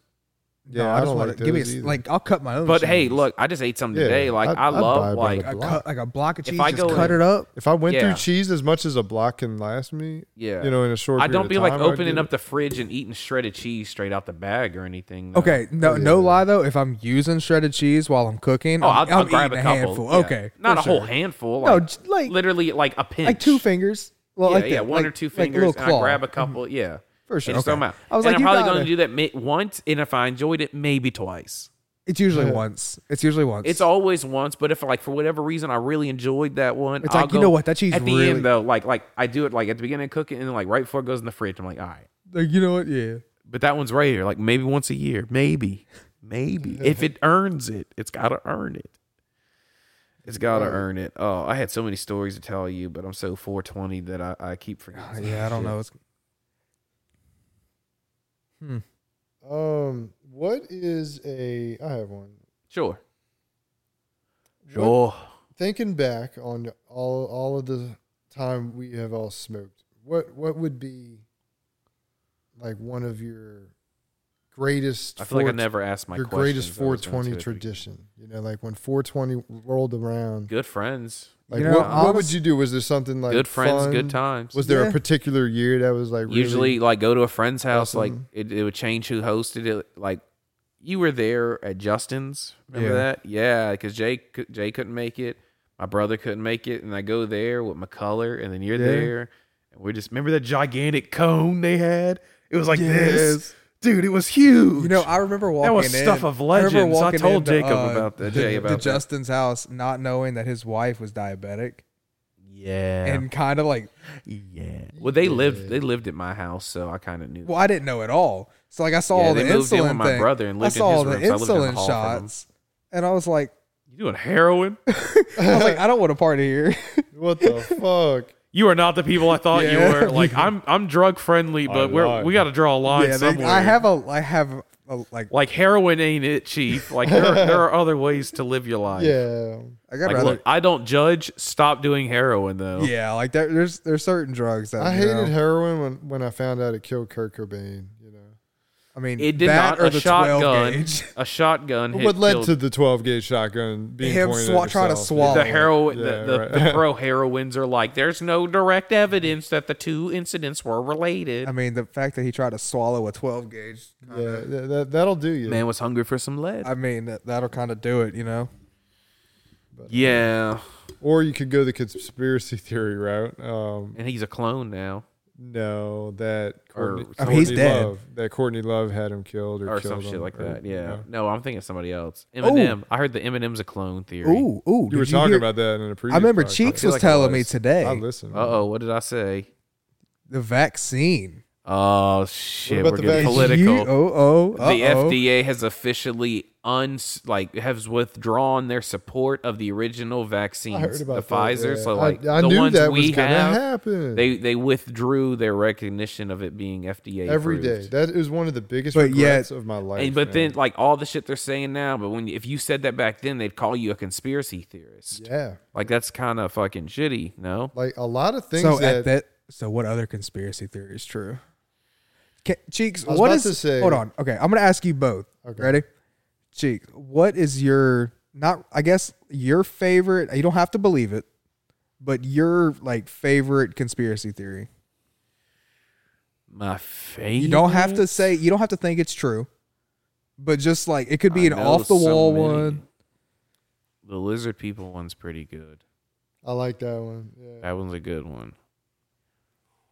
Speaker 1: yeah,
Speaker 2: No,
Speaker 1: I, don't
Speaker 2: wanna-
Speaker 1: like those
Speaker 2: give me a, s-
Speaker 1: either.
Speaker 2: like I'll cut my own.
Speaker 3: But
Speaker 2: cheese.
Speaker 3: hey, look, I just ate something
Speaker 1: Yeah,
Speaker 3: today. Like
Speaker 1: I'd-
Speaker 3: I,
Speaker 1: I'd buy a
Speaker 3: love
Speaker 1: bag
Speaker 3: like
Speaker 1: of
Speaker 2: I
Speaker 1: block.
Speaker 2: cut like a block of
Speaker 3: If
Speaker 2: cheese.
Speaker 3: I
Speaker 2: just
Speaker 3: go
Speaker 2: cut
Speaker 3: in-
Speaker 2: it up.
Speaker 1: if I went
Speaker 3: yeah.
Speaker 1: through cheese as much as a block can last me,
Speaker 3: yeah.
Speaker 1: you know, in a short.
Speaker 3: I
Speaker 1: period
Speaker 3: don't
Speaker 1: of
Speaker 3: be like
Speaker 1: time, I'd
Speaker 3: opening
Speaker 1: do
Speaker 3: up the fridge and eating shredded cheese straight out the bag or anything. though.
Speaker 2: Okay, no, no lie though. If I'm using shredded cheese while I'm cooking,
Speaker 3: Oh,
Speaker 2: I'm,
Speaker 3: I'll, I'll
Speaker 2: I'm
Speaker 3: grab a
Speaker 2: eating
Speaker 3: couple.
Speaker 2: handful.
Speaker 3: Yeah.
Speaker 2: Okay,
Speaker 3: Not
Speaker 2: for
Speaker 3: a whole
Speaker 2: sure.
Speaker 3: handful.
Speaker 2: No,
Speaker 3: Like,
Speaker 2: just, like-
Speaker 3: literally like a pinch.
Speaker 2: like two fingers. Well,
Speaker 3: Yeah,
Speaker 2: like
Speaker 3: yeah,
Speaker 2: that,
Speaker 3: one
Speaker 2: like-
Speaker 3: or two
Speaker 2: like a
Speaker 3: fingers.
Speaker 2: little
Speaker 3: and I
Speaker 2: claw. Mm-hmm.
Speaker 3: grab a couple. Yeah.
Speaker 2: For sure,
Speaker 3: And just
Speaker 2: okay.
Speaker 3: throw 'em out.
Speaker 2: I was
Speaker 3: and
Speaker 2: like,
Speaker 3: I'm
Speaker 2: you
Speaker 3: probably
Speaker 2: gotta-
Speaker 3: going to do that mi- once, and if I enjoyed it, maybe twice.
Speaker 2: It's usually once. It's usually once.
Speaker 3: It's always once, but if like for whatever reason I really enjoyed that one,
Speaker 2: It's
Speaker 3: I'll
Speaker 2: like, you
Speaker 3: go-
Speaker 2: know what, that cheese
Speaker 3: at the
Speaker 2: really-
Speaker 3: end though. Like like I do it like at the beginning of cooking, and then like right before it goes in the fridge, I'm like, all right.
Speaker 2: like you know what? Yeah.
Speaker 3: But that one's right here, like maybe once a year, maybe, maybe if it earns it, it's got to earn it. It's got to earn it. Oh, I had so many stories to tell you, but I'm so 420 that I, Uh, I keep forgetting.
Speaker 2: Yeah, I don't know. It's
Speaker 1: that. Um, what is a? I have one.
Speaker 3: Sure, Oh,
Speaker 1: What-
Speaker 3: sure.
Speaker 1: thinking back on all all of the time we have all smoked, what what would be like one of your greatest?
Speaker 3: I feel like I
Speaker 1: four-
Speaker 3: never asked my
Speaker 1: your
Speaker 3: questions.
Speaker 1: greatest
Speaker 3: I was going
Speaker 1: 420
Speaker 3: to it.
Speaker 1: tradition. You know, like when 420 rolled around.
Speaker 3: Good friends,
Speaker 1: Like,
Speaker 2: You know,
Speaker 1: what, what would
Speaker 2: honest-
Speaker 1: you do? Was there something like
Speaker 3: good friends,
Speaker 1: fun?
Speaker 3: good times.
Speaker 1: Was there
Speaker 2: Yeah.
Speaker 1: a particular year that was like really-
Speaker 3: usually like go to a friend's house like
Speaker 1: Awesome.
Speaker 3: it, it would change who hosted it like you were there at justin's remember
Speaker 2: Yeah.
Speaker 3: that yeah because jay cou- jay couldn't make it my brother couldn't make it and i go there with mccullough and then you're there and we're just remember that gigantic cone they had it was like this dude it was huge
Speaker 2: You know, I remember walking.
Speaker 3: that was
Speaker 2: in-
Speaker 3: stuff of
Speaker 2: I remember
Speaker 3: legends. I,
Speaker 2: walking
Speaker 3: told
Speaker 2: into,
Speaker 3: Jacob
Speaker 2: uh,
Speaker 3: about that. Jay
Speaker 2: to-
Speaker 3: about
Speaker 2: to
Speaker 3: that.
Speaker 2: Justin's house, not knowing that his wife was diabetic,
Speaker 3: yeah,
Speaker 2: and kind of like,
Speaker 3: yeah. Well, they lived. They lived at my house, so I kind of knew.
Speaker 2: well, I didn't know at all. So like, I saw
Speaker 3: Yeah,
Speaker 2: all the
Speaker 3: they moved in
Speaker 2: insulin
Speaker 3: with my
Speaker 2: thing.
Speaker 3: brother and
Speaker 2: I
Speaker 3: lived in
Speaker 2: saw
Speaker 3: his
Speaker 2: all the
Speaker 3: room, so I lived in the
Speaker 2: insulin
Speaker 3: hall from him.
Speaker 2: shots, and I was like,
Speaker 3: you doing heroin?
Speaker 2: I was like, I don't want to party here.
Speaker 1: What the fuck?
Speaker 11: You are not the people I thought you
Speaker 2: Yeah.
Speaker 11: were. Like I'm, I'm drug friendly, but we're, we got to draw a line
Speaker 2: yeah, they,
Speaker 11: somewhere.
Speaker 2: I have a, I have a, like,
Speaker 11: like heroin ain't it, chief. Like there, there are other ways to live your life.
Speaker 1: Yeah.
Speaker 2: I got
Speaker 11: Like,
Speaker 2: rather,
Speaker 11: look, I don't judge. Stop doing heroin though.
Speaker 2: yeah, like there, there's there's certain drugs that
Speaker 1: I
Speaker 2: you
Speaker 1: hated
Speaker 2: know,
Speaker 1: heroin when, when I found out it killed Kurt Cobain, you know.
Speaker 2: I mean,
Speaker 3: It did
Speaker 2: that
Speaker 3: not.
Speaker 2: or
Speaker 3: A
Speaker 2: the 12
Speaker 3: shotgun.
Speaker 2: gauge.
Speaker 3: A shotgun.
Speaker 1: But
Speaker 3: hit
Speaker 1: what led
Speaker 3: killed-
Speaker 1: to the 12 gauge shotgun being
Speaker 2: Him
Speaker 1: pointed
Speaker 2: swa-
Speaker 1: at
Speaker 2: trying to
Speaker 1: yourself?
Speaker 2: swallow
Speaker 3: the heroin?
Speaker 1: Yeah,
Speaker 3: the, the,
Speaker 1: right.
Speaker 3: the pro heroines are like, there's no direct evidence that the two incidents were related.
Speaker 2: I mean, the fact that he tried to swallow a 12 gauge.
Speaker 1: Yeah, that, that, that'll do you.
Speaker 3: Man was hungry for some lead.
Speaker 2: I mean, that, that'll kind of do it, you know.
Speaker 3: yeah,
Speaker 1: Or you could go the conspiracy theory route. Um,
Speaker 3: and he's a clone now.
Speaker 1: No, that Courtney,
Speaker 2: Oh, he's
Speaker 1: Courtney
Speaker 2: dead.
Speaker 1: Love, that Courtney Love had him killed or,
Speaker 3: or
Speaker 1: killed
Speaker 3: some shit
Speaker 1: him,
Speaker 3: like
Speaker 1: or,
Speaker 3: that.
Speaker 1: you
Speaker 3: Yeah.
Speaker 1: know.
Speaker 3: No, I'm thinking of somebody else. Eminem. I heard the Eminem's a clone theory.
Speaker 2: Ooh, ooh.
Speaker 1: You were
Speaker 2: did
Speaker 1: talking
Speaker 2: hear-
Speaker 1: about that in a previous.
Speaker 2: I remember
Speaker 1: podcast.
Speaker 2: Cheeks
Speaker 3: feel
Speaker 2: was
Speaker 3: like it
Speaker 2: telling me
Speaker 3: was.
Speaker 1: I
Speaker 2: today
Speaker 1: listen.
Speaker 3: Uh oh, what did I say?
Speaker 2: the vaccine.
Speaker 3: Oh shit,
Speaker 1: about
Speaker 3: we're
Speaker 1: the
Speaker 3: getting
Speaker 1: vaccine?
Speaker 3: political.
Speaker 2: You- oh, oh,
Speaker 3: the
Speaker 2: uh-oh.
Speaker 3: FDA has officially un like has withdrawn their support of the original vaccines,
Speaker 1: I heard about that,
Speaker 3: the Pfizer.
Speaker 1: yeah.
Speaker 3: So like
Speaker 1: I, I
Speaker 3: the
Speaker 1: knew
Speaker 3: ones
Speaker 1: that
Speaker 3: we
Speaker 1: was gonna
Speaker 3: have,
Speaker 1: happen
Speaker 3: they they withdrew their recognition of it being FDA
Speaker 1: every
Speaker 3: approved.
Speaker 1: day. That is one of the biggest
Speaker 2: But
Speaker 1: regrets
Speaker 2: yet-
Speaker 1: of my life.
Speaker 3: And, but
Speaker 1: man.
Speaker 3: then like all the shit they're saying now, but when if you said that back then, they'd call you a conspiracy theorist.
Speaker 1: yeah,
Speaker 3: Like that's kind of fucking shitty. No,
Speaker 1: like a lot of things
Speaker 2: So
Speaker 1: that,
Speaker 2: at that, so what other conspiracy theory is true? Ca Cheeks,
Speaker 1: I was
Speaker 2: what
Speaker 1: about
Speaker 2: is?
Speaker 1: to say-
Speaker 2: hold on. Okay, I'm gonna ask you both.
Speaker 1: Okay.
Speaker 2: Ready? Cheeks, what is your not? I guess your favorite. You don't have to believe it, but your like favorite conspiracy theory.
Speaker 3: my favorite.
Speaker 2: You don't have to say. You don't have to think it's true, but just like it could be
Speaker 3: I
Speaker 2: an
Speaker 3: know
Speaker 2: off the wall
Speaker 3: so many.
Speaker 2: one.
Speaker 3: The lizard people one's pretty good.
Speaker 1: I like that one. Yeah.
Speaker 3: That one's a good one.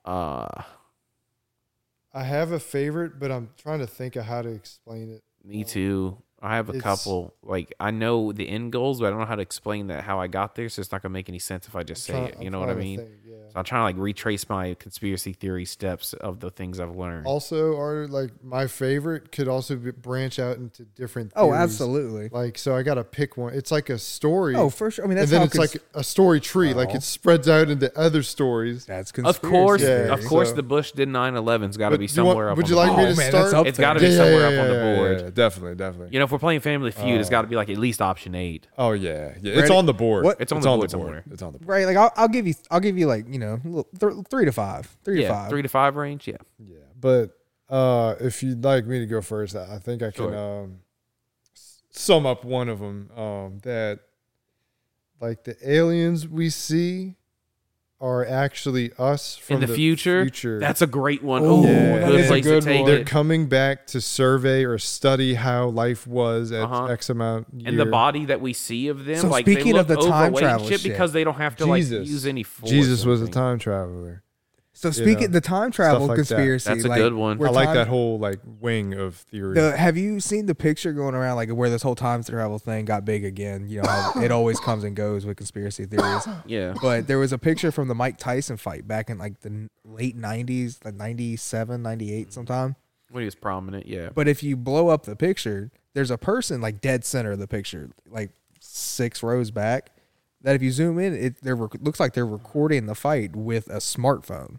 Speaker 3: Uh
Speaker 1: I have a favorite, but I'm trying to think of how to explain it.
Speaker 3: Me too. I have a
Speaker 1: It's-
Speaker 3: couple. Like I know the end goals, but I don't know how to explain that how I got there. So it's not gonna make any sense if I just
Speaker 1: Try-
Speaker 3: say it. You
Speaker 1: I'm
Speaker 3: know what I
Speaker 1: trying to
Speaker 3: mean?
Speaker 1: think, yeah.
Speaker 3: So I'm trying to like retrace my conspiracy theory steps of the things I've learned.
Speaker 1: Also, are like my favorite could also be, branch out into different.
Speaker 2: Oh,
Speaker 1: theories.
Speaker 2: absolutely.
Speaker 1: Like so, I got to pick one. It's like a story.
Speaker 2: Oh, for sure. I mean,
Speaker 1: and
Speaker 2: that's
Speaker 1: then
Speaker 2: how
Speaker 1: it's like a story tree. Like
Speaker 2: Well.
Speaker 1: it spreads out into other stories.
Speaker 2: that's
Speaker 3: of
Speaker 2: conspiracy.
Speaker 3: course,
Speaker 1: theory,
Speaker 3: of course,
Speaker 1: so-
Speaker 3: the Bush did 9/11's got to
Speaker 1: But
Speaker 3: be
Speaker 1: do you want-
Speaker 3: somewhere up.
Speaker 1: would
Speaker 3: on
Speaker 1: you
Speaker 3: the
Speaker 1: like me
Speaker 3: board.
Speaker 1: to
Speaker 2: Oh, man,
Speaker 1: start?
Speaker 2: that's up
Speaker 3: It's got to
Speaker 2: there.
Speaker 3: be somewhere up on the board.
Speaker 1: definitely, definitely.
Speaker 3: You know, if we're playing Family Feud,
Speaker 1: Uh,
Speaker 3: it's got to be like at least option eight.
Speaker 1: Oh yeah, yeah. It's
Speaker 2: Ready?
Speaker 1: on the board.
Speaker 2: What?
Speaker 3: It's on the board somewhere.
Speaker 1: It's on the board.
Speaker 2: Right, like I'll, I'll give you, I'll give you like you know, little- th- three to five, three
Speaker 3: yeah,
Speaker 2: to five.
Speaker 3: three to five range. Yeah,
Speaker 1: Yeah, but uh, if you'd like me to go first, I I think I can
Speaker 3: Sure.
Speaker 1: um, s- sum up one of them. Um, that like the aliens we see are actually us from
Speaker 3: in the, future,
Speaker 1: future.
Speaker 3: that's a great one.
Speaker 2: Ooh,
Speaker 3: Oh,
Speaker 1: Yeah. that
Speaker 3: good
Speaker 1: is a
Speaker 3: place
Speaker 2: good
Speaker 3: to take
Speaker 2: one.
Speaker 1: they're
Speaker 3: it.
Speaker 1: coming back to survey or study how life was at
Speaker 3: Uh-huh.
Speaker 1: X amount. Year.
Speaker 3: and the body that we see of them.
Speaker 2: So
Speaker 3: like
Speaker 2: speaking
Speaker 3: they
Speaker 2: of
Speaker 3: look
Speaker 2: the time
Speaker 3: overweight
Speaker 2: travel
Speaker 3: shit
Speaker 2: shit.
Speaker 3: because they don't have to like
Speaker 1: Jesus.
Speaker 3: use any force.
Speaker 1: Jesus
Speaker 3: or
Speaker 1: was a
Speaker 3: anything.
Speaker 1: time traveler.
Speaker 2: So speaking
Speaker 1: know,
Speaker 2: the time travel
Speaker 1: like that.
Speaker 2: conspiracy,
Speaker 3: That's a
Speaker 2: like,
Speaker 3: good one.
Speaker 2: where
Speaker 1: I like
Speaker 2: time-
Speaker 1: that whole like wing of theory.
Speaker 2: The, have you seen the picture going around like where this whole time travel thing got big again? You know, how it always comes and goes with conspiracy theories.
Speaker 3: Yeah.
Speaker 2: But there was a picture from the Mike Tyson fight back in like the n- late 90s, like 97, 98 sometime.
Speaker 3: When he was prominent, yeah.
Speaker 2: But if you blow up the picture, there's a person like dead center of the picture, like six rows back. That if you zoom in, it they're rec- looks like they're recording the fight with a smartphone.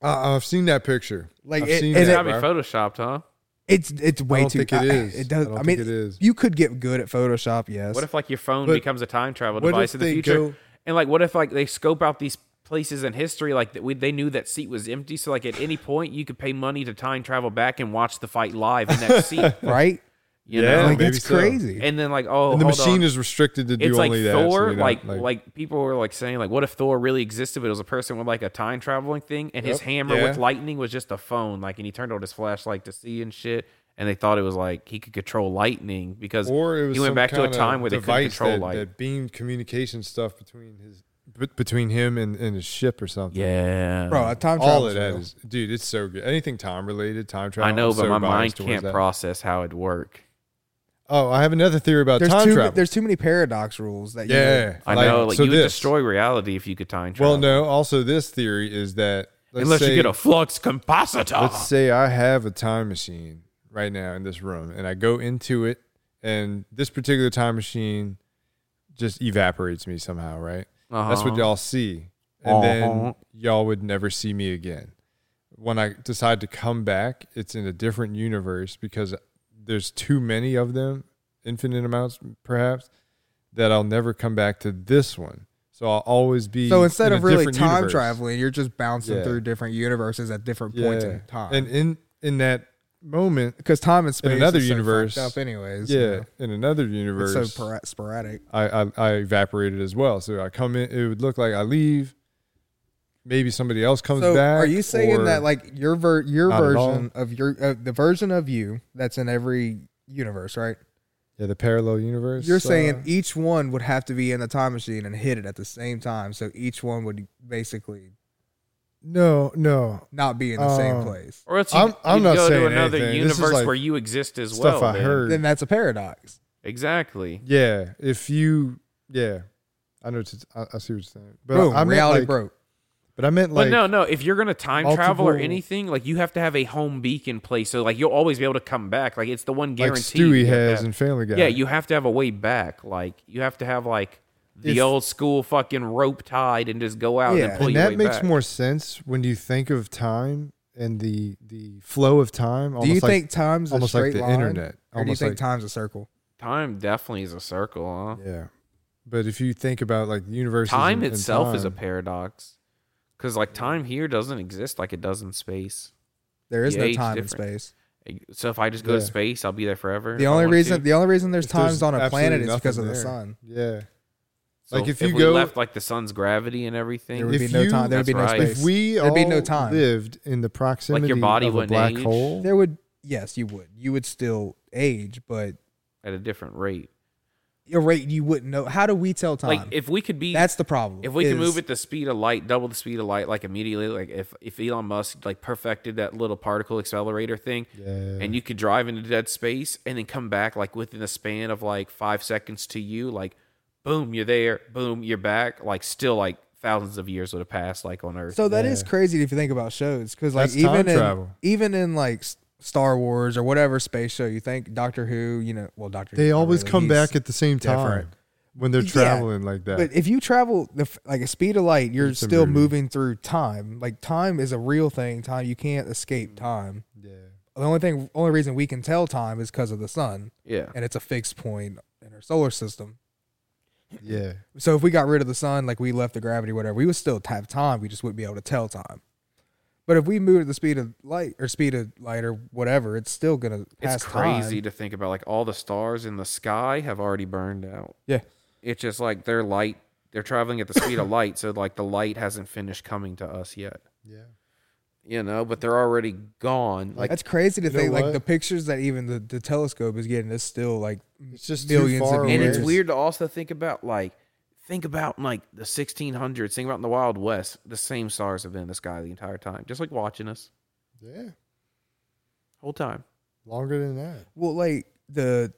Speaker 1: I, I've seen that picture.
Speaker 2: Like,
Speaker 1: I've
Speaker 2: it-
Speaker 1: seen
Speaker 2: and
Speaker 3: It's
Speaker 1: that,
Speaker 3: gotta be
Speaker 1: bro.
Speaker 3: photoshopped, huh?
Speaker 2: It's it's way
Speaker 1: don't
Speaker 2: too.
Speaker 1: think it
Speaker 2: I-
Speaker 1: is.
Speaker 2: It does.
Speaker 1: I
Speaker 2: I,
Speaker 1: don't
Speaker 2: mean,
Speaker 1: think it is.
Speaker 2: you could get good at Photoshop. Yes.
Speaker 3: What if like your phone
Speaker 1: But
Speaker 3: becomes a time travel
Speaker 1: what
Speaker 3: device
Speaker 1: if
Speaker 3: in the
Speaker 1: they
Speaker 3: future?
Speaker 1: go-
Speaker 3: and like, what if like they scope out these places in history, like that we they knew that seat was empty, so like at any point you could pay money to time travel back and watch the fight live in that seat,
Speaker 2: right?
Speaker 3: you
Speaker 1: Yeah.
Speaker 3: know?
Speaker 2: like
Speaker 1: maybe
Speaker 2: it's
Speaker 1: so.
Speaker 2: crazy.
Speaker 3: And then like, oh,
Speaker 1: And the
Speaker 3: hold
Speaker 1: machine
Speaker 3: on.
Speaker 1: is restricted to do
Speaker 3: it's like
Speaker 1: only that. so
Speaker 3: Thor,
Speaker 1: you don't,
Speaker 3: like, like people were like saying like, what if Thor really existed, but it was a person with like a time traveling thing, and his
Speaker 1: Yep.
Speaker 3: hammer with
Speaker 1: Yeah.
Speaker 3: lightning was just a phone, like, and he turned on his flashlight to see and shit, and they thought it was like he could control lightning because
Speaker 1: or it was
Speaker 3: he went
Speaker 1: some
Speaker 3: back to a
Speaker 1: kinda
Speaker 3: time where they couldn't
Speaker 1: device
Speaker 3: control
Speaker 1: that,
Speaker 3: light.
Speaker 1: that beamed communication stuff between his be- between him and, and his ship or something.
Speaker 3: yeah,
Speaker 2: Bro, a time
Speaker 1: all
Speaker 2: travel.
Speaker 1: of that is, dude. It's so good. Anything time related, time travel.
Speaker 3: I know,
Speaker 1: I'm
Speaker 3: but
Speaker 1: so
Speaker 3: my mind
Speaker 1: biased towards
Speaker 3: can't
Speaker 1: that.
Speaker 3: process how it work.
Speaker 1: Oh, I have another theory about
Speaker 2: There's
Speaker 1: time
Speaker 2: too.
Speaker 1: travel.
Speaker 2: There's too many paradox rules that. You
Speaker 1: yeah,
Speaker 3: I know, like
Speaker 1: so
Speaker 3: you would
Speaker 1: this.
Speaker 3: destroy reality if you could time travel.
Speaker 1: Well, no. Also, this theory is that let's
Speaker 3: unless
Speaker 1: say-
Speaker 3: you get a flux capacitor.
Speaker 2: Uh-huh.
Speaker 1: Let's say I have a time machine right now in this room and I go into it and this particular time machine just evaporates me somehow, right? That's what
Speaker 3: Uh-huh.
Speaker 1: y'all see. And
Speaker 3: Uh-huh.
Speaker 1: then y'all would never see me again. When I decide to come back, it's in a different universe because there's too many of them, infinite amounts perhaps, that I'll never come back to this one. So I'll always be
Speaker 2: So instead
Speaker 1: in a
Speaker 2: of really
Speaker 1: different
Speaker 2: time
Speaker 1: universe.
Speaker 2: traveling, you're just bouncing
Speaker 1: Yeah.
Speaker 2: through different universes at different points in time.
Speaker 1: And in in that moment,
Speaker 2: because time and space
Speaker 1: another
Speaker 2: is so
Speaker 1: universe-
Speaker 2: fucked up anyways. you
Speaker 1: yeah,
Speaker 2: know?
Speaker 1: in another
Speaker 2: It's
Speaker 1: universe,
Speaker 2: so spora- sporadic.
Speaker 1: I, I I evaporated as well. So I come in, it would look like I leave. Maybe somebody else comes
Speaker 2: So
Speaker 1: back.
Speaker 2: are you saying
Speaker 1: or-
Speaker 2: that like your ver- your
Speaker 1: Not at
Speaker 2: version of your uh, the version of you that's in every universe, right?
Speaker 1: yeah, the parallel universe?
Speaker 2: You're
Speaker 1: uh,
Speaker 2: saying each one would have to be in the time machine and hit it at the same time, so each one would basically
Speaker 1: No, no.
Speaker 2: not be in the same
Speaker 1: Um,
Speaker 2: place.
Speaker 3: Or else you,
Speaker 1: I'm- I'm
Speaker 3: you
Speaker 1: not
Speaker 3: go to
Speaker 1: saying
Speaker 3: another
Speaker 1: anything. This is
Speaker 3: universe
Speaker 1: like
Speaker 3: where you exist as well.
Speaker 1: Stuff I
Speaker 3: then.
Speaker 1: heard.
Speaker 2: Then that's a paradox.
Speaker 3: Exactly.
Speaker 1: Yeah, if you, yeah, I know. It's, I, I see what you're saying, but
Speaker 2: Boom,
Speaker 1: I meant
Speaker 2: reality
Speaker 1: like,
Speaker 2: broke.
Speaker 1: But I meant
Speaker 3: But
Speaker 1: like,
Speaker 3: no, no. If you're gonna time travel or
Speaker 1: multiple-
Speaker 3: anything, like you have to have a home beacon place, so like you'll always be able to come back. Like it's the one
Speaker 1: like
Speaker 3: guarantee.
Speaker 1: Stewie
Speaker 3: you have to
Speaker 1: has
Speaker 3: have.
Speaker 1: in Family Guy.
Speaker 3: Yeah, you have to have a way back. Like you have to have like the
Speaker 1: If-
Speaker 3: old school fucking rope tied and just go out
Speaker 2: Yeah,
Speaker 3: and pull
Speaker 1: and
Speaker 3: your
Speaker 1: that
Speaker 3: way
Speaker 1: makes
Speaker 3: back.
Speaker 1: more sense when you think of time and the the flow of time. Almost
Speaker 2: Do you
Speaker 1: like,
Speaker 2: think time's a
Speaker 1: almost like
Speaker 2: straight
Speaker 1: the
Speaker 2: line,
Speaker 1: internet,
Speaker 2: or do you
Speaker 1: almost
Speaker 2: think
Speaker 1: like-
Speaker 2: time's a circle?
Speaker 3: Time definitely is a circle, huh?
Speaker 1: Yeah, but if you think about like the universe,
Speaker 3: Time
Speaker 1: and, and
Speaker 3: itself is a
Speaker 1: time,
Speaker 3: paradox. Cause like time here doesn't exist like it does in space.
Speaker 2: There is
Speaker 3: The
Speaker 2: no
Speaker 3: age
Speaker 2: time and
Speaker 3: difference.
Speaker 2: space.
Speaker 3: So if I just go to space, I'll be there forever.
Speaker 2: The
Speaker 3: if I
Speaker 2: only
Speaker 3: want to.
Speaker 2: reason the only reason there's
Speaker 1: If
Speaker 2: times on a
Speaker 1: absolutely
Speaker 2: planet is
Speaker 1: nothing
Speaker 2: because of the
Speaker 1: there.
Speaker 2: sun.
Speaker 1: Yeah,
Speaker 3: So
Speaker 1: like, if you
Speaker 3: we
Speaker 1: go-
Speaker 3: left like the sun's gravity and
Speaker 2: There
Speaker 3: everything,
Speaker 2: would
Speaker 1: If
Speaker 2: be no
Speaker 1: you-
Speaker 2: time. There would be no
Speaker 3: That's right.
Speaker 2: space.
Speaker 1: if we
Speaker 2: There'd
Speaker 1: all
Speaker 2: be no time.
Speaker 1: lived in the proximity
Speaker 3: body
Speaker 1: of a
Speaker 3: wouldn't
Speaker 1: black
Speaker 3: age.
Speaker 1: hole,
Speaker 2: there would yes, you would. You would still age, but
Speaker 3: at a different rate.
Speaker 2: your rate you wouldn't know. How do we tell time?
Speaker 3: Like if we could be
Speaker 2: That's the problem.
Speaker 3: if we
Speaker 2: is-
Speaker 3: can move at the speed of light, double the speed of light, like immediately, like if, if Elon Musk like perfected that little particle accelerator thing, and you could drive into dead space and then come back like within the span of like five seconds to you, like boom, you're there, boom, you're back, like still like thousands of years would have passed like on Earth.
Speaker 2: So that is crazy if you think about shows because like
Speaker 1: That's time
Speaker 2: even in,
Speaker 1: travel.
Speaker 2: even in like S- Star Wars or whatever space show you think Doctor Who, you know, well Doctor Who,
Speaker 1: they
Speaker 2: not
Speaker 1: always
Speaker 2: really,
Speaker 1: come
Speaker 2: he's-
Speaker 1: back at the same time
Speaker 2: different.
Speaker 1: when they're
Speaker 2: Yeah,
Speaker 1: traveling like that.
Speaker 2: But if you travel the f- like a speed of light, you're
Speaker 1: a
Speaker 2: still
Speaker 1: movie.
Speaker 2: moving through time. Like time is a real thing. Time you can't escape time.
Speaker 1: yeah,
Speaker 2: The only thing, only reason we can tell time is because of the sun,
Speaker 3: yeah,
Speaker 2: and it's a fixed point in our solar system.
Speaker 1: yeah,
Speaker 2: So if we got rid of the sun, like we left the gravity, whatever, we would still have time. We just wouldn't be able to tell time. But if we move at the speed of light or speed of light or whatever, it's still gonna pass
Speaker 3: it's
Speaker 2: time.
Speaker 3: crazy to think about. Like all the stars in the sky have already burned out.
Speaker 2: Yeah.
Speaker 3: It's just like their light. They're traveling at the speed of light, so like the light hasn't finished coming to us yet.
Speaker 1: yeah.
Speaker 3: You know, but they're already gone. Like
Speaker 2: That's crazy to
Speaker 1: You know
Speaker 2: think. Like
Speaker 1: what?
Speaker 2: the pictures that even the, the telescope is getting is still like
Speaker 1: It's just too
Speaker 2: millions
Speaker 1: far
Speaker 2: of
Speaker 1: away.
Speaker 3: and it's
Speaker 2: years.
Speaker 3: weird to also think about like think about like the 1600s think about in the wild west the same stars have been in the sky the entire time just like watching us
Speaker 1: Yeah,
Speaker 3: whole time
Speaker 1: longer than that.
Speaker 2: Well, like the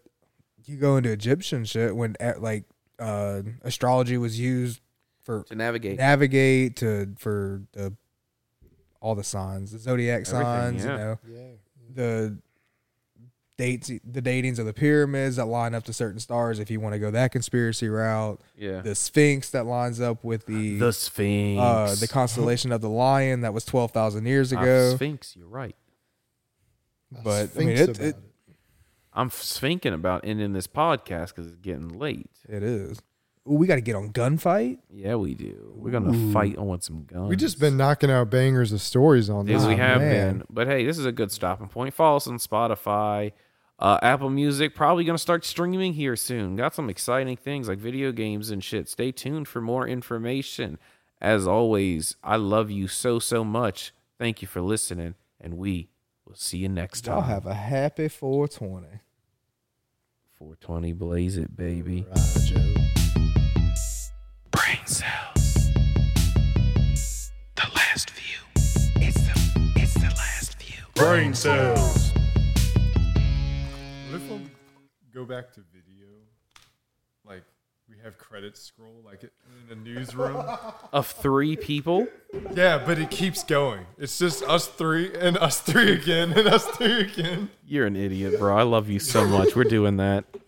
Speaker 2: you go into Egyptian shit when at, like uh, astrology was used for
Speaker 3: to navigate
Speaker 2: navigate to for the all the signs, the zodiac
Speaker 3: Everything,
Speaker 2: signs,
Speaker 3: yeah.
Speaker 2: you know,
Speaker 1: Yeah,
Speaker 2: the dates, the datings of the pyramids that line up to certain stars. If you want to go that conspiracy route,
Speaker 3: yeah
Speaker 2: the Sphinx that lines up with the
Speaker 3: the sphinx
Speaker 2: uh, the constellation of the lion that was twelve thousand years
Speaker 3: I'm
Speaker 2: ago.
Speaker 3: Ah, sphinx you're right
Speaker 2: But, I mean,
Speaker 1: Sphinx
Speaker 2: it-
Speaker 1: about
Speaker 2: it-
Speaker 3: i'm sphinxing about ending this podcast because it's getting late
Speaker 2: It is. Ooh, we got to get on gunfight.
Speaker 3: yeah we do we're gonna fight on some guns
Speaker 1: We just been knocking out bangers of stories on this.
Speaker 3: Yes, we
Speaker 2: Ah,
Speaker 3: have
Speaker 2: man.
Speaker 3: been. But hey, this is a good stopping point. Follow us on Spotify, uh, Apple Music. Probably going to start streaming here soon. Got some exciting things like video games and shit. Stay tuned for more information. As always, I love you so, so much. Thank you for listening, and we will see you next
Speaker 2: Y'all
Speaker 3: time.
Speaker 2: have a happy 420.
Speaker 3: 420 Blaze It, baby. Brain cells. The last view. It's the, it's the last view.
Speaker 12: Brain cells.
Speaker 13: What if we go back to video? Like we have credits scroll like in a newsroom.
Speaker 3: Of three people.
Speaker 13: yeah, but it keeps going. It's just us three and us three again and us three again.
Speaker 3: You're an idiot, bro. I love you so much. We're doing that.